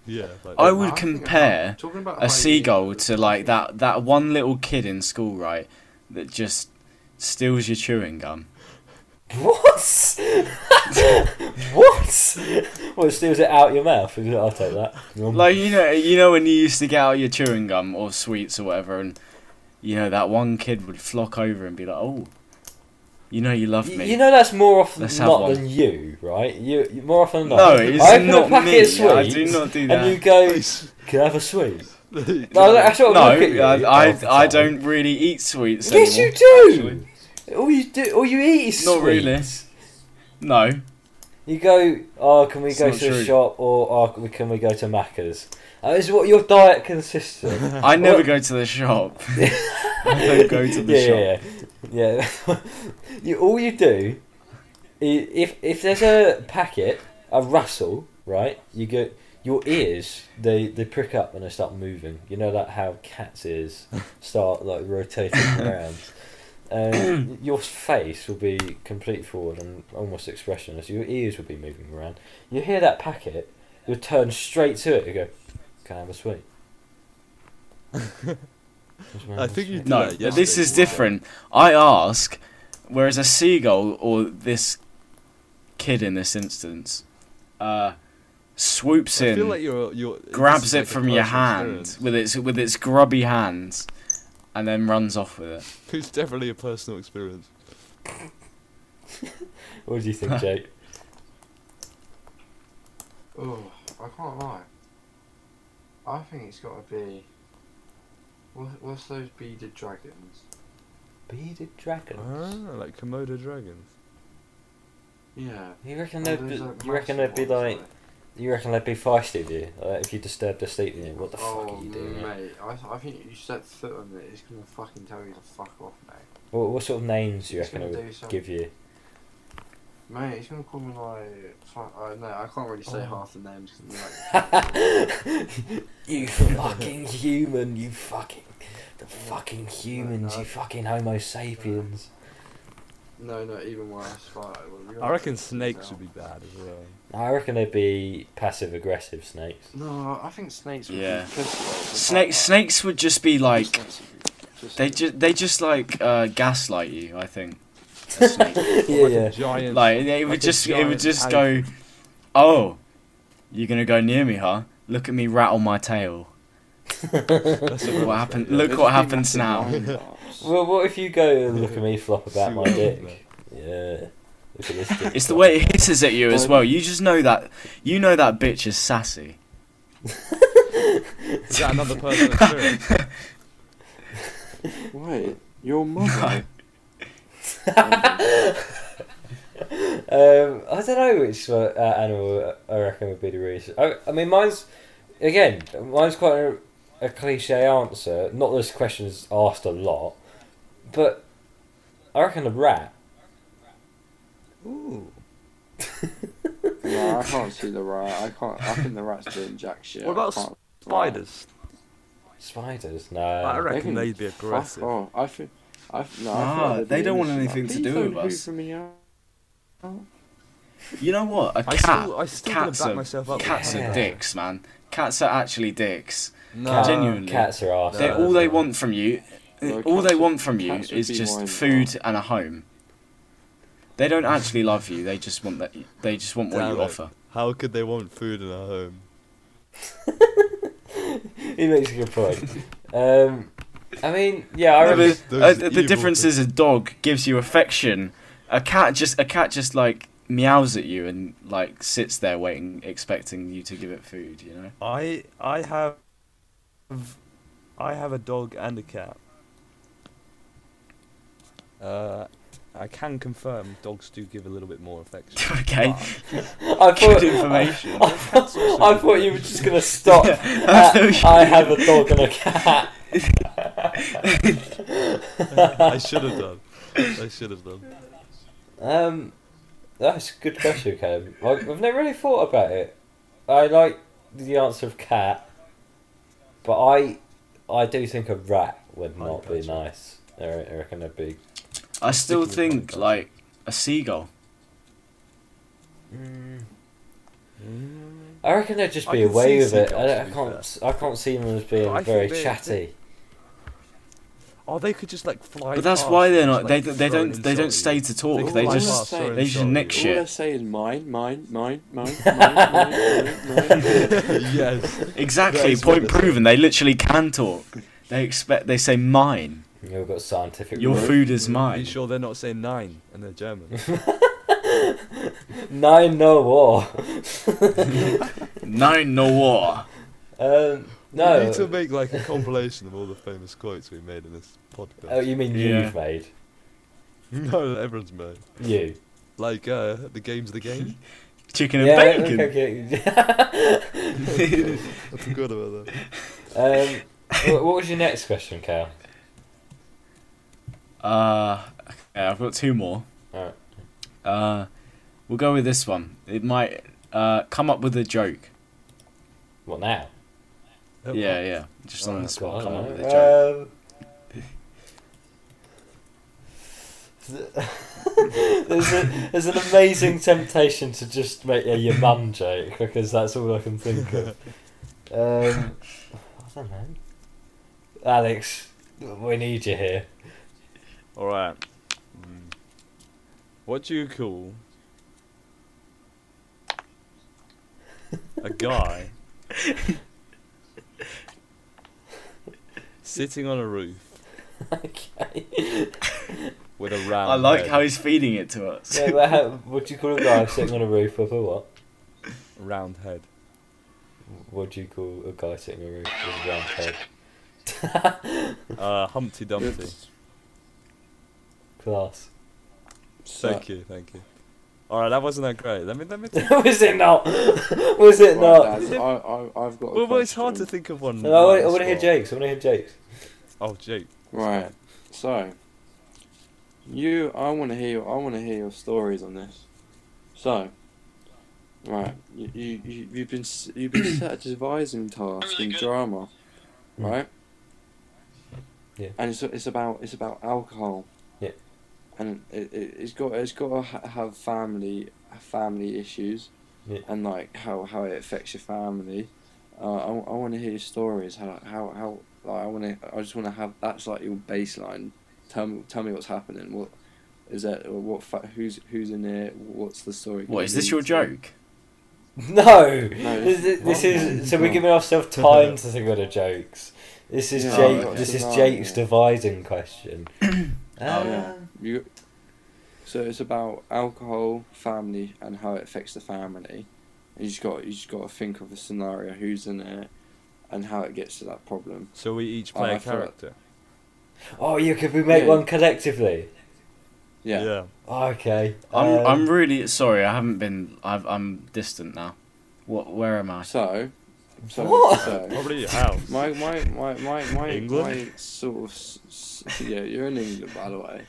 [SPEAKER 4] Yeah. Like,
[SPEAKER 3] I
[SPEAKER 4] that.
[SPEAKER 3] would compare a seagull to like that that one little kid in school, right, that just steals your chewing gum.
[SPEAKER 1] What? what? Well, it steals it out your mouth. is it? I'll take that.
[SPEAKER 3] Like you know, you know when you used to get out your chewing gum or sweets or whatever, and you know that one kid would flock over and be like, "Oh, you know you love
[SPEAKER 1] Y-
[SPEAKER 3] me."
[SPEAKER 1] You know that's more often
[SPEAKER 3] Let's
[SPEAKER 1] than
[SPEAKER 3] have
[SPEAKER 1] not
[SPEAKER 3] one.
[SPEAKER 1] than you, right? You you- more often than
[SPEAKER 3] no,
[SPEAKER 1] not.
[SPEAKER 3] it's
[SPEAKER 1] I open a
[SPEAKER 3] not
[SPEAKER 1] packet
[SPEAKER 3] me.
[SPEAKER 1] of
[SPEAKER 3] I
[SPEAKER 1] sweets
[SPEAKER 3] do not do
[SPEAKER 1] and you
[SPEAKER 3] that.
[SPEAKER 1] go,
[SPEAKER 4] <laughs> Nice.
[SPEAKER 1] "Can I have a sweet?" No,
[SPEAKER 4] Like,
[SPEAKER 1] that's what
[SPEAKER 3] no,
[SPEAKER 1] I look at you.
[SPEAKER 3] I,
[SPEAKER 1] half the
[SPEAKER 3] I, I
[SPEAKER 1] time.
[SPEAKER 3] don't really eat sweets
[SPEAKER 1] Yes,
[SPEAKER 3] anymore.
[SPEAKER 1] you do.
[SPEAKER 3] actually.
[SPEAKER 1] All you do, all you eat is
[SPEAKER 3] Not really.
[SPEAKER 1] sweets.
[SPEAKER 3] No,
[SPEAKER 1] You go, oh, can we
[SPEAKER 3] It's
[SPEAKER 1] go
[SPEAKER 3] not
[SPEAKER 1] to the
[SPEAKER 3] true.
[SPEAKER 1] shop or oh, can we- can we go to Macca's? That is what your diet consists of.
[SPEAKER 3] <laughs> I never
[SPEAKER 1] Well-
[SPEAKER 3] go to the shop.
[SPEAKER 1] <laughs>
[SPEAKER 3] <laughs> I don't go to the
[SPEAKER 1] yeah,
[SPEAKER 3] shop.
[SPEAKER 1] yeah, yeah. yeah. <laughs> you, all you do, i- if if there's a packet, a rustle, right? You get your ears. They they prick up and they start moving. You know like how cats'
[SPEAKER 3] <laughs>
[SPEAKER 1] ears start like rotating around. Um, <coughs> your face will be complete forward and almost expressionless. Your ears will be moving around. You hear that packet, you'll turn straight to it. You go, "Can I have a
[SPEAKER 3] <laughs>
[SPEAKER 1] sweet?"
[SPEAKER 4] I think you did
[SPEAKER 3] No,
[SPEAKER 4] that yesterday.
[SPEAKER 3] this is different. I ask, whereas a seagull or this kid in this instance uh, swoops
[SPEAKER 4] I
[SPEAKER 3] in,
[SPEAKER 4] feel like you're, you're, this
[SPEAKER 3] grabs
[SPEAKER 4] is
[SPEAKER 3] it
[SPEAKER 4] like a
[SPEAKER 3] from your
[SPEAKER 4] personal
[SPEAKER 3] hand
[SPEAKER 4] experience.
[SPEAKER 3] with its with its grubby hands, and then runs off with it.
[SPEAKER 4] It's definitely a personal experience.
[SPEAKER 1] What do you think, Jake?
[SPEAKER 2] Oh, I can't lie. I think it's got to be. What, what's those beaded dragons?
[SPEAKER 1] Bearded dragon.
[SPEAKER 4] Ah, like Komodo dragons.
[SPEAKER 2] Yeah.
[SPEAKER 1] You reckon
[SPEAKER 2] Oh,
[SPEAKER 1] they'd
[SPEAKER 2] those
[SPEAKER 1] be,
[SPEAKER 2] are
[SPEAKER 1] you reckon
[SPEAKER 2] massive
[SPEAKER 1] they'd be
[SPEAKER 2] ones,
[SPEAKER 1] like you reckon they'd be feisty of you like, if you disturbed their sleep. You know, what the fuck are you doing? mate?
[SPEAKER 2] Oh, mate, I, I think you set foot on it, it's gonna fucking tell you to fuck off, mate.
[SPEAKER 1] What, what sort of names do you
[SPEAKER 2] It's
[SPEAKER 1] reckon it
[SPEAKER 2] gonna
[SPEAKER 1] would
[SPEAKER 2] do something.
[SPEAKER 1] give you?
[SPEAKER 2] Mate, it's gonna call me like. Fuck, I know, I can't really say
[SPEAKER 1] Oh.
[SPEAKER 2] half the names. 'cause I'm like,
[SPEAKER 1] <laughs> you fucking human! You fucking the fucking humans! You
[SPEAKER 2] no.
[SPEAKER 1] fucking Homo sapiens!
[SPEAKER 2] no, no, even worse. Fuck, well, you're
[SPEAKER 4] I reckon
[SPEAKER 2] not-
[SPEAKER 4] snakes would be bad as well.
[SPEAKER 1] I reckon they'd be passive aggressive
[SPEAKER 2] <laughs>
[SPEAKER 1] snakes.
[SPEAKER 2] No, I think snakes would
[SPEAKER 3] Yeah.
[SPEAKER 2] be piss
[SPEAKER 3] Snakes snakes would just be like they just they just like uh, gaslight you. I think. A
[SPEAKER 1] <laughs>
[SPEAKER 3] snake.
[SPEAKER 1] yeah,
[SPEAKER 4] Like a
[SPEAKER 1] yeah.
[SPEAKER 4] Giant.
[SPEAKER 3] Like it
[SPEAKER 4] Like
[SPEAKER 3] would
[SPEAKER 4] a
[SPEAKER 3] just it would
[SPEAKER 4] giant
[SPEAKER 3] just go,
[SPEAKER 4] ant.
[SPEAKER 3] oh, you're gonna go near me, huh? Look at me rattle my tail.
[SPEAKER 1] <laughs>
[SPEAKER 4] That's
[SPEAKER 3] Look what happened.
[SPEAKER 4] yeah.
[SPEAKER 3] Look what happens
[SPEAKER 2] <laughs>
[SPEAKER 3] now.
[SPEAKER 1] Well, what if you go and look at
[SPEAKER 3] <laughs>
[SPEAKER 1] me flop about
[SPEAKER 4] See
[SPEAKER 1] my
[SPEAKER 4] what
[SPEAKER 1] dick? Yeah. Look at this dick.
[SPEAKER 3] It's the way it hisses at you as well. You just know that you know that bitch is sassy.
[SPEAKER 4] Is that another personal experience?
[SPEAKER 2] Wait, your
[SPEAKER 3] <laughs>
[SPEAKER 2] mother?
[SPEAKER 1] <laughs> Um, I don't know which uh, animal I reckon would be the reason. I, I mean, mine's again, mine's quite a, a cliche answer. Not that this question is asked a lot, but I reckon a
[SPEAKER 3] <laughs>
[SPEAKER 1] rat.
[SPEAKER 4] Ooh.
[SPEAKER 2] no, I can't see the rat. I can't. I think the rat's doing jack shit.
[SPEAKER 4] What
[SPEAKER 2] I
[SPEAKER 4] about
[SPEAKER 2] can't-
[SPEAKER 4] Spiders.
[SPEAKER 1] Spiders,
[SPEAKER 4] I
[SPEAKER 3] Uh,
[SPEAKER 1] no.
[SPEAKER 2] They
[SPEAKER 4] reckon
[SPEAKER 2] can
[SPEAKER 4] they'd be
[SPEAKER 2] fuck
[SPEAKER 4] aggressive.
[SPEAKER 2] off. I think. I th- no, I
[SPEAKER 3] Nah,
[SPEAKER 2] feel like they'd
[SPEAKER 3] they
[SPEAKER 2] be
[SPEAKER 3] don't want
[SPEAKER 2] innocent.
[SPEAKER 3] anything to
[SPEAKER 2] Please
[SPEAKER 3] do
[SPEAKER 2] don't
[SPEAKER 3] with us.
[SPEAKER 2] hoover me out.
[SPEAKER 3] <laughs> You know what? A
[SPEAKER 4] I
[SPEAKER 3] cat.
[SPEAKER 4] still- I still gonna
[SPEAKER 3] cats
[SPEAKER 4] back
[SPEAKER 3] are,
[SPEAKER 4] myself up with
[SPEAKER 3] Cats
[SPEAKER 1] that.
[SPEAKER 3] are dicks, man. Cats are actually dicks.
[SPEAKER 1] Cat-
[SPEAKER 3] Genuinely.
[SPEAKER 1] Cats are arse.
[SPEAKER 3] They
[SPEAKER 4] No,
[SPEAKER 3] all they
[SPEAKER 4] no.
[SPEAKER 3] want from you,
[SPEAKER 2] No,
[SPEAKER 3] all they
[SPEAKER 2] cats-
[SPEAKER 3] want from you
[SPEAKER 2] cats would
[SPEAKER 3] is
[SPEAKER 2] be
[SPEAKER 3] just
[SPEAKER 2] mine,
[SPEAKER 3] food and a home. They don't actually love you. They just want that. They just want what
[SPEAKER 4] Damn
[SPEAKER 3] you
[SPEAKER 4] it.
[SPEAKER 3] offer.
[SPEAKER 4] How could they want food in a home?
[SPEAKER 1] <laughs> He makes a good point. Um, I mean, yeah, I
[SPEAKER 3] No,
[SPEAKER 1] reckon.
[SPEAKER 3] but,
[SPEAKER 4] Those
[SPEAKER 3] uh, the
[SPEAKER 4] evil
[SPEAKER 3] difference is a dog gives you affection. A cat just a cat just like meows at you and like sits there waiting, expecting you to give it food. You know.
[SPEAKER 4] I I have I have a dog and a cat. Uh, I can confirm dogs do give a little bit more
[SPEAKER 3] <laughs>
[SPEAKER 4] affection.
[SPEAKER 3] <laughs> okay.
[SPEAKER 1] I <laughs>
[SPEAKER 3] Good
[SPEAKER 1] thought,
[SPEAKER 3] information.
[SPEAKER 1] I thought, I thought you were just going to stop.
[SPEAKER 3] Yeah,
[SPEAKER 1] at,
[SPEAKER 3] absolutely.
[SPEAKER 1] I have a dog and a cat.
[SPEAKER 4] <laughs> I should have done. I should have done.
[SPEAKER 1] Um, that's a good question, Cam. I, I've never really thought about it. I like the answer of cat, but I, I do think a rat would
[SPEAKER 4] I
[SPEAKER 1] not be
[SPEAKER 4] gotcha.
[SPEAKER 1] nice. I re- I reckon it'd be.
[SPEAKER 3] I still
[SPEAKER 4] Sticking with
[SPEAKER 3] think
[SPEAKER 4] podcasts.
[SPEAKER 3] like a seagull.
[SPEAKER 4] Mm.
[SPEAKER 1] I reckon they'd just
[SPEAKER 4] I
[SPEAKER 1] be
[SPEAKER 4] can
[SPEAKER 1] away
[SPEAKER 4] see
[SPEAKER 1] with it. I, don't-
[SPEAKER 4] seagulls, to
[SPEAKER 1] I
[SPEAKER 4] be
[SPEAKER 1] can't.
[SPEAKER 4] fair.
[SPEAKER 1] s- I can't see them as being
[SPEAKER 4] I think
[SPEAKER 1] very
[SPEAKER 4] they-
[SPEAKER 1] chatty.
[SPEAKER 4] Oh, they could just like fly.
[SPEAKER 3] But that's
[SPEAKER 4] past
[SPEAKER 3] why
[SPEAKER 4] and
[SPEAKER 3] they're
[SPEAKER 4] just,
[SPEAKER 3] not. They
[SPEAKER 4] like,
[SPEAKER 3] they
[SPEAKER 4] throw an
[SPEAKER 3] don't they don't
[SPEAKER 4] insult at
[SPEAKER 3] stay
[SPEAKER 4] you.
[SPEAKER 3] to talk.
[SPEAKER 4] could
[SPEAKER 3] They
[SPEAKER 4] fly
[SPEAKER 3] just
[SPEAKER 4] past, throw an
[SPEAKER 2] they
[SPEAKER 3] just
[SPEAKER 4] insult at
[SPEAKER 3] nick
[SPEAKER 4] you.
[SPEAKER 3] shit.
[SPEAKER 2] All I say is mine, mine, mine, mine, mine, mine, mine, mine, mine.
[SPEAKER 3] <laughs>
[SPEAKER 4] <laughs> yes.
[SPEAKER 3] exactly
[SPEAKER 4] That's
[SPEAKER 3] point
[SPEAKER 4] what they say.
[SPEAKER 3] proven. They literally can talk. They expect they say mine.
[SPEAKER 1] You've got scientific.
[SPEAKER 3] Your
[SPEAKER 1] rule.
[SPEAKER 3] food is
[SPEAKER 4] Are you
[SPEAKER 3] mine.
[SPEAKER 4] sure they're not saying nine and they're German?
[SPEAKER 1] <laughs> Nine no war.
[SPEAKER 3] Nine no war.
[SPEAKER 1] Um,
[SPEAKER 4] We
[SPEAKER 1] no.
[SPEAKER 4] need to make like a compilation of all the famous quotes we made in this podcast.
[SPEAKER 1] oh, you mean
[SPEAKER 3] Yeah.
[SPEAKER 1] you've made
[SPEAKER 4] <laughs> No, that everyone's made.
[SPEAKER 1] you?
[SPEAKER 4] Like uh, the game's
[SPEAKER 1] <laughs>
[SPEAKER 4] the game.
[SPEAKER 3] Chicken and bacon.
[SPEAKER 1] okay, okay.
[SPEAKER 4] I forgot about that.
[SPEAKER 1] <laughs> Um, wh- what was your next question, Cal?
[SPEAKER 3] Uh, okay, I've got two more.
[SPEAKER 1] Alright.
[SPEAKER 3] Uh, we'll go with this one. It might uh come up with a joke.
[SPEAKER 1] What now?
[SPEAKER 4] Nope.
[SPEAKER 3] Yeah, yeah. Just
[SPEAKER 1] Oh,
[SPEAKER 3] on the
[SPEAKER 1] God,
[SPEAKER 3] spot. Come up
[SPEAKER 1] I
[SPEAKER 3] with a
[SPEAKER 1] don't
[SPEAKER 3] joke.
[SPEAKER 1] know. Um, <laughs> there's, a, there's an amazing temptation to just make a your mum joke because that's all I can think of. Um, I don't know. Alex, we need you here.
[SPEAKER 4] All right. Mm. What do you call a guy sitting on a roof
[SPEAKER 1] <laughs> okay.
[SPEAKER 4] with
[SPEAKER 2] Uh,
[SPEAKER 4] a round?
[SPEAKER 3] I like
[SPEAKER 4] head?
[SPEAKER 3] how he's feeding it to us.
[SPEAKER 1] Yeah, but uh, how, would you call a guy sitting on a roof with a what?
[SPEAKER 4] round head.
[SPEAKER 1] What do you call a guy sitting on a roof with a round head?
[SPEAKER 4] Uh, Humpty Dumpty.
[SPEAKER 1] <laughs> Class.
[SPEAKER 4] Thank you, thank you. All right, that wasn't that great. Let me
[SPEAKER 1] <laughs>
[SPEAKER 4] let me. Think.
[SPEAKER 1] was it not? was it
[SPEAKER 2] Right,
[SPEAKER 1] not?
[SPEAKER 2] lads, I, I, I've got. a
[SPEAKER 4] Well, well, it's hard to
[SPEAKER 2] question.
[SPEAKER 4] think of one.
[SPEAKER 1] No, I want,
[SPEAKER 4] on
[SPEAKER 1] I
[SPEAKER 4] the
[SPEAKER 1] want to hear
[SPEAKER 4] spot.
[SPEAKER 1] Jake's. I want to hear Jake's.
[SPEAKER 4] Oh, Jake.
[SPEAKER 2] Right. So, you, I want to hear, I want to hear your stories on this. So, right, you, you, you- you've been, s- you've been set a devising task in drama,
[SPEAKER 1] Mm.
[SPEAKER 2] right?
[SPEAKER 1] Yeah.
[SPEAKER 2] And it's, it's about, it's about alcohol.
[SPEAKER 1] Yeah.
[SPEAKER 2] And it, it, it's got, it's got to ha- have family, family issues,
[SPEAKER 1] Yeah.
[SPEAKER 2] and like how, how it affects your family. Uh, I, I want to hear your stories. How, how, how, like I want to. I just want to have that's like your baseline. Tell me, tell me what's happening. What is that? or What fa- who's who's in it? What's the story?
[SPEAKER 3] <laughs> What
[SPEAKER 2] gonna
[SPEAKER 3] is this
[SPEAKER 2] lead
[SPEAKER 3] your
[SPEAKER 2] to?
[SPEAKER 3] joke?
[SPEAKER 1] No,
[SPEAKER 2] No,
[SPEAKER 1] this, is- this is so we're
[SPEAKER 2] no.
[SPEAKER 1] giving
[SPEAKER 2] <laughs>
[SPEAKER 1] ourselves time to think of the jokes. This is
[SPEAKER 2] Yeah,
[SPEAKER 1] Jake.
[SPEAKER 2] that's
[SPEAKER 1] This is
[SPEAKER 2] right,
[SPEAKER 1] Jake's
[SPEAKER 2] yeah. Oh,
[SPEAKER 1] devising
[SPEAKER 2] <coughs>
[SPEAKER 1] question.
[SPEAKER 2] yeah.
[SPEAKER 1] Um,
[SPEAKER 2] You. So it's about alcohol, family, and how it affects the family. And you just got you just got to think of a scenario. Who's in it, and how it gets to that problem.
[SPEAKER 4] So we each
[SPEAKER 2] Oh,
[SPEAKER 4] play
[SPEAKER 2] I
[SPEAKER 4] a
[SPEAKER 2] thought-
[SPEAKER 4] character.
[SPEAKER 1] Oh, you could we make
[SPEAKER 2] Yeah.
[SPEAKER 1] one collectively?
[SPEAKER 2] Yeah.
[SPEAKER 1] Okay.
[SPEAKER 2] Uh,
[SPEAKER 3] I'm
[SPEAKER 1] um,
[SPEAKER 3] I'm really sorry. I haven't been. I've, I'm distant now. What? Where am I?
[SPEAKER 2] So. So.
[SPEAKER 1] What?
[SPEAKER 2] So.
[SPEAKER 4] Probably
[SPEAKER 1] <laughs>
[SPEAKER 4] your house.
[SPEAKER 2] My my my my my,
[SPEAKER 4] England?
[SPEAKER 2] my sort of s- s- yeah, you're in England by the way.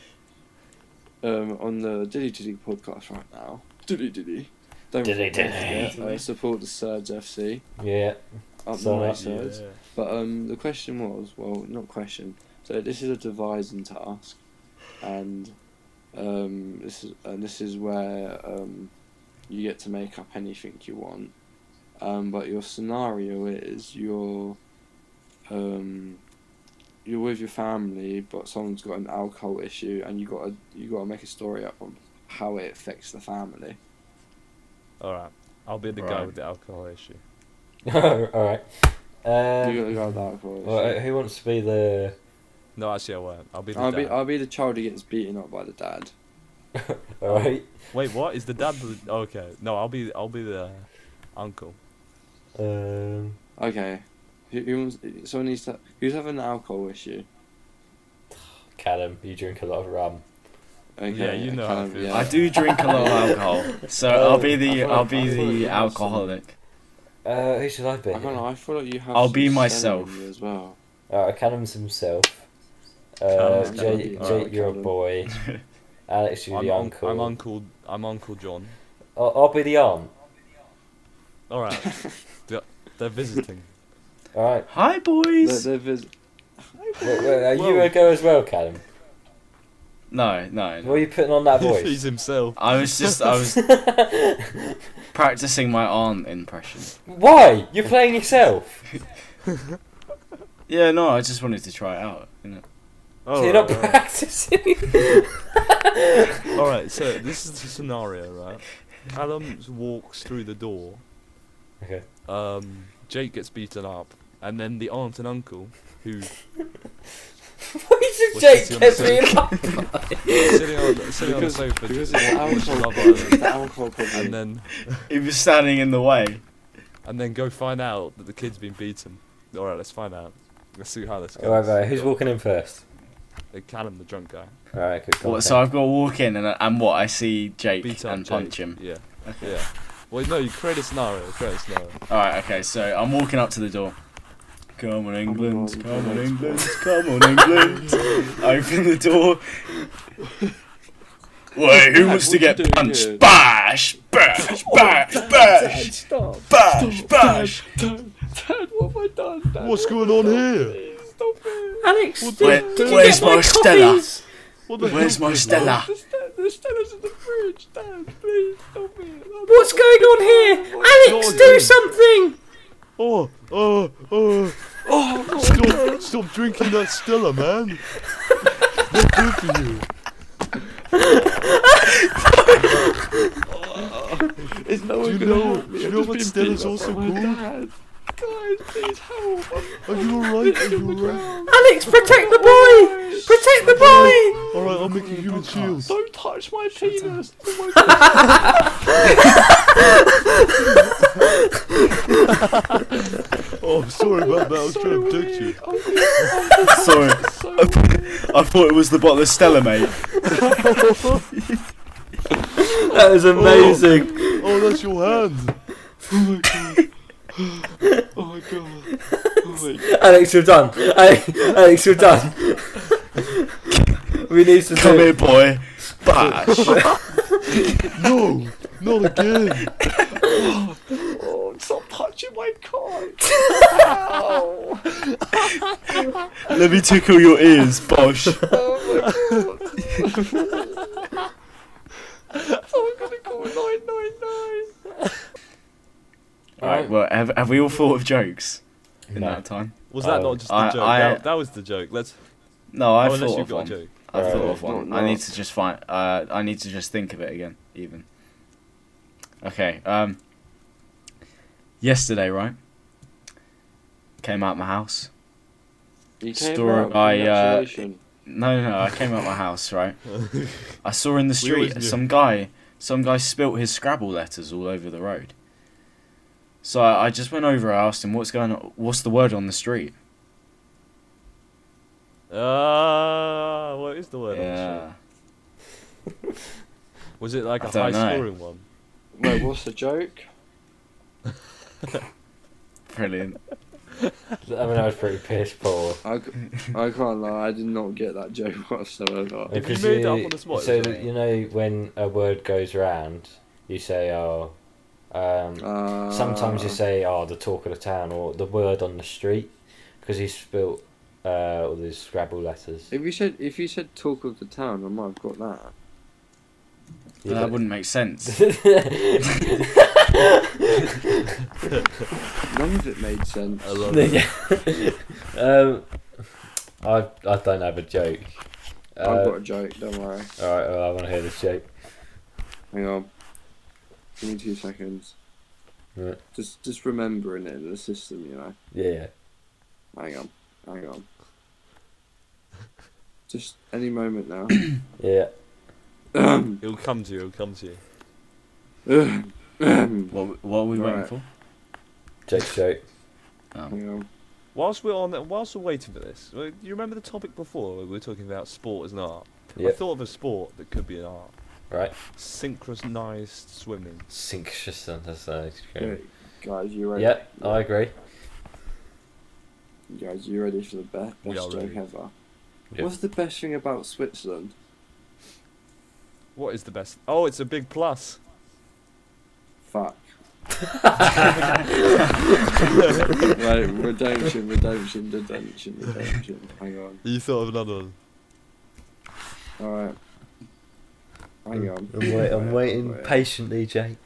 [SPEAKER 2] Um, on the Diddy Diddy podcast right now. Diddy Diddy. Don't
[SPEAKER 1] Diddy Diddy.
[SPEAKER 2] forget, uh, support the Surge FC.
[SPEAKER 1] Yeah. <laughs>
[SPEAKER 2] Up the
[SPEAKER 1] Sorry.
[SPEAKER 2] night
[SPEAKER 4] Yeah.
[SPEAKER 2] Surge. But um, the question was, well, not question. So this is a devising task, and um, this is and this is where um, you get to make up anything you want. Um, but your scenario is you're um, you're with your family, but someone's got an alcohol issue, and you got to you got to make a story up on how it affects the family.
[SPEAKER 4] All right. I'll be the guy
[SPEAKER 3] Right.
[SPEAKER 4] with the alcohol issue.
[SPEAKER 1] All right.
[SPEAKER 2] you got to
[SPEAKER 1] Um,
[SPEAKER 2] go with the alcohol issue.
[SPEAKER 1] well, who wants to be the? <laughs>
[SPEAKER 4] No, actually, I won't. I'll be the
[SPEAKER 2] I'll
[SPEAKER 4] dad.
[SPEAKER 2] be I'll be the child who gets beaten up by the dad.
[SPEAKER 1] All right.
[SPEAKER 4] Wait, what? Is the dad? The... Okay. No, I'll be. I'll be the uncle.
[SPEAKER 1] Um,
[SPEAKER 2] Okay. Who, who wants, someone needs to. Who's having an alcohol issue?
[SPEAKER 1] Callum, you drink a lot of rum.
[SPEAKER 2] Okay,
[SPEAKER 4] Yeah, you know
[SPEAKER 2] I
[SPEAKER 4] how
[SPEAKER 2] kind
[SPEAKER 4] I
[SPEAKER 2] of-
[SPEAKER 4] feel.
[SPEAKER 2] yeah.
[SPEAKER 3] I do drink a lot of alcohol,
[SPEAKER 2] <laughs>
[SPEAKER 3] so
[SPEAKER 1] Oh,
[SPEAKER 3] I'll be the
[SPEAKER 2] uh, I thought-
[SPEAKER 3] I'll
[SPEAKER 2] I
[SPEAKER 3] be
[SPEAKER 2] thought you
[SPEAKER 3] the
[SPEAKER 2] had
[SPEAKER 3] alcoholic.
[SPEAKER 1] Uh, who should I be?
[SPEAKER 2] I don't know. I feel like you have.
[SPEAKER 3] I'll
[SPEAKER 2] some
[SPEAKER 3] be
[SPEAKER 2] cinnamon
[SPEAKER 3] myself.
[SPEAKER 2] in you as well.
[SPEAKER 1] Uh, Callum's himself. Uh,
[SPEAKER 4] Callum's
[SPEAKER 1] Jake,
[SPEAKER 4] Callum.
[SPEAKER 1] Jake
[SPEAKER 2] Alright,
[SPEAKER 1] you're a
[SPEAKER 2] Callum.
[SPEAKER 1] boy. Alex, you're
[SPEAKER 4] I'm,
[SPEAKER 1] the
[SPEAKER 4] un-
[SPEAKER 1] uncle.
[SPEAKER 4] I'm Uncle. I'm Uncle John.
[SPEAKER 1] I'll, I'll be the aunt. <laughs>
[SPEAKER 4] All right. they're, they're visiting.
[SPEAKER 1] All right.
[SPEAKER 3] <laughs> Hi
[SPEAKER 2] They're,
[SPEAKER 3] boys.
[SPEAKER 2] they're vis-
[SPEAKER 1] Wait, wait, are you
[SPEAKER 4] Whoa.
[SPEAKER 1] a go as well, Callum?
[SPEAKER 3] No, no.
[SPEAKER 1] What are you putting on that
[SPEAKER 4] <laughs> He's
[SPEAKER 1] voice?
[SPEAKER 4] himself.
[SPEAKER 3] I was just
[SPEAKER 2] <laughs>
[SPEAKER 3] I was practicing my aunt impression.
[SPEAKER 1] <laughs> Why? You're playing yourself.
[SPEAKER 3] Yeah, no, I just wanted to try it out. You know?
[SPEAKER 1] so <laughs> you're
[SPEAKER 4] Oh, all
[SPEAKER 1] not
[SPEAKER 4] right, all right. <laughs>
[SPEAKER 1] practicing.
[SPEAKER 4] All right, so this is the scenario, right? Callum walks through the door.
[SPEAKER 1] Okay.
[SPEAKER 4] Um, Jake gets beaten up, and then the aunt and uncle, who
[SPEAKER 1] Why did
[SPEAKER 4] What's
[SPEAKER 1] Jake get
[SPEAKER 4] this gonna
[SPEAKER 1] me up?
[SPEAKER 4] <laughs> sitting on sitting
[SPEAKER 2] because
[SPEAKER 4] on the sofa,
[SPEAKER 2] because
[SPEAKER 4] just
[SPEAKER 2] of the
[SPEAKER 4] watching
[SPEAKER 2] alcohol,
[SPEAKER 4] Love Island,
[SPEAKER 2] the alcohol problem.
[SPEAKER 4] and then
[SPEAKER 3] He was standing in the way.
[SPEAKER 4] and then go find out that the kid's been beaten. All right, let's find out. Let's see how this goes.
[SPEAKER 1] All right, right. Who's walking in first?
[SPEAKER 4] Uh, Callum, the drunk guy.
[SPEAKER 1] All right, good. go on, Callum.
[SPEAKER 3] What, so I've got to walk in and and what I see Jake
[SPEAKER 4] Beat up
[SPEAKER 3] and
[SPEAKER 4] Jake.
[SPEAKER 3] punch him.
[SPEAKER 4] Yeah,
[SPEAKER 3] Okay.
[SPEAKER 4] yeah. Well, no, you create a scenario. Create a scenario.
[SPEAKER 3] All right, okay. So I'm walking up to the door. Come on, England!
[SPEAKER 2] God,
[SPEAKER 3] Come on,
[SPEAKER 2] that's
[SPEAKER 3] England! Come on, England! Open the door. Wait, who wants to
[SPEAKER 2] what
[SPEAKER 3] get
[SPEAKER 2] you doing
[SPEAKER 3] punched?
[SPEAKER 2] here?
[SPEAKER 3] Bash! Bash! Bash! Bash!
[SPEAKER 2] stop!
[SPEAKER 3] Bash! Bash!
[SPEAKER 2] Dad, Dad, what have I done? Dad?
[SPEAKER 4] What's going on here?
[SPEAKER 2] Stop it!
[SPEAKER 1] Alex,
[SPEAKER 4] Well,
[SPEAKER 1] did,
[SPEAKER 3] Where,
[SPEAKER 4] Wait,
[SPEAKER 1] did you
[SPEAKER 3] where's
[SPEAKER 1] get my
[SPEAKER 3] my Stella?
[SPEAKER 1] coffees?
[SPEAKER 4] What
[SPEAKER 3] Where's my Stella?
[SPEAKER 2] The, st- the Stella's in the fridge, Dad. Please stop it.
[SPEAKER 1] What's going on here? Alex,
[SPEAKER 4] Jordan.
[SPEAKER 1] do something!
[SPEAKER 4] Oh, oh, oh, oh! Stop, stop drinking that Stella, man. Not good for you.
[SPEAKER 2] Is no
[SPEAKER 4] Do
[SPEAKER 2] one
[SPEAKER 4] you
[SPEAKER 2] gonna
[SPEAKER 4] know-
[SPEAKER 2] help me?
[SPEAKER 4] do you
[SPEAKER 2] I've
[SPEAKER 4] know
[SPEAKER 2] just
[SPEAKER 4] what
[SPEAKER 2] been
[SPEAKER 4] Stella's
[SPEAKER 2] beat up
[SPEAKER 4] also
[SPEAKER 2] by my
[SPEAKER 4] called?
[SPEAKER 2] Dad. Guys, please help! I'm
[SPEAKER 4] Are you alright? Are you alright?
[SPEAKER 2] <laughs> drowned.
[SPEAKER 1] Alex, protect the boy! Protect the boy!
[SPEAKER 4] Alright, I'll make a human shield.
[SPEAKER 2] Don't touch my penis! Oh my god!
[SPEAKER 4] Oh, I'm sorry about that. I was
[SPEAKER 2] so
[SPEAKER 4] trying to protect
[SPEAKER 2] weird.
[SPEAKER 4] you.
[SPEAKER 2] Oh, my God,
[SPEAKER 3] Sorry,
[SPEAKER 2] so weird.
[SPEAKER 3] I thought it was the bottle of Stella, mate.
[SPEAKER 1] That was amazing.
[SPEAKER 4] Oh, that's your hand.
[SPEAKER 2] Oh my god! Oh my god!
[SPEAKER 1] <laughs> Alex, you're done. Ale- Alex, you're done. we need to
[SPEAKER 3] Come
[SPEAKER 1] do
[SPEAKER 3] here, boy.
[SPEAKER 2] <laughs>
[SPEAKER 3] Bash!
[SPEAKER 4] No, not again.
[SPEAKER 2] Oh, stop touching my cock!
[SPEAKER 3] Let me tickle your ears, Bosh.
[SPEAKER 2] Oh my god! Someone gonna call 999!
[SPEAKER 3] Alright, well, have, have we all thought of jokes in
[SPEAKER 1] No.
[SPEAKER 3] that time?
[SPEAKER 4] Was that
[SPEAKER 1] Oh,
[SPEAKER 4] not just a
[SPEAKER 3] I-
[SPEAKER 4] joke?
[SPEAKER 3] I-
[SPEAKER 4] that, that was the joke. Let's.
[SPEAKER 3] No, I
[SPEAKER 4] oh, unless
[SPEAKER 3] thought
[SPEAKER 4] you've
[SPEAKER 3] of
[SPEAKER 4] got
[SPEAKER 3] one.
[SPEAKER 4] a joke.
[SPEAKER 3] I
[SPEAKER 1] Alright,
[SPEAKER 3] thought of
[SPEAKER 2] if not,
[SPEAKER 3] one.
[SPEAKER 2] no.
[SPEAKER 3] I need to just find. Uh, I need to just think of it again. Even. Okay. Um. Yesterday, right? Came out my house.
[SPEAKER 2] You
[SPEAKER 3] came
[SPEAKER 2] came
[SPEAKER 3] Story-
[SPEAKER 2] out,
[SPEAKER 3] out, I, uh,
[SPEAKER 2] congratulations.
[SPEAKER 3] No, no, no, I came out my house, right? I saw in the
[SPEAKER 4] We always
[SPEAKER 3] street
[SPEAKER 4] knew.
[SPEAKER 3] some guy. Some guy spilt his Scrabble letters all over the road. So I, I just went over. I asked him, "What's going on? What's the word on the street?"
[SPEAKER 4] <laughs> Ah, what is the word? on the
[SPEAKER 3] yeah.
[SPEAKER 4] show? Was it like
[SPEAKER 3] I
[SPEAKER 4] a high
[SPEAKER 3] don't know.
[SPEAKER 4] scoring one?
[SPEAKER 2] Wait, what's the joke?
[SPEAKER 3] Brilliant.
[SPEAKER 1] I mean, I was pretty piss poor.
[SPEAKER 2] I, c- I can't lie, I did not get that joke <laughs> whatsoever.
[SPEAKER 4] If you made it up on the spot,
[SPEAKER 1] so
[SPEAKER 4] it's
[SPEAKER 1] that,
[SPEAKER 4] okay.
[SPEAKER 1] you know when a word goes round, you say, "Oh." Um,
[SPEAKER 2] Uh,
[SPEAKER 1] sometimes you say, "Oh, the talk of the town" or the word on the street, because he spilt uh, all these Scrabble letters.
[SPEAKER 2] If you said if you said talk of the town, I might have got that.
[SPEAKER 1] You
[SPEAKER 3] that
[SPEAKER 1] got-
[SPEAKER 3] wouldn't make sense.
[SPEAKER 2] None of it made sense.
[SPEAKER 4] I love it.
[SPEAKER 1] <laughs> Yeah. um, I I don't have a joke.
[SPEAKER 2] I've
[SPEAKER 1] Uh,
[SPEAKER 2] got a joke. Don't worry.
[SPEAKER 1] all right, well, I want to hear this joke.
[SPEAKER 2] Hang on. Give me two seconds.
[SPEAKER 1] Right.
[SPEAKER 2] Just just remembering it in the system, you know.
[SPEAKER 1] Yeah, yeah.
[SPEAKER 2] Hang on.
[SPEAKER 1] <laughs>
[SPEAKER 2] Hang on. Just any
[SPEAKER 1] <coughs>
[SPEAKER 2] moment now.
[SPEAKER 1] yeah.
[SPEAKER 2] Ahem,
[SPEAKER 4] It'll come to you. It'll come to you.
[SPEAKER 2] ahem, ahem.
[SPEAKER 3] What, what are we waiting
[SPEAKER 2] Right.
[SPEAKER 3] for?
[SPEAKER 1] Jake's joke.
[SPEAKER 3] Um,
[SPEAKER 2] Hang on.
[SPEAKER 4] Whilst we're on, whilst we're waiting for this, uh, you remember the topic before? where We were talking about sport as an art.
[SPEAKER 1] Yep.
[SPEAKER 4] I thought of a sport that could be an art.
[SPEAKER 1] Right.
[SPEAKER 4] Synchronized swimming.
[SPEAKER 1] Synchronous understanding.
[SPEAKER 2] Guys, you ready?
[SPEAKER 1] Yep, I agree.
[SPEAKER 2] Guys, you ready for the be- best
[SPEAKER 4] We are
[SPEAKER 2] joke
[SPEAKER 4] ready.
[SPEAKER 2] ever?
[SPEAKER 1] Yeah.
[SPEAKER 2] What's the best thing about Switzerland?
[SPEAKER 4] What is the best? Oh, it's a big plus.
[SPEAKER 2] Fuck.
[SPEAKER 1] <laughs>
[SPEAKER 2] right, redemption, redemption, redemption, redemption. Hang on.
[SPEAKER 4] You thought of another one.
[SPEAKER 2] Alright. Hang on.
[SPEAKER 1] I'm, wait, I'm waiting
[SPEAKER 2] Wait.
[SPEAKER 1] patiently, Jake.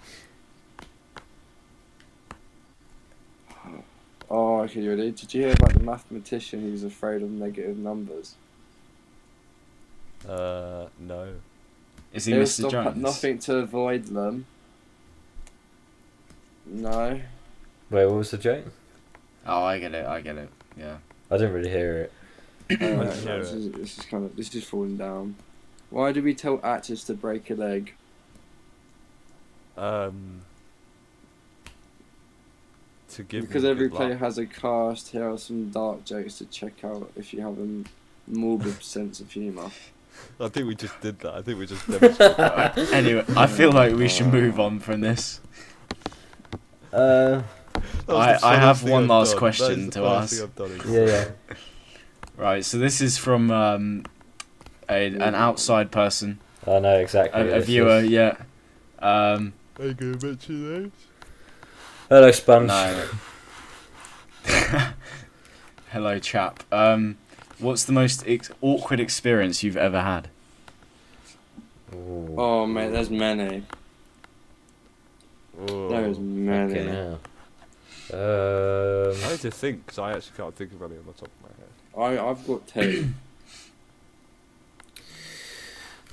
[SPEAKER 2] Oh, okay, you ready? Did you hear about the mathematician who's afraid of negative numbers?
[SPEAKER 4] Uh, no.
[SPEAKER 3] Is he
[SPEAKER 2] He'll
[SPEAKER 3] Mr.
[SPEAKER 2] stop at
[SPEAKER 3] Jones?
[SPEAKER 2] nothing to avoid them. No.
[SPEAKER 1] Wait, what was the joke?
[SPEAKER 3] Oh, I get it. I get it. Yeah. <laughs>
[SPEAKER 1] I didn't really hear it.
[SPEAKER 2] Alright,
[SPEAKER 4] Let's hear
[SPEAKER 2] this,
[SPEAKER 4] it.
[SPEAKER 2] is, this is kind of this is falling down. Why do we tell actors to break a leg?
[SPEAKER 4] Um, to give
[SPEAKER 2] because
[SPEAKER 4] them
[SPEAKER 2] every
[SPEAKER 4] good
[SPEAKER 2] player
[SPEAKER 4] luck.
[SPEAKER 2] has a cast. Here are some dark jokes to check out if you have a morbid <laughs> sense of humour.
[SPEAKER 4] I think we just did that. I think
[SPEAKER 2] <laughs>
[SPEAKER 4] we just demonstrated.
[SPEAKER 3] Uh, anyway, I feel like we should move on from this.
[SPEAKER 1] Uh,
[SPEAKER 4] That was
[SPEAKER 3] I-
[SPEAKER 4] the
[SPEAKER 3] I have
[SPEAKER 4] funnest thing
[SPEAKER 3] one
[SPEAKER 4] I've
[SPEAKER 3] last
[SPEAKER 4] done.
[SPEAKER 3] question
[SPEAKER 4] that is the
[SPEAKER 3] to
[SPEAKER 4] funnest
[SPEAKER 3] ask.
[SPEAKER 4] thing I've done in
[SPEAKER 1] yeah, yeah.
[SPEAKER 3] Right. So this is from um, a, an outside person,
[SPEAKER 1] I know exactly.
[SPEAKER 3] a,
[SPEAKER 1] what
[SPEAKER 3] a
[SPEAKER 1] this
[SPEAKER 3] viewer.
[SPEAKER 1] is.
[SPEAKER 3] Yeah. Um.
[SPEAKER 4] Are you gonna mention those?
[SPEAKER 1] Hello, Sponge.
[SPEAKER 3] No. Hello, chap. Um, what's the most ex- awkward experience you've ever had?
[SPEAKER 1] Ooh.
[SPEAKER 2] Oh mate, there's many. There's many.
[SPEAKER 1] Fucking hell.
[SPEAKER 4] I
[SPEAKER 1] Um,
[SPEAKER 4] need to think because I actually can't think of any on the top of my head.
[SPEAKER 2] I I've got two.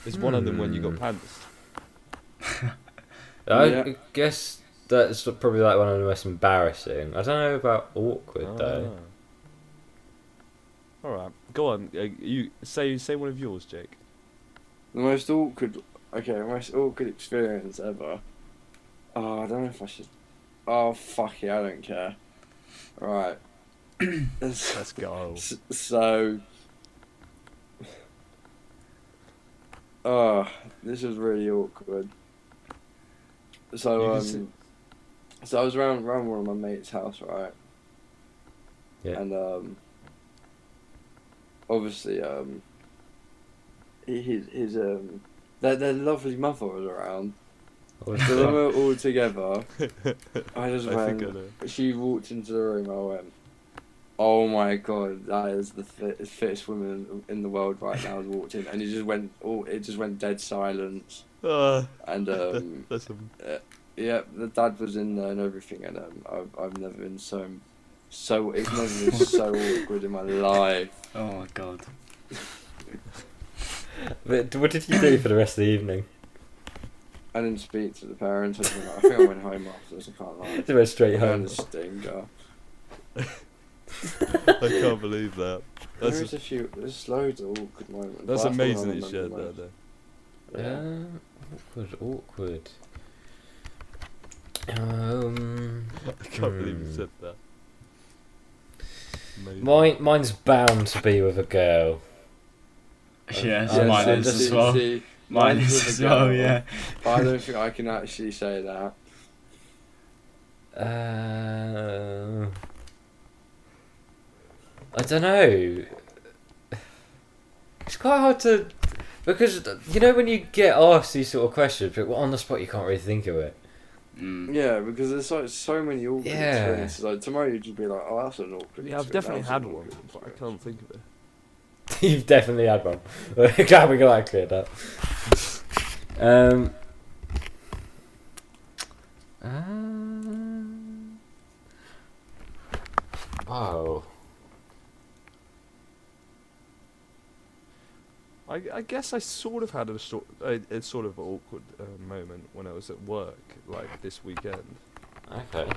[SPEAKER 4] There's one of them when you
[SPEAKER 1] Hmm.
[SPEAKER 4] got pants.
[SPEAKER 1] I
[SPEAKER 2] Yeah.
[SPEAKER 1] guess that's probably like one of the most embarrassing. I don't know about awkward
[SPEAKER 4] Ah.
[SPEAKER 3] Ah.
[SPEAKER 1] though.
[SPEAKER 4] All right, go on. Uh, you say say one of yours, Jake.
[SPEAKER 2] the most awkward. Okay, the most awkward experience ever. Oh, I don't know if I should. Oh fuck it, I don't care. Right. <clears throat>
[SPEAKER 4] Let's <laughs> go.
[SPEAKER 2] S- So, <sighs> oh, this is really awkward.
[SPEAKER 4] You
[SPEAKER 2] So,
[SPEAKER 4] can
[SPEAKER 2] um,
[SPEAKER 4] sit-
[SPEAKER 2] so I was around around one of my mates' house, right?
[SPEAKER 1] Yeah.
[SPEAKER 2] And um, obviously, um, he- his his um, their their lovely mother was around. So <laughs> then we were all together. I just
[SPEAKER 4] I think I
[SPEAKER 2] went.
[SPEAKER 4] know.
[SPEAKER 2] She walked into the room. I went, "Oh my god, that is the fit, fittest woman in the world right now." Has walked in, and it just went all. It just went dead silence.
[SPEAKER 4] Ah, <laughs>
[SPEAKER 2] And um,
[SPEAKER 4] that's a,
[SPEAKER 2] yeah, the dad was in there and everything. And um, I've I've never been so so it's never
[SPEAKER 4] <laughs>
[SPEAKER 2] been so awkward in my life.
[SPEAKER 3] Oh my <laughs> god.
[SPEAKER 1] But what did you do for the rest of the evening?
[SPEAKER 2] I didn't speak to the parents. I, just went, I think I went home afterwards. I can't lie.
[SPEAKER 1] Just went straight
[SPEAKER 2] I had
[SPEAKER 1] home.
[SPEAKER 2] a stinker.
[SPEAKER 4] I <laughs> can't believe that. That's
[SPEAKER 2] There
[SPEAKER 4] a-
[SPEAKER 2] is a few. There's loads of awkward moments. but
[SPEAKER 4] That's
[SPEAKER 2] the one I
[SPEAKER 4] amazing that you
[SPEAKER 2] remember
[SPEAKER 4] shared
[SPEAKER 2] most.
[SPEAKER 4] that.
[SPEAKER 1] Uh,
[SPEAKER 4] Though.
[SPEAKER 1] awkward, awkward. Um,
[SPEAKER 4] <laughs> I can't believe you
[SPEAKER 1] Hmm.
[SPEAKER 4] said that. Amazing.
[SPEAKER 1] mine, mine's bound to be with a girl.
[SPEAKER 3] Yes,
[SPEAKER 1] Yeah,
[SPEAKER 3] mine
[SPEAKER 1] so
[SPEAKER 3] is
[SPEAKER 1] just-
[SPEAKER 3] as well.
[SPEAKER 2] see,
[SPEAKER 3] Mine
[SPEAKER 2] mine's
[SPEAKER 3] is
[SPEAKER 2] with
[SPEAKER 3] as
[SPEAKER 2] a
[SPEAKER 3] well.
[SPEAKER 2] girl.
[SPEAKER 3] Yeah.
[SPEAKER 2] I don't think I can actually say that.
[SPEAKER 1] Uh, I don't know. It's quite hard to because you know when you get asked these sort of questions, but on the spot you can't really think of it.
[SPEAKER 3] Mm.
[SPEAKER 2] Yeah, because there's so so many awkward
[SPEAKER 1] Yeah.
[SPEAKER 2] experiences. Like tomorrow, you'd just be like, "Oh, that's an awkward."
[SPEAKER 4] Yeah, I've
[SPEAKER 2] experience,
[SPEAKER 4] definitely
[SPEAKER 2] that
[SPEAKER 4] had
[SPEAKER 2] was an
[SPEAKER 4] one,
[SPEAKER 2] awkward
[SPEAKER 4] but I
[SPEAKER 2] experience."
[SPEAKER 4] can't think of it.
[SPEAKER 1] You've definitely had one. <laughs> Glad we got that cleared up. Um. uh, oh.
[SPEAKER 4] I, I guess I sort of had a sort a, a sort of awkward uh, moment when I was at work like this weekend.
[SPEAKER 1] Okay.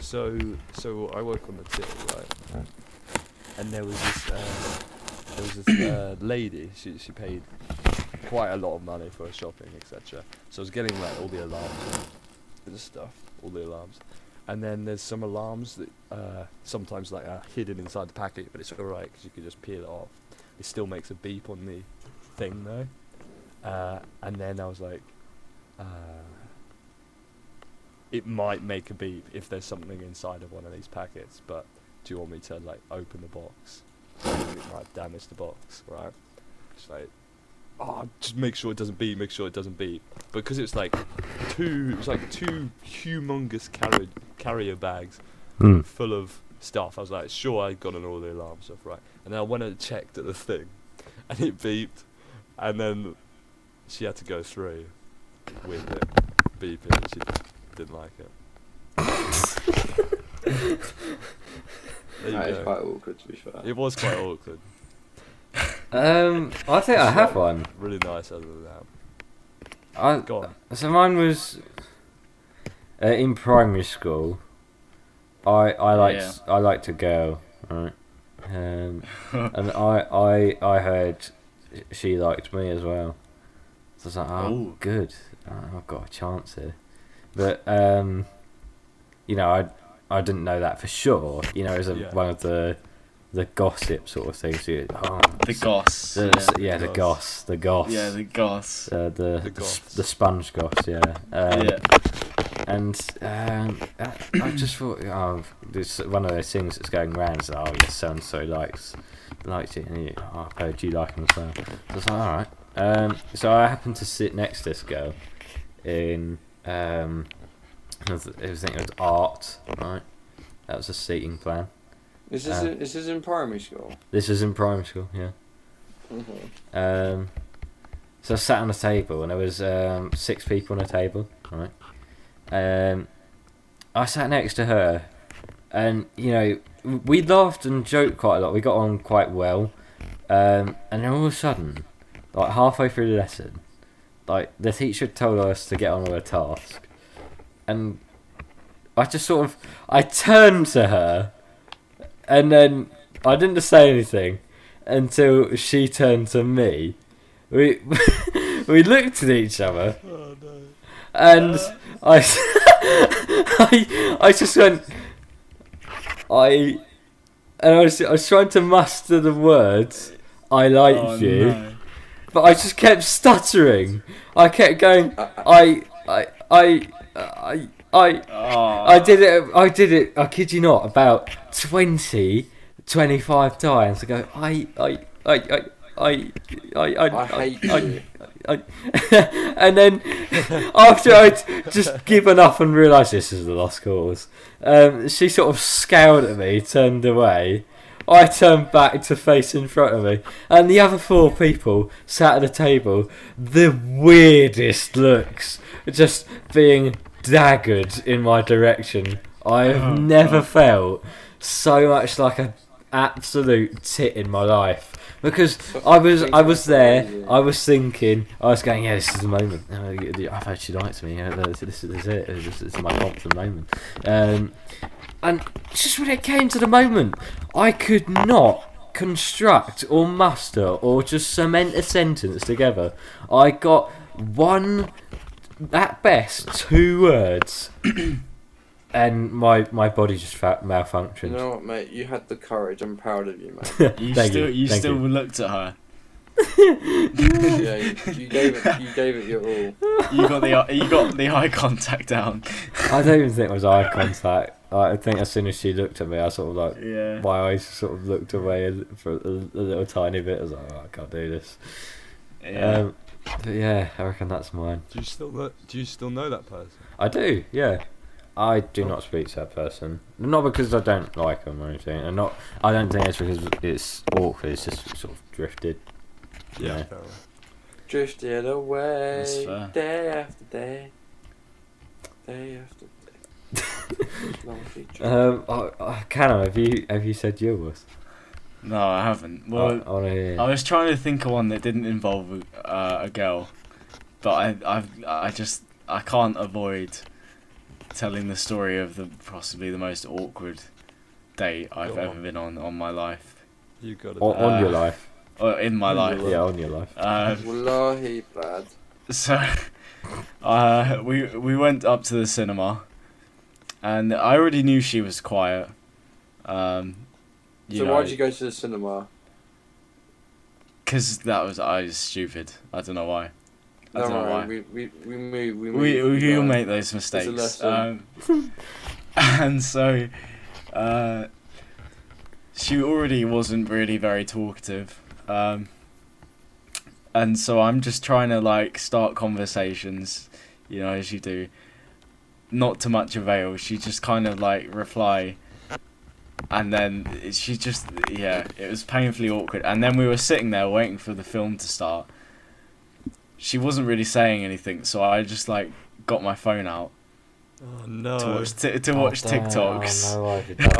[SPEAKER 4] So so I work on the till, right? And there was this uh, there was this uh, <coughs> lady. She she paid quite a lot of money for her shopping, etc. So I was getting like all the alarms and stuff, all the alarms. And then there's some alarms that uh, sometimes like are hidden inside the packet, but it's alright because you can just peel it off. It still makes a beep on the thing though. Uh, and then I was like, uh, it might make a beep if there's something inside of one of these packets, but do you want me to like open the box? it might damage the box, right? It's like, oh, just make sure it doesn't beep, make sure it doesn't beep. Because it's like two, it was like two humongous carrier, carrier bags
[SPEAKER 1] Hmm.
[SPEAKER 4] full of stuff. I was like, sure, I'd gotten all the alarm stuff right. And then I went and checked at the thing, <laughs> and it beeped, and then she had to go through with it beeping, and she didn't like
[SPEAKER 1] <laughs>
[SPEAKER 4] it. there you
[SPEAKER 2] That is
[SPEAKER 4] go.
[SPEAKER 2] quite awkward to be fair.
[SPEAKER 4] It was quite awkward.
[SPEAKER 1] Um, I think I have one.
[SPEAKER 4] Really nice other than that.
[SPEAKER 1] I,
[SPEAKER 4] Go on.
[SPEAKER 1] so mine was uh, in primary school. I I liked I liked a girl, right?
[SPEAKER 3] <laughs>
[SPEAKER 1] Um, and I I I heard she liked me as well. So I was like, oh,
[SPEAKER 3] Ooh.
[SPEAKER 1] good, Uh, I've got a chance here. But um, you know, I I didn't know that for sure. You know, it was a,
[SPEAKER 4] Yeah.
[SPEAKER 1] one of the the gossip sort of things. You, oh,
[SPEAKER 3] The goss.
[SPEAKER 1] the,
[SPEAKER 3] yeah.
[SPEAKER 1] yeah, the
[SPEAKER 4] goss.
[SPEAKER 1] goss, the goss.
[SPEAKER 3] Yeah, the goss.
[SPEAKER 1] Uh, the
[SPEAKER 4] The
[SPEAKER 1] the, s-
[SPEAKER 4] goths. <laughs>
[SPEAKER 1] the sponge goss, yeah. Um,
[SPEAKER 3] yeah.
[SPEAKER 1] And um, I, I just thought, oh, this one of those things that's going round. It's like, oh, yeah, so and so likes likes it, and you, oh, I've heard you like him as well. So I was like, all right. Um, so I happened to sit next to this girl in um, it was, it was- I think it was art, right? That was a seating plan.
[SPEAKER 2] Is this
[SPEAKER 3] Ah.
[SPEAKER 1] Uh,
[SPEAKER 2] in, is this in primary school?
[SPEAKER 1] This was in primary school, yeah.
[SPEAKER 2] Mhm.
[SPEAKER 1] Um, so I sat on a table, and there was um, six people on a table, right? Um, I sat next to her, and you know we laughed and joked quite a lot. We got on quite well, um, and then all of a sudden, like halfway through the lesson, like the teacher told us to get on with a task, and I just sort of I turned to her, and then I didn't say anything until she turned to me. We <laughs> we looked at each other,
[SPEAKER 4] Oh no.
[SPEAKER 1] and I, <laughs> s- I, I just went, I, and I was, I was trying to muster the words, I like
[SPEAKER 3] Oh,
[SPEAKER 1] you,
[SPEAKER 3] no.
[SPEAKER 1] but I just kept stuttering. I kept going,
[SPEAKER 2] Uh,
[SPEAKER 1] I, I, I, I, I.
[SPEAKER 3] Oh.
[SPEAKER 1] I did it. I did it. I kid you not. About 20, 25 times. I go. I. I. I. I. I. I.
[SPEAKER 2] I hate you.
[SPEAKER 1] I, <laughs> and then <laughs> after I just given up and realised this is the lost cause, um, she sort of scowled at me, turned away. I turned back to face in front of me, and the other four people sat at the table, the weirdest looks, just being daggered in my direction. I have
[SPEAKER 3] Oh,
[SPEAKER 1] never
[SPEAKER 3] God.
[SPEAKER 1] felt so much like an absolute tit in my life because I was I was there. I was thinking. I was going, yeah, this is the moment. Uh, I've had she likes me. Uh, This, this is it. Uh, This is my Compton moment. Um, and just when it came to the moment, I could not construct or muster or just cement a sentence together. I got one, at best, two words. <clears throat> And my, my body just fa- malfunctioned.
[SPEAKER 2] You know what, mate? You had the courage. I'm proud of you,
[SPEAKER 3] <laughs>
[SPEAKER 2] mate.
[SPEAKER 1] <laughs>
[SPEAKER 3] You
[SPEAKER 1] Thank
[SPEAKER 3] still,
[SPEAKER 1] you,
[SPEAKER 3] you,
[SPEAKER 1] thank
[SPEAKER 3] still
[SPEAKER 1] you.
[SPEAKER 3] looked at her.
[SPEAKER 2] yeah, you, you gave it. You gave it your all.
[SPEAKER 3] You got the, eye- you got the eye <laughs> contact down.
[SPEAKER 1] I don't even think it was eye contact. I think as soon as she looked at me, I sort of like
[SPEAKER 3] Yeah.
[SPEAKER 1] my eyes sort of looked away a- for a, a little tiny bit. I was like, oh, I can't do this.
[SPEAKER 3] Yeah.
[SPEAKER 1] Um, but yeah, I reckon that's mine.
[SPEAKER 4] Do you still know, do you still know that person?
[SPEAKER 1] I do, yeah. I do not speak to that person. Not because I don't like them or anything, and not I don't think it's because it's awkward. It's just sort of drifted. Yeah.
[SPEAKER 4] Fair enough.
[SPEAKER 2] Drifted
[SPEAKER 3] That's
[SPEAKER 2] away
[SPEAKER 3] fair.
[SPEAKER 2] day after day, day after day. Lovely drift.
[SPEAKER 1] Um, I, I, Callum, have you have you said yours?
[SPEAKER 3] no, I haven't. Well,
[SPEAKER 1] I, I wanna hear.
[SPEAKER 3] I was trying to think of one that didn't involve uh, a girl, but I, I, I just, I can't avoid telling the story of the possibly the most awkward date I've
[SPEAKER 4] Go on.
[SPEAKER 3] ever been on on my life,
[SPEAKER 4] You got it.
[SPEAKER 1] on, on your
[SPEAKER 3] uh,
[SPEAKER 1] life,
[SPEAKER 3] or in my
[SPEAKER 4] On
[SPEAKER 3] life.
[SPEAKER 4] your
[SPEAKER 1] yeah, on your life.
[SPEAKER 3] Um,
[SPEAKER 2] Wallahi, lad.
[SPEAKER 3] So, <laughs> uh, we we went up to the cinema, and I already knew she was quiet. Um, you
[SPEAKER 2] So
[SPEAKER 3] know,
[SPEAKER 2] why'd you go to the cinema?
[SPEAKER 3] Because that was I was stupid. I don't know why. I
[SPEAKER 2] Don't
[SPEAKER 3] don't know why.
[SPEAKER 2] worry, we, we, we move, we move.
[SPEAKER 3] we we all
[SPEAKER 2] learn.
[SPEAKER 3] <laughs> make those mistakes.
[SPEAKER 2] lesson.
[SPEAKER 3] Um, <laughs> and so, uh, she already wasn't really very talkative, um, and so I'm just trying to like start conversations, you know, as you do. Not to much avail. She just kind of like reply, and then she just yeah, it was painfully awkward. And then we were sitting there waiting for the film to start. She wasn't really saying anything, so I just like got my phone out
[SPEAKER 4] Oh no.
[SPEAKER 3] to watch t- to watch
[SPEAKER 5] Oh, damn.
[SPEAKER 3] TikToks.
[SPEAKER 5] Oh, no, I could
[SPEAKER 3] <laughs>
[SPEAKER 5] not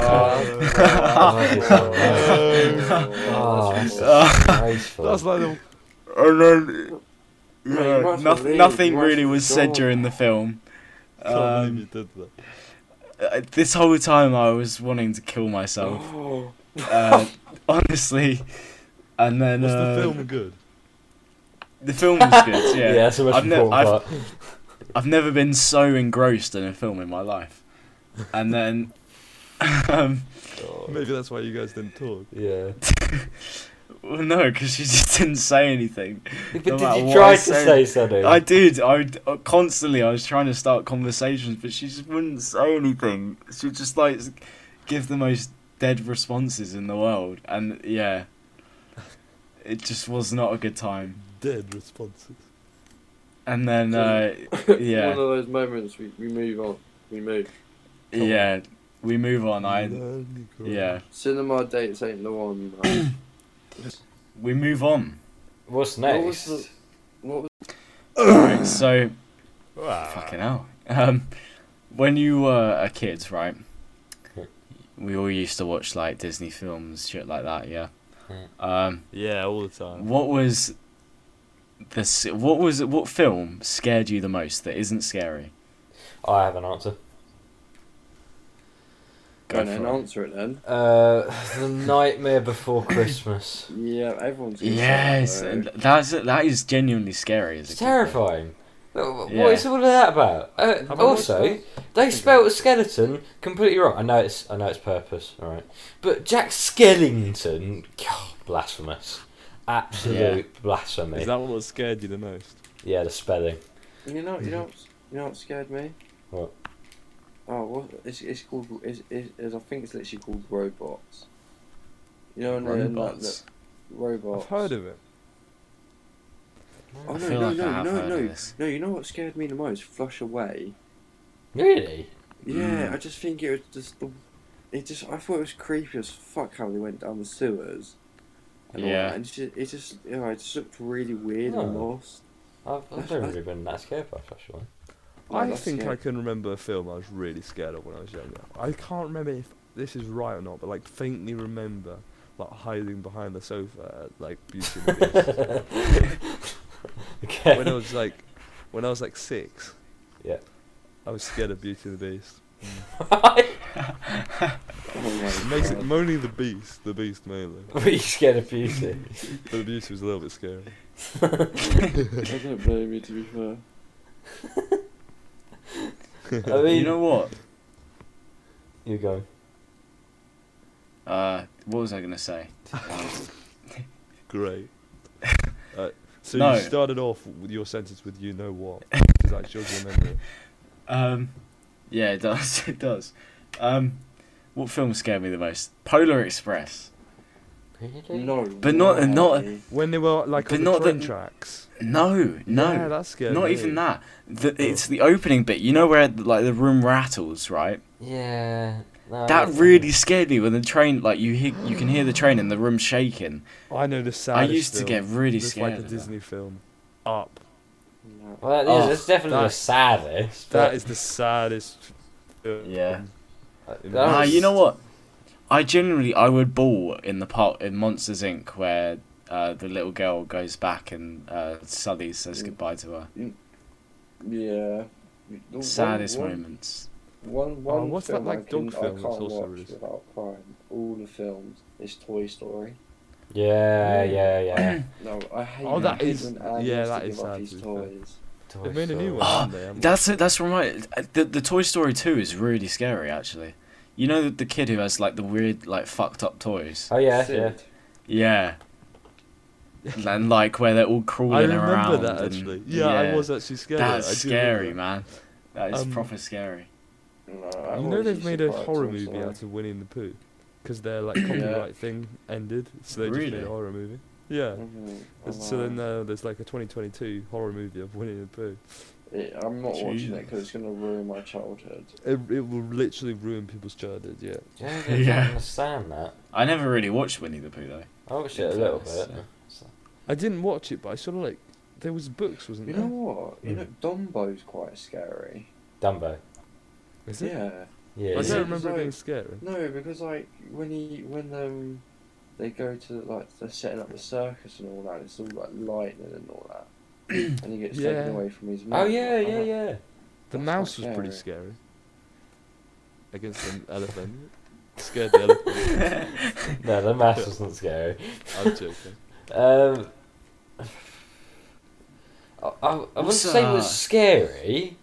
[SPEAKER 2] Oh,
[SPEAKER 5] do Oh, that's <laughs> disgraceful.
[SPEAKER 4] That's like
[SPEAKER 1] Um,
[SPEAKER 4] the.
[SPEAKER 3] And then
[SPEAKER 2] Mate, you might
[SPEAKER 3] yeah,
[SPEAKER 2] as well
[SPEAKER 3] noth-
[SPEAKER 2] leave,
[SPEAKER 3] nothing
[SPEAKER 2] you might as
[SPEAKER 3] really
[SPEAKER 2] well
[SPEAKER 3] was
[SPEAKER 2] be
[SPEAKER 3] said
[SPEAKER 2] gone.
[SPEAKER 3] during the film.
[SPEAKER 4] Can't believe
[SPEAKER 3] Um,
[SPEAKER 4] you did that.
[SPEAKER 3] uh, this whole time I was wanting to
[SPEAKER 2] <laughs>
[SPEAKER 3] kill myself,
[SPEAKER 2] Oh,
[SPEAKER 3] uh, honestly. And then
[SPEAKER 4] Was
[SPEAKER 3] uh,
[SPEAKER 4] the film good?
[SPEAKER 3] the film
[SPEAKER 1] <laughs>
[SPEAKER 3] was good.
[SPEAKER 5] yeah.
[SPEAKER 3] Yeah,
[SPEAKER 5] that's the most
[SPEAKER 3] I've ne-
[SPEAKER 5] important
[SPEAKER 3] I've-
[SPEAKER 5] part.
[SPEAKER 3] I've never been so engrossed in a film in my life. And then, <laughs> um,
[SPEAKER 5] Oh,
[SPEAKER 4] Maybe that's why you guys didn't talk.
[SPEAKER 5] yeah.
[SPEAKER 3] well, no, because she just didn't say anything.
[SPEAKER 5] But
[SPEAKER 3] No matter
[SPEAKER 5] did you
[SPEAKER 3] what
[SPEAKER 5] try
[SPEAKER 3] I
[SPEAKER 5] to
[SPEAKER 3] say-
[SPEAKER 5] say something?
[SPEAKER 3] I did. I uh, constantly I was trying to start conversations, but she just wouldn't say anything. She would just like s- give the most dead responses in the world, and yeah, it just was not a good time.
[SPEAKER 4] Dead responses.
[SPEAKER 3] And then uh,
[SPEAKER 2] One of
[SPEAKER 3] yeah,
[SPEAKER 2] those moments we, we move on. We move.
[SPEAKER 3] yeah, we move on. I
[SPEAKER 4] Learn your craft.
[SPEAKER 3] yeah,
[SPEAKER 2] Cinema dates ain't the one, man.
[SPEAKER 3] we move on.
[SPEAKER 5] What's
[SPEAKER 2] What was the-
[SPEAKER 5] next?
[SPEAKER 2] what was
[SPEAKER 3] Right, so
[SPEAKER 4] Wow.
[SPEAKER 3] fucking hell. Um, when you were a kid, right? We all used to watch like Disney films, shit like that. Yeah. Um.
[SPEAKER 4] Yeah, all the time.
[SPEAKER 3] What was the s- what was what film scared you the most that isn't scary?
[SPEAKER 5] I have an answer.
[SPEAKER 2] Go
[SPEAKER 3] Go for
[SPEAKER 2] then,
[SPEAKER 3] it.
[SPEAKER 2] answer it then.
[SPEAKER 5] Uh, the Nightmare Before Christmas.
[SPEAKER 2] Yeah, everyone's gonna say
[SPEAKER 3] Yes,
[SPEAKER 2] that,
[SPEAKER 3] and
[SPEAKER 2] though.
[SPEAKER 3] that's that is genuinely scary. As a
[SPEAKER 5] It's
[SPEAKER 3] kid.
[SPEAKER 5] terrifying. Wh-
[SPEAKER 3] Yeah.
[SPEAKER 5] What is all of that about? Uh,
[SPEAKER 4] about
[SPEAKER 5] also, they spelt skeleton completely wrong. I know it's I know its purpose, all right. But Jack Skellington, blasphemous, absolute blasphemy.
[SPEAKER 4] Is that what scared you the most?
[SPEAKER 5] yeah, the spelling.
[SPEAKER 2] You know, you know, what's- you know what scared me?
[SPEAKER 5] What?
[SPEAKER 2] Oh, what? It's, it's called. It's, it's, it's, I think it's literally called robots. You know, and then that-
[SPEAKER 3] robots.
[SPEAKER 2] that- robots.
[SPEAKER 4] I've heard of it.
[SPEAKER 2] Oh
[SPEAKER 3] I
[SPEAKER 2] no,
[SPEAKER 3] feel
[SPEAKER 2] no,
[SPEAKER 3] like I
[SPEAKER 2] no,
[SPEAKER 3] have
[SPEAKER 2] no,
[SPEAKER 3] heard of
[SPEAKER 2] no, <laughs>
[SPEAKER 3] this.
[SPEAKER 2] no! You know what scared me the most? Flush away.
[SPEAKER 5] Really?
[SPEAKER 2] Yeah,
[SPEAKER 3] Mm.
[SPEAKER 2] I just think it was just the. It just I thought it was creepy as fuck how they went down the sewers. And all
[SPEAKER 3] Yeah.
[SPEAKER 2] that. and it just, it just, you know, it just looked really weird and
[SPEAKER 5] Oh.
[SPEAKER 2] lost.
[SPEAKER 5] I've, I've never really been that scared by Flash
[SPEAKER 4] <laughs>
[SPEAKER 5] One. <laughs>
[SPEAKER 2] Yeah,
[SPEAKER 4] I
[SPEAKER 2] that's
[SPEAKER 4] think I
[SPEAKER 2] scary.
[SPEAKER 4] can remember a film I was really scared of when I was younger. I can't remember if this is right or not, but like faintly remember like hiding behind the sofa at like
[SPEAKER 5] <laughs>
[SPEAKER 4] beauty and the Beast.
[SPEAKER 5] Okay.
[SPEAKER 4] when I was like when I was like six.
[SPEAKER 5] Yeah.
[SPEAKER 4] I was scared of Beauty and the Beast.
[SPEAKER 2] <laughs> Oh my
[SPEAKER 4] Basic-
[SPEAKER 2] God.
[SPEAKER 4] mainly the Beast, the Beast mainly.
[SPEAKER 5] Were you scared
[SPEAKER 4] <laughs>
[SPEAKER 5] of beauty?
[SPEAKER 4] But the Beast was a little bit scary.
[SPEAKER 2] I don't blame you to be fair.
[SPEAKER 5] I mean,
[SPEAKER 3] you know what?
[SPEAKER 5] you go.
[SPEAKER 3] Uh, what was I gonna say? <laughs>
[SPEAKER 4] Great. Uh, so
[SPEAKER 3] No.
[SPEAKER 4] you started off with your sentence with "you know what," because that shows
[SPEAKER 3] <laughs>
[SPEAKER 4] your memory.
[SPEAKER 3] Um, yeah, it does. <laughs> It does. Um, what film scared me the most? Polar Express.
[SPEAKER 5] Really?
[SPEAKER 2] No,
[SPEAKER 3] But not-
[SPEAKER 2] way.
[SPEAKER 3] not-
[SPEAKER 4] When they were like
[SPEAKER 3] But
[SPEAKER 4] on
[SPEAKER 3] not
[SPEAKER 4] the
[SPEAKER 3] that-
[SPEAKER 4] train tracks.
[SPEAKER 3] No, no.
[SPEAKER 4] yeah, that scared
[SPEAKER 3] not
[SPEAKER 4] me.
[SPEAKER 3] even that. The,
[SPEAKER 4] Oh.
[SPEAKER 3] It's the opening bit. You know where like the room rattles, right?
[SPEAKER 5] Yeah. No,
[SPEAKER 3] That
[SPEAKER 5] that's-
[SPEAKER 3] really scared me when the train, like you hear, you can hear the train and the room shaking.
[SPEAKER 4] I know the saddest.
[SPEAKER 3] I used to
[SPEAKER 4] film.
[SPEAKER 3] get really
[SPEAKER 4] Just
[SPEAKER 3] scared.
[SPEAKER 4] like the
[SPEAKER 3] of
[SPEAKER 4] Disney film. Up.
[SPEAKER 2] No.
[SPEAKER 5] Well, that is,
[SPEAKER 3] Oh,
[SPEAKER 5] that's definitely the
[SPEAKER 4] that-
[SPEAKER 5] saddest.
[SPEAKER 4] That
[SPEAKER 5] but-
[SPEAKER 4] is the saddest.
[SPEAKER 3] that.
[SPEAKER 4] Film.
[SPEAKER 3] Yeah.
[SPEAKER 5] that
[SPEAKER 4] That
[SPEAKER 3] Ah,
[SPEAKER 5] was-
[SPEAKER 3] you know what? I generally I would bawl in the part in Monsters Inc. where uh, the little girl goes back and uh, Sully says
[SPEAKER 2] Mm.
[SPEAKER 3] goodbye to her.
[SPEAKER 2] Yeah. One-
[SPEAKER 3] Saddest
[SPEAKER 2] one-
[SPEAKER 3] moments.
[SPEAKER 2] One,
[SPEAKER 4] Oh,
[SPEAKER 2] one
[SPEAKER 4] what's that,
[SPEAKER 2] film
[SPEAKER 4] like,
[SPEAKER 2] I can,
[SPEAKER 4] dog film
[SPEAKER 2] I
[SPEAKER 4] that's
[SPEAKER 2] can't
[SPEAKER 4] also
[SPEAKER 2] watch
[SPEAKER 4] released?
[SPEAKER 2] without crying. All the films is Toy Story.
[SPEAKER 5] Yeah,
[SPEAKER 3] <clears throat>
[SPEAKER 5] yeah, yeah.
[SPEAKER 2] No, I hate.
[SPEAKER 4] Oh, that
[SPEAKER 2] I hate
[SPEAKER 4] is-
[SPEAKER 2] when Adam
[SPEAKER 4] yeah,
[SPEAKER 2] has to
[SPEAKER 4] that
[SPEAKER 2] give
[SPEAKER 4] is
[SPEAKER 2] up
[SPEAKER 4] sad,
[SPEAKER 2] his
[SPEAKER 4] to be fair.
[SPEAKER 2] toys.
[SPEAKER 5] Toy
[SPEAKER 4] They made a new
[SPEAKER 5] Story.
[SPEAKER 4] one.
[SPEAKER 3] <gasps> Ah,
[SPEAKER 4] haven't they? I'm-
[SPEAKER 3] That's it. That's right. The the Toy Story two is really scary actually. You know the, the kid who has like the weird like fucked up toys.
[SPEAKER 4] <laughs>
[SPEAKER 5] Oh yeah, yeah.
[SPEAKER 2] Sid.
[SPEAKER 3] Yeah. and like where they're all crawling
[SPEAKER 4] I remember
[SPEAKER 3] around.
[SPEAKER 4] that
[SPEAKER 3] and-
[SPEAKER 4] actually. Yeah, I was actually scared. of
[SPEAKER 3] That's
[SPEAKER 4] it. I do
[SPEAKER 3] scary,
[SPEAKER 4] remember
[SPEAKER 3] man. That is
[SPEAKER 4] Um,
[SPEAKER 3] proper scary.
[SPEAKER 2] No,
[SPEAKER 4] that.
[SPEAKER 2] I
[SPEAKER 4] You know
[SPEAKER 2] always
[SPEAKER 4] they've
[SPEAKER 2] used
[SPEAKER 4] made
[SPEAKER 2] to
[SPEAKER 4] a
[SPEAKER 2] cry at
[SPEAKER 4] horror
[SPEAKER 2] times,
[SPEAKER 4] movie
[SPEAKER 2] like-
[SPEAKER 4] out of Winnie the Pooh, because their like copyright thing ended, so they just made
[SPEAKER 3] Really?
[SPEAKER 4] a horror movie. Yeah.
[SPEAKER 2] Mhm,
[SPEAKER 4] There's- So
[SPEAKER 2] I
[SPEAKER 4] then
[SPEAKER 2] know.
[SPEAKER 4] uh, there's like a 2022 horror movie of Winnie the Pooh.
[SPEAKER 2] Yeah, I'm not watching it
[SPEAKER 3] Jesus.
[SPEAKER 2] because it's going to ruin my childhood.
[SPEAKER 4] It, it will literally ruin people's childhood. Yeah.
[SPEAKER 1] Yeah, I
[SPEAKER 3] <laughs> Yeah.
[SPEAKER 1] don't understand that.
[SPEAKER 3] I never really watched Winnie the Pooh though. <laughs>
[SPEAKER 1] I watched it a little
[SPEAKER 3] Yes.
[SPEAKER 1] bit. So-
[SPEAKER 4] I didn't watch it, but I sort of like there was books, wasn't
[SPEAKER 2] You
[SPEAKER 4] there?
[SPEAKER 2] know what? You know, Dumbo's quite scary.
[SPEAKER 1] Dumbo.
[SPEAKER 4] Is it?
[SPEAKER 2] Yeah.
[SPEAKER 1] Yeah.
[SPEAKER 4] I
[SPEAKER 3] Is
[SPEAKER 1] yeah.
[SPEAKER 4] don't
[SPEAKER 3] it?
[SPEAKER 4] remember it
[SPEAKER 2] Like-
[SPEAKER 4] being scary.
[SPEAKER 2] No, because like when he when um they go to like they're setting up the circus and all that, it's all like lightning and
[SPEAKER 1] <clears throat>
[SPEAKER 2] all that, and he gets
[SPEAKER 4] Yeah.
[SPEAKER 2] taken away from his.
[SPEAKER 1] Oh
[SPEAKER 2] mate.
[SPEAKER 1] yeah,
[SPEAKER 2] I'm
[SPEAKER 1] yeah,
[SPEAKER 2] like,
[SPEAKER 3] <laughs>
[SPEAKER 1] yeah.
[SPEAKER 4] The
[SPEAKER 2] That's
[SPEAKER 4] mouse was
[SPEAKER 2] not
[SPEAKER 4] pretty scary. Against an <laughs> elephant. Scared the elephant.
[SPEAKER 1] No, the mouse wasn't scary.
[SPEAKER 4] I'm joking.
[SPEAKER 1] Um, I, I, I wouldn't
[SPEAKER 3] Also-
[SPEAKER 1] say it was scary,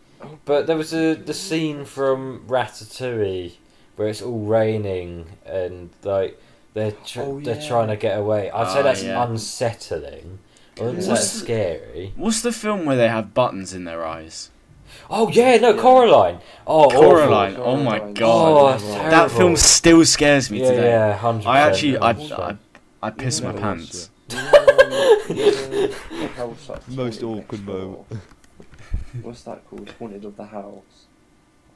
[SPEAKER 1] but there was a the scene from Ratatouille where it's all raining and like they're tr-
[SPEAKER 2] Oh,
[SPEAKER 1] they're
[SPEAKER 2] yeah.
[SPEAKER 1] trying to get away. I'd say
[SPEAKER 3] Oh,
[SPEAKER 1] that's
[SPEAKER 3] yeah.
[SPEAKER 1] unsettling. I wouldn't say
[SPEAKER 2] What's
[SPEAKER 1] it's
[SPEAKER 3] the-
[SPEAKER 1] scary.
[SPEAKER 3] What's the film where they have buttons in their eyes?
[SPEAKER 1] Oh yeah, no,
[SPEAKER 2] Yeah.
[SPEAKER 1] Coraline. Oh, awful.
[SPEAKER 3] Coraline. Oh my
[SPEAKER 2] Coraline.
[SPEAKER 1] Oh,
[SPEAKER 3] god.
[SPEAKER 1] it's
[SPEAKER 2] That
[SPEAKER 3] that
[SPEAKER 1] terrible.
[SPEAKER 3] film still scares me
[SPEAKER 1] yeah,
[SPEAKER 3] today.
[SPEAKER 1] yeah, hundred.
[SPEAKER 3] I actually, I,
[SPEAKER 2] that's
[SPEAKER 3] I, I pissed my
[SPEAKER 4] Never watched
[SPEAKER 3] pants.
[SPEAKER 2] You <laughs> know, um, you know, House that's
[SPEAKER 4] Most
[SPEAKER 2] haunted
[SPEAKER 4] awkward
[SPEAKER 2] next
[SPEAKER 4] moment.
[SPEAKER 2] door? What's that called? Haunted of the house.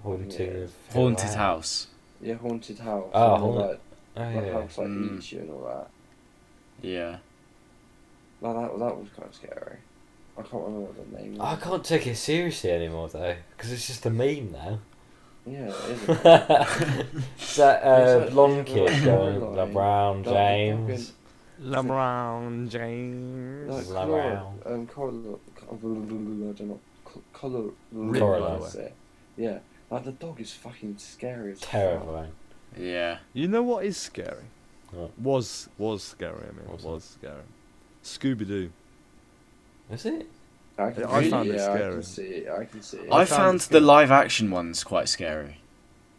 [SPEAKER 1] haunting. of
[SPEAKER 3] <laughs> Haunted
[SPEAKER 1] Coraline.
[SPEAKER 3] House.
[SPEAKER 2] Yeah, haunted house.
[SPEAKER 3] Ah,
[SPEAKER 1] Oh,
[SPEAKER 2] and all
[SPEAKER 1] haunted-
[SPEAKER 2] that-
[SPEAKER 1] Oh,
[SPEAKER 2] The
[SPEAKER 1] yeah.
[SPEAKER 2] house like
[SPEAKER 3] Mm.
[SPEAKER 2] eats you and all that.
[SPEAKER 3] Yeah.
[SPEAKER 2] No, that that was kind of scary. I can't remember what the name.
[SPEAKER 1] I
[SPEAKER 2] was.
[SPEAKER 1] can't take it seriously anymore though, because it's just a meme now.
[SPEAKER 2] Yeah, it
[SPEAKER 1] <laughs>
[SPEAKER 2] is. a-
[SPEAKER 1] It's that uh,
[SPEAKER 2] Exactly,
[SPEAKER 1] blonde
[SPEAKER 2] yeah,
[SPEAKER 1] kid
[SPEAKER 2] like
[SPEAKER 1] going
[SPEAKER 2] Coraline,
[SPEAKER 1] LeBron
[SPEAKER 2] Dr.
[SPEAKER 1] James.
[SPEAKER 4] LeBron James.
[SPEAKER 2] Like
[SPEAKER 1] Love
[SPEAKER 2] color,
[SPEAKER 1] Island.
[SPEAKER 2] um, color, I don't know, color,
[SPEAKER 1] Coraline.
[SPEAKER 2] Yeah, like the dog is fucking scary. As fuck.
[SPEAKER 1] Terrifying.
[SPEAKER 3] Yeah.
[SPEAKER 4] You know what is scary?
[SPEAKER 1] What?
[SPEAKER 4] Was was scary. I mean,
[SPEAKER 1] What's
[SPEAKER 4] was scary. Scooby Doo.
[SPEAKER 1] Is it?
[SPEAKER 2] I, can
[SPEAKER 4] I
[SPEAKER 2] see
[SPEAKER 4] found it
[SPEAKER 2] yeah, I
[SPEAKER 4] scary.
[SPEAKER 2] can see it. I can see it.
[SPEAKER 3] I
[SPEAKER 4] I
[SPEAKER 3] found
[SPEAKER 4] found
[SPEAKER 3] the
[SPEAKER 4] it-
[SPEAKER 3] live action ones quite scary.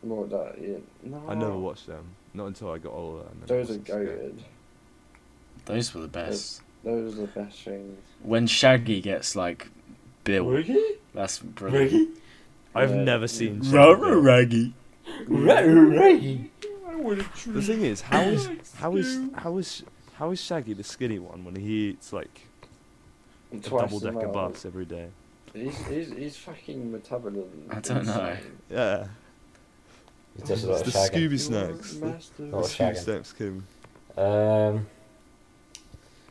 [SPEAKER 2] More that. Yeah. No.
[SPEAKER 4] I never watched them. Not until I got older. And then I
[SPEAKER 2] Those are
[SPEAKER 4] wasn't scared.
[SPEAKER 2] goated.
[SPEAKER 3] Those were the best.
[SPEAKER 2] Those are the best things.
[SPEAKER 3] When Shaggy gets like built, that's brilliant.
[SPEAKER 1] Reggie?
[SPEAKER 4] I've
[SPEAKER 2] Yeah.
[SPEAKER 4] never seen. Shaggy Doo.
[SPEAKER 3] Raggy.
[SPEAKER 1] Reggie?
[SPEAKER 4] The thing
[SPEAKER 3] <laughs>
[SPEAKER 4] is, how is how is how is how is Shaggy the skinny one when he eats like
[SPEAKER 2] And
[SPEAKER 4] a
[SPEAKER 2] twice
[SPEAKER 4] double
[SPEAKER 2] the
[SPEAKER 4] decker
[SPEAKER 2] amount.
[SPEAKER 4] bus every day?
[SPEAKER 2] He's, he's, he's fucking metabolism.
[SPEAKER 3] I don't know.
[SPEAKER 2] insane.
[SPEAKER 4] Yeah,
[SPEAKER 1] He does a
[SPEAKER 4] it's
[SPEAKER 1] lot of
[SPEAKER 4] the
[SPEAKER 1] shagging.
[SPEAKER 4] Scooby
[SPEAKER 2] You're a
[SPEAKER 4] Snacks. The
[SPEAKER 2] master
[SPEAKER 1] Oh,
[SPEAKER 4] the Scooby
[SPEAKER 1] shagging.
[SPEAKER 4] Snacks Kim.
[SPEAKER 1] Um,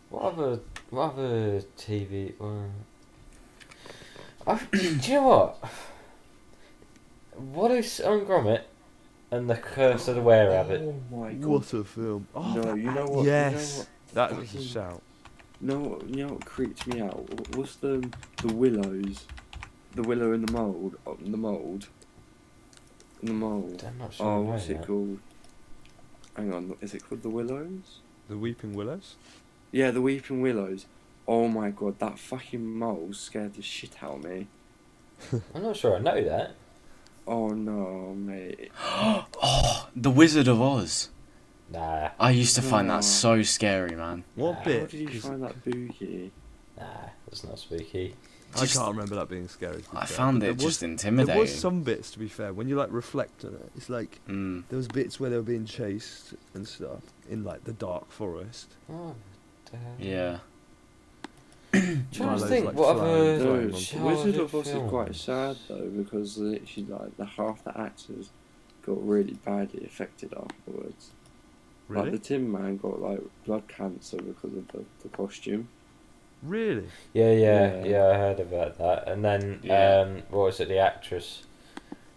[SPEAKER 1] what other what other TV? Well, I, <coughs> do you know what? What is on Gromit and the Curse of the Were Rabbit?
[SPEAKER 2] Oh my god.
[SPEAKER 4] What a film! Oh,
[SPEAKER 2] no,
[SPEAKER 4] that,
[SPEAKER 2] you know what?
[SPEAKER 4] yes, that was a
[SPEAKER 2] fucking-
[SPEAKER 4] shout.
[SPEAKER 2] You know what, you know what creeps me out? Wh- What's the the willows? The willow and the mold. uh, The mold. The mold.
[SPEAKER 1] I'm not sure.
[SPEAKER 2] Oh,
[SPEAKER 1] I know
[SPEAKER 2] what's it
[SPEAKER 1] that.
[SPEAKER 2] called? Hang on, is it called the willows?
[SPEAKER 4] The Weeping Willows.
[SPEAKER 2] Yeah, the weeping willows. Oh my god, that fucking mole scared the shit out of me.
[SPEAKER 1] I'm not sure. I know that.
[SPEAKER 2] Oh no, mate.
[SPEAKER 3] The Wizard of Oz.
[SPEAKER 1] Nah,
[SPEAKER 3] I used to find
[SPEAKER 2] No.
[SPEAKER 3] that
[SPEAKER 4] Mm.
[SPEAKER 3] so scary, man.
[SPEAKER 4] What
[SPEAKER 1] How
[SPEAKER 2] How
[SPEAKER 4] bit?
[SPEAKER 2] did you
[SPEAKER 4] 'Cause
[SPEAKER 2] find that boogie?
[SPEAKER 1] nah, that's not spooky.
[SPEAKER 4] I
[SPEAKER 3] Just-
[SPEAKER 4] can't remember that being scary. to be
[SPEAKER 3] I
[SPEAKER 4] fair.
[SPEAKER 3] found
[SPEAKER 4] There
[SPEAKER 3] it just
[SPEAKER 4] was,
[SPEAKER 3] intimidating.
[SPEAKER 4] There was some bits, to be fair, when you like reflect on it, it's like
[SPEAKER 3] Mm.
[SPEAKER 4] there was bits where they were being chased and stuff in like the dark forest.
[SPEAKER 1] Oh, uh,
[SPEAKER 3] Yeah.
[SPEAKER 1] Trying
[SPEAKER 4] One
[SPEAKER 1] to
[SPEAKER 4] of those,
[SPEAKER 1] think
[SPEAKER 4] like,
[SPEAKER 1] what
[SPEAKER 4] flying-
[SPEAKER 1] other
[SPEAKER 2] No,
[SPEAKER 4] flying
[SPEAKER 1] childhood
[SPEAKER 2] Wizard of Oz is quite
[SPEAKER 1] films?
[SPEAKER 2] sad though because literally like the half the actors got really badly affected afterwards.
[SPEAKER 4] Really?
[SPEAKER 2] Like the Tin Man got like blood cancer because of the, the costume.
[SPEAKER 4] Really?
[SPEAKER 1] Yeah, yeah,
[SPEAKER 2] Yeah.
[SPEAKER 1] yeah. I heard about that. And then,
[SPEAKER 3] Yeah.
[SPEAKER 1] um, what was it? The actress,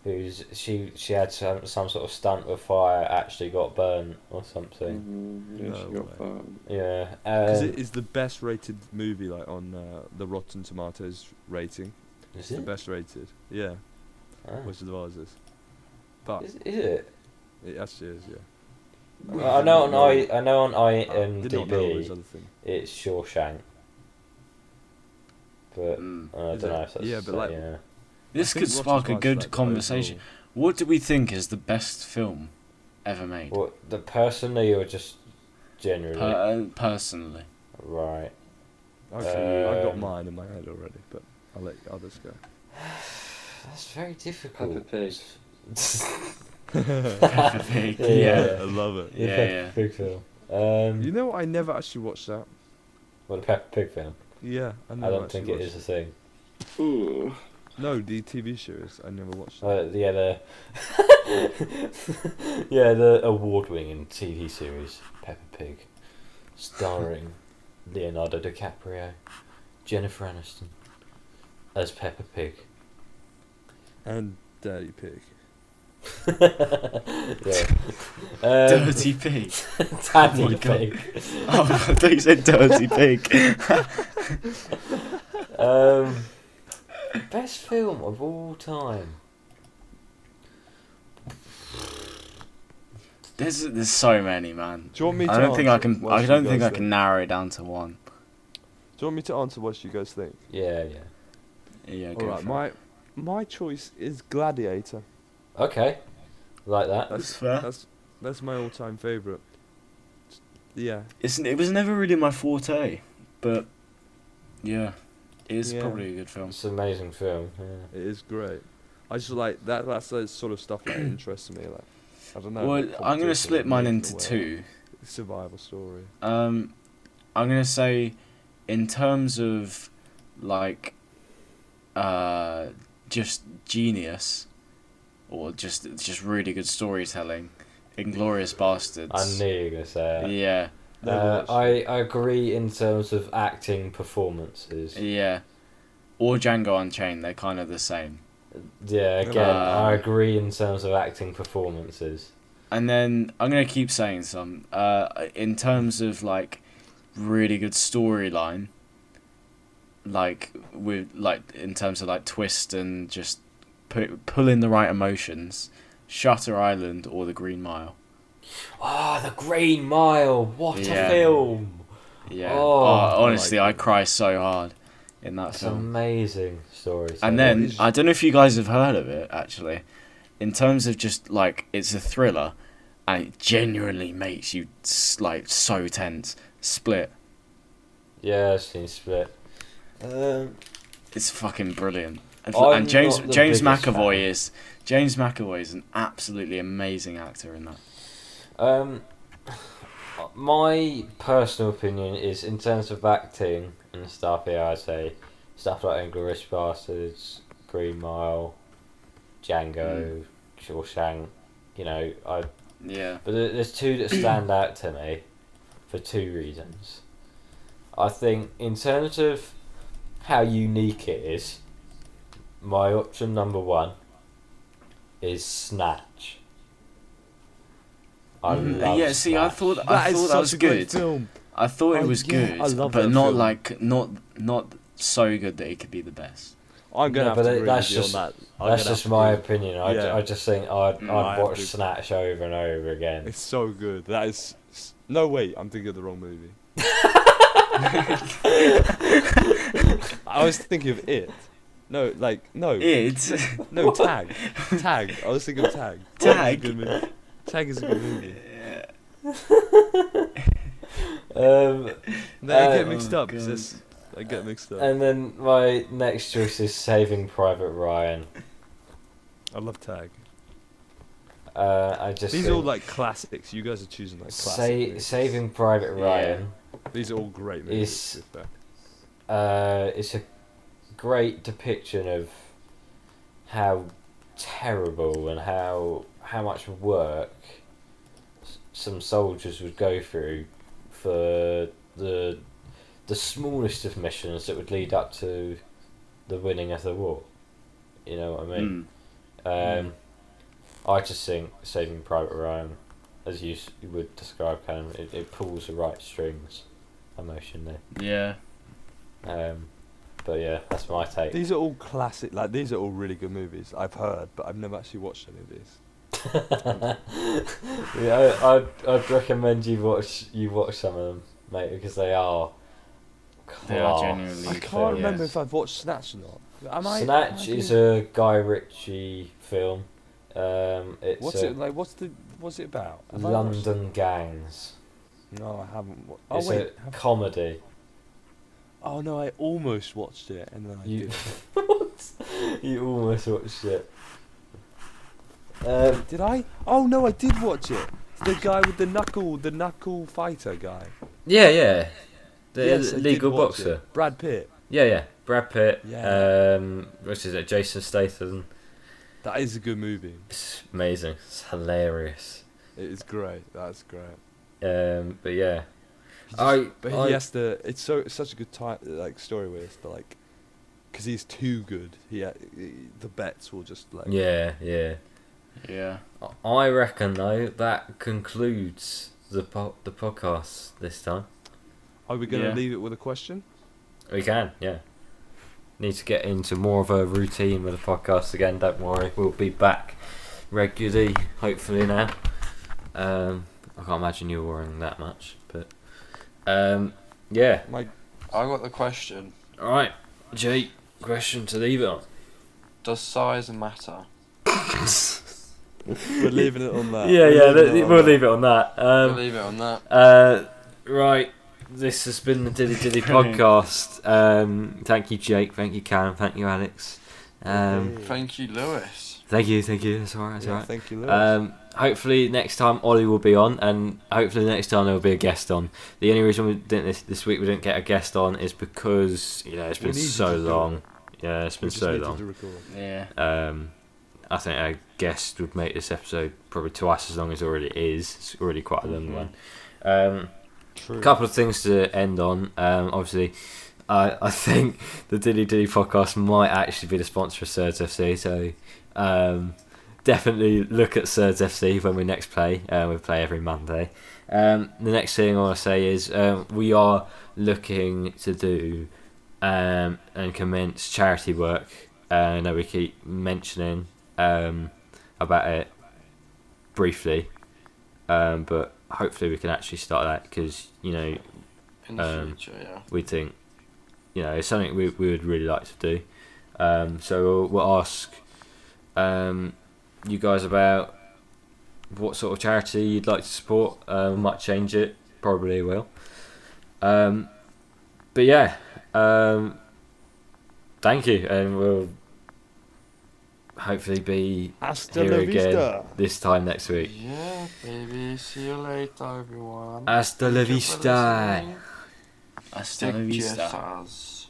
[SPEAKER 1] who's she? She had some some sort of stunt with fire. Actually, got burnt or something.
[SPEAKER 2] Mhm, yeah,
[SPEAKER 4] No
[SPEAKER 2] she got
[SPEAKER 4] way.
[SPEAKER 2] burned.
[SPEAKER 1] Yeah.
[SPEAKER 4] Because
[SPEAKER 1] Um,
[SPEAKER 4] it is the best rated movie, like on uh, the Rotten Tomatoes rating.
[SPEAKER 1] is
[SPEAKER 4] It's the
[SPEAKER 1] it?
[SPEAKER 4] best rated. Yeah,
[SPEAKER 1] Ah.
[SPEAKER 4] Wizard of Oz is. But
[SPEAKER 1] Is, is it?
[SPEAKER 4] it actually is, yeah.
[SPEAKER 1] I know on
[SPEAKER 4] know.
[SPEAKER 1] I, I know on
[SPEAKER 4] I did not Uh, know it was
[SPEAKER 1] IMDb
[SPEAKER 4] other thing.
[SPEAKER 1] it's Shawshank, but
[SPEAKER 3] Mm.
[SPEAKER 1] I don't
[SPEAKER 4] Is
[SPEAKER 1] know
[SPEAKER 4] it?
[SPEAKER 1] if that's
[SPEAKER 4] Yeah, but like-
[SPEAKER 1] yeah.
[SPEAKER 3] This
[SPEAKER 4] I think
[SPEAKER 3] could
[SPEAKER 4] Rotten
[SPEAKER 3] spark a
[SPEAKER 4] Tomatoes,
[SPEAKER 3] good
[SPEAKER 4] like, the
[SPEAKER 3] conversation.
[SPEAKER 4] overall-
[SPEAKER 3] What do we think is the best film ever made? Uh,
[SPEAKER 1] What the person or you're just generally
[SPEAKER 4] <laughs>
[SPEAKER 3] Per- personally.
[SPEAKER 1] right?
[SPEAKER 4] Actually, I've got
[SPEAKER 1] Um,
[SPEAKER 4] mine in my head already, but I'll let the others
[SPEAKER 3] <laughs>
[SPEAKER 4] go.
[SPEAKER 1] That's very
[SPEAKER 2] Peppa
[SPEAKER 1] difficult.
[SPEAKER 2] Pig.
[SPEAKER 3] Peppa Pig,
[SPEAKER 1] Yeah.
[SPEAKER 3] yeah.
[SPEAKER 4] I love it.
[SPEAKER 1] Yeah,
[SPEAKER 3] Yeah,
[SPEAKER 1] Peppa
[SPEAKER 3] yeah.
[SPEAKER 1] Pig film. Um,
[SPEAKER 4] You know what? I never actually watched that.
[SPEAKER 1] Well, the Peppa Pig film.
[SPEAKER 4] Yeah, I
[SPEAKER 1] I
[SPEAKER 4] never
[SPEAKER 1] don't
[SPEAKER 4] actually
[SPEAKER 1] think it
[SPEAKER 4] watched
[SPEAKER 1] is a thing.
[SPEAKER 2] Ooh.
[SPEAKER 4] No, the TV series. I never watched that.
[SPEAKER 1] Uh, yeah, the <laughs> yeah the award-winning TV series Peppa Pig, starring Leonardo DiCaprio, Jennifer Aniston as Peppa Pig. <laughs>
[SPEAKER 4] And Dirty Pig.
[SPEAKER 1] yeah. Um, <laughs>
[SPEAKER 3] Dirty Pig.
[SPEAKER 1] Daddy
[SPEAKER 3] Oh my God.
[SPEAKER 1] Pig.
[SPEAKER 3] <laughs> Oh, I thought you said Dirty Pig.
[SPEAKER 1] Um, best film of all time.
[SPEAKER 3] There's there's so many, man.
[SPEAKER 4] Do you want me to
[SPEAKER 3] I don't think I
[SPEAKER 4] answer
[SPEAKER 3] can.
[SPEAKER 4] whilst
[SPEAKER 3] I
[SPEAKER 4] you
[SPEAKER 3] don't think
[SPEAKER 4] guys
[SPEAKER 3] I can
[SPEAKER 4] think?
[SPEAKER 3] narrow it down to one.
[SPEAKER 4] Do you want me to answer what you guys think?
[SPEAKER 1] Yeah, yeah.
[SPEAKER 3] Yeah, go
[SPEAKER 4] All right,
[SPEAKER 3] for it.
[SPEAKER 4] my my choice is Gladiator.
[SPEAKER 1] Okay, like that.
[SPEAKER 4] That's
[SPEAKER 3] That's fair.
[SPEAKER 4] That's that's my all-time favorite. Yeah,
[SPEAKER 3] It's, it was never really my forte, but yeah, it is
[SPEAKER 4] Yeah.
[SPEAKER 3] probably a good film.
[SPEAKER 1] It's an amazing film. Yeah.
[SPEAKER 4] it is great. I just like that. That's the sort of
[SPEAKER 3] <clears throat>
[SPEAKER 4] stuff that interests me. Like, I don't know.
[SPEAKER 3] well,
[SPEAKER 4] like
[SPEAKER 3] I'm gonna
[SPEAKER 4] competition,
[SPEAKER 3] split
[SPEAKER 4] like,
[SPEAKER 3] mine
[SPEAKER 4] moving
[SPEAKER 3] into
[SPEAKER 4] away,
[SPEAKER 3] two.
[SPEAKER 4] Survival story.
[SPEAKER 3] Um, I'm gonna say, in terms of like, uh, just genius, or just just really good storytelling, Inglorious Bastards.
[SPEAKER 1] I knew you were gonna say that.
[SPEAKER 3] Yeah,
[SPEAKER 1] Uh,
[SPEAKER 4] Never watched
[SPEAKER 1] I, I agree in terms of acting performances.
[SPEAKER 3] yeah. Or Django Unchained. They're kind of the same.
[SPEAKER 1] Yeah, again,
[SPEAKER 3] Uh,
[SPEAKER 1] I agree in terms of acting performances.
[SPEAKER 3] And then I'm gonna keep saying some. Uh, in terms of like really good storyline, like with like in terms of like twist and just pu- pull in the right emotions, Shutter Island or The Green Mile.
[SPEAKER 1] Ah, The Green Mile. What
[SPEAKER 3] Yeah.
[SPEAKER 1] a film!
[SPEAKER 3] Yeah.
[SPEAKER 1] Oh,
[SPEAKER 3] Oh,
[SPEAKER 1] I
[SPEAKER 3] honestly, I,
[SPEAKER 4] like that.
[SPEAKER 3] cry so hard in that
[SPEAKER 1] That's
[SPEAKER 3] film.
[SPEAKER 1] amazing story.
[SPEAKER 3] And
[SPEAKER 1] so-
[SPEAKER 3] then I don't know if you guys have heard of it actually. In terms of just like it's a thriller, and it genuinely makes you s- like so tense. Split.
[SPEAKER 1] yeah, I've seen Split. Um,
[SPEAKER 3] It's fucking brilliant. And,
[SPEAKER 1] I'm
[SPEAKER 3] and James
[SPEAKER 1] not the
[SPEAKER 3] James
[SPEAKER 1] biggest
[SPEAKER 3] McAvoy
[SPEAKER 1] fan.
[SPEAKER 3] is James McAvoy is an absolutely amazing actor in that.
[SPEAKER 1] um, my personal opinion is in terms of acting and stuff. Here, I say stuff like Inglourious Bastards, Green Mile, Django, Shawshank. You know, I
[SPEAKER 3] Yeah.
[SPEAKER 1] But there- there's two that stand out to me for two reasons. I think, in terms of how unique it is, my option number one is Snatch. I
[SPEAKER 3] Mhm.
[SPEAKER 1] love
[SPEAKER 3] yeah. See, I
[SPEAKER 1] Snatch.
[SPEAKER 3] thought I
[SPEAKER 4] is
[SPEAKER 3] thought that
[SPEAKER 4] such
[SPEAKER 3] was
[SPEAKER 4] a great
[SPEAKER 3] good.
[SPEAKER 4] film.
[SPEAKER 3] I thought
[SPEAKER 4] Oh,
[SPEAKER 3] it was
[SPEAKER 4] yeah,
[SPEAKER 3] good,
[SPEAKER 4] I love
[SPEAKER 3] but
[SPEAKER 4] that
[SPEAKER 3] not
[SPEAKER 4] film.
[SPEAKER 3] like not not so good that it could be the best.
[SPEAKER 4] I'm gonna
[SPEAKER 1] No,
[SPEAKER 4] have
[SPEAKER 1] but
[SPEAKER 4] to
[SPEAKER 1] that-
[SPEAKER 4] agree
[SPEAKER 1] that's
[SPEAKER 4] with you on
[SPEAKER 1] just-
[SPEAKER 4] that. I'm
[SPEAKER 1] That's
[SPEAKER 4] gonna
[SPEAKER 1] just
[SPEAKER 4] have to
[SPEAKER 1] my
[SPEAKER 4] agree.
[SPEAKER 1] opinion. I,
[SPEAKER 4] Yeah.
[SPEAKER 1] I just think I'd,
[SPEAKER 3] Mm,
[SPEAKER 1] I'd
[SPEAKER 4] I
[SPEAKER 1] watch
[SPEAKER 4] agree.
[SPEAKER 1] Snatch over and over again.
[SPEAKER 4] It's so good. That is. s- No wait, I'm thinking of the
[SPEAKER 3] <laughs>
[SPEAKER 4] wrong movie. I was thinking of it. No, like no,
[SPEAKER 3] It.
[SPEAKER 4] <laughs>
[SPEAKER 3] <laughs>
[SPEAKER 4] no tag, tag. I was thinking of tag.
[SPEAKER 3] Tag?
[SPEAKER 4] Is a good movie. Tag is a good movie.
[SPEAKER 1] Um,
[SPEAKER 4] They
[SPEAKER 1] Uh,
[SPEAKER 4] get mixed
[SPEAKER 3] Oh,
[SPEAKER 4] up. It's
[SPEAKER 3] God.
[SPEAKER 4] just, I get mixed up.
[SPEAKER 1] and then my next choice is Saving Private Ryan.
[SPEAKER 4] I love tag.
[SPEAKER 1] Uh, I just
[SPEAKER 4] These are
[SPEAKER 1] think
[SPEAKER 4] all like classics. You guys are choosing like classic
[SPEAKER 1] Sa-
[SPEAKER 4] movies.
[SPEAKER 1] Saving Private
[SPEAKER 3] Yeah.
[SPEAKER 1] Ryan.
[SPEAKER 4] These are all great movies.
[SPEAKER 1] Is-
[SPEAKER 4] to be fair.
[SPEAKER 1] uh, it's a great depiction of how terrible and how how much work s- some soldiers would go through for the the smallest of missions that would lead up to the winning of the war. You know what I mean?
[SPEAKER 3] Mm.
[SPEAKER 1] Um, I just think Saving Private Ryan, as you s- you would describe, Callum, it, it pulls the right strings emotionally.
[SPEAKER 3] Yeah.
[SPEAKER 1] Um, but yeah, that's my take.
[SPEAKER 4] These are all classic. Like these are all really good movies. I've heard, but I've never actually watched any of these.
[SPEAKER 1] <laughs> yeah, I, I'd, I'd recommend you watch you watch some of them, mate, because they are.
[SPEAKER 3] They are
[SPEAKER 1] class.
[SPEAKER 3] genuinely
[SPEAKER 4] I
[SPEAKER 3] Really
[SPEAKER 4] can't
[SPEAKER 3] fair,
[SPEAKER 4] remember
[SPEAKER 3] yes.
[SPEAKER 4] if I've watched Snatch or not. Am I? am
[SPEAKER 1] Snatch
[SPEAKER 4] I
[SPEAKER 1] is
[SPEAKER 4] doing-
[SPEAKER 1] a Guy Ritchie film. Um, it's
[SPEAKER 4] What's
[SPEAKER 1] a
[SPEAKER 4] it like? What's the? What's it about? Have I watched
[SPEAKER 1] London gangs.
[SPEAKER 4] it? No, I haven't. wa- Oh
[SPEAKER 1] it's
[SPEAKER 4] wait.
[SPEAKER 1] a <laughs>
[SPEAKER 4] have-
[SPEAKER 1] comedy.
[SPEAKER 4] Oh no, I almost watched it and then I
[SPEAKER 5] You-
[SPEAKER 4] did.
[SPEAKER 5] you almost watched it. Um,
[SPEAKER 4] Did I? Oh no, I did watch it. It's the guy with the knuckle, the knuckle fighter guy.
[SPEAKER 1] Yeah, yeah. The
[SPEAKER 4] Yes, I did
[SPEAKER 1] legal
[SPEAKER 4] watch
[SPEAKER 1] boxer.
[SPEAKER 4] it. Brad Pitt.
[SPEAKER 1] Yeah, yeah. Brad Pitt.
[SPEAKER 4] Yeah.
[SPEAKER 1] Um, which is it? Jason Statham.
[SPEAKER 4] That is a good movie.
[SPEAKER 1] It's amazing. It's hilarious.
[SPEAKER 4] It is great. That's great.
[SPEAKER 1] Um, but yeah, I.
[SPEAKER 4] But
[SPEAKER 1] I
[SPEAKER 4] he has to. It's so it's such a good time like story with this, but like, because he's too good. He, ha- he- the bets will just like.
[SPEAKER 1] yeah, yeah.
[SPEAKER 3] Yeah.
[SPEAKER 1] I reckon though that concludes the po- the podcast this time.
[SPEAKER 4] Are we gonna
[SPEAKER 3] Yeah.
[SPEAKER 4] leave it with
[SPEAKER 1] <laughs>
[SPEAKER 4] a question?
[SPEAKER 1] We can, yeah. Need to get into more of a routine with the podcast again. Don't worry, we'll be back regularly, hopefully now. Um, I can't imagine you're worrying that much, but um, yeah.
[SPEAKER 4] My
[SPEAKER 2] I got the question.
[SPEAKER 1] All right, Jake. Question to leave
[SPEAKER 4] <laughs>
[SPEAKER 1] it on.
[SPEAKER 2] Does size matter?
[SPEAKER 4] We're leaving it on that.
[SPEAKER 1] yeah,
[SPEAKER 4] We're
[SPEAKER 1] yeah.
[SPEAKER 4] leaving
[SPEAKER 1] th-
[SPEAKER 4] on
[SPEAKER 1] we'll
[SPEAKER 4] that.
[SPEAKER 1] leave it on that.
[SPEAKER 2] We'll
[SPEAKER 1] Um,
[SPEAKER 2] leave it on that.
[SPEAKER 1] uh, right. This has been the Dilly
[SPEAKER 4] <laughs>
[SPEAKER 1] Dilly
[SPEAKER 3] Brilliant.
[SPEAKER 1] podcast. Um, thank you, Jake. Thank you, Callum. Thank you, Alex. Um,
[SPEAKER 4] Yeah.
[SPEAKER 2] Thank you, Lewis.
[SPEAKER 1] thank you, thank you. That's all right. That's all
[SPEAKER 4] Yeah,
[SPEAKER 1] right.
[SPEAKER 4] Thank you. Lewis.
[SPEAKER 1] Um, hopefully next time Ollie will be on, and hopefully next time there will be a guest on. The only reason we didn't this, this week we didn't get a guest on is because you know it's
[SPEAKER 4] We
[SPEAKER 1] been
[SPEAKER 4] needed
[SPEAKER 1] so
[SPEAKER 4] to do it.
[SPEAKER 1] long. Yeah, it's
[SPEAKER 4] We
[SPEAKER 1] been
[SPEAKER 4] just
[SPEAKER 1] so
[SPEAKER 4] needed
[SPEAKER 1] long.
[SPEAKER 4] to record.
[SPEAKER 3] Yeah.
[SPEAKER 1] Um, I think a guest would make this episode probably twice as long as it already is. It's already quite a long
[SPEAKER 3] Mhm.
[SPEAKER 1] one. Um,
[SPEAKER 4] True.
[SPEAKER 1] a couple of things to end on. Um, obviously, I I think <laughs> the Dilly Dilly podcast might actually be the sponsor of Surds FC. So um, definitely look at Surds FC when we next play. Uh, we play every Monday. Um, the next thing I want to say is um, we are looking to do um, and commence charity work. Uh, I know we keep mentioning um, about it briefly, um, but hopefully we can actually start that because you know
[SPEAKER 2] In the
[SPEAKER 1] Um,
[SPEAKER 2] future, yeah.
[SPEAKER 1] we think you know it's something we, we would really like to do um, so we'll, we'll ask um, you guys about what sort of charity you'd like to support uh, we might change it probably will um, but yeah um, thank you and we'll hopefully be
[SPEAKER 4] Hasta
[SPEAKER 1] here
[SPEAKER 4] la
[SPEAKER 1] again.
[SPEAKER 4] vista.
[SPEAKER 1] this time next week
[SPEAKER 2] Yeah, baby. See you later, everyone.
[SPEAKER 1] hasta la
[SPEAKER 2] Thank you for
[SPEAKER 1] vista
[SPEAKER 2] listening.
[SPEAKER 3] Hasta la
[SPEAKER 2] Stick
[SPEAKER 3] vista.
[SPEAKER 2] to us.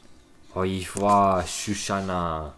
[SPEAKER 1] au revoir Shoshana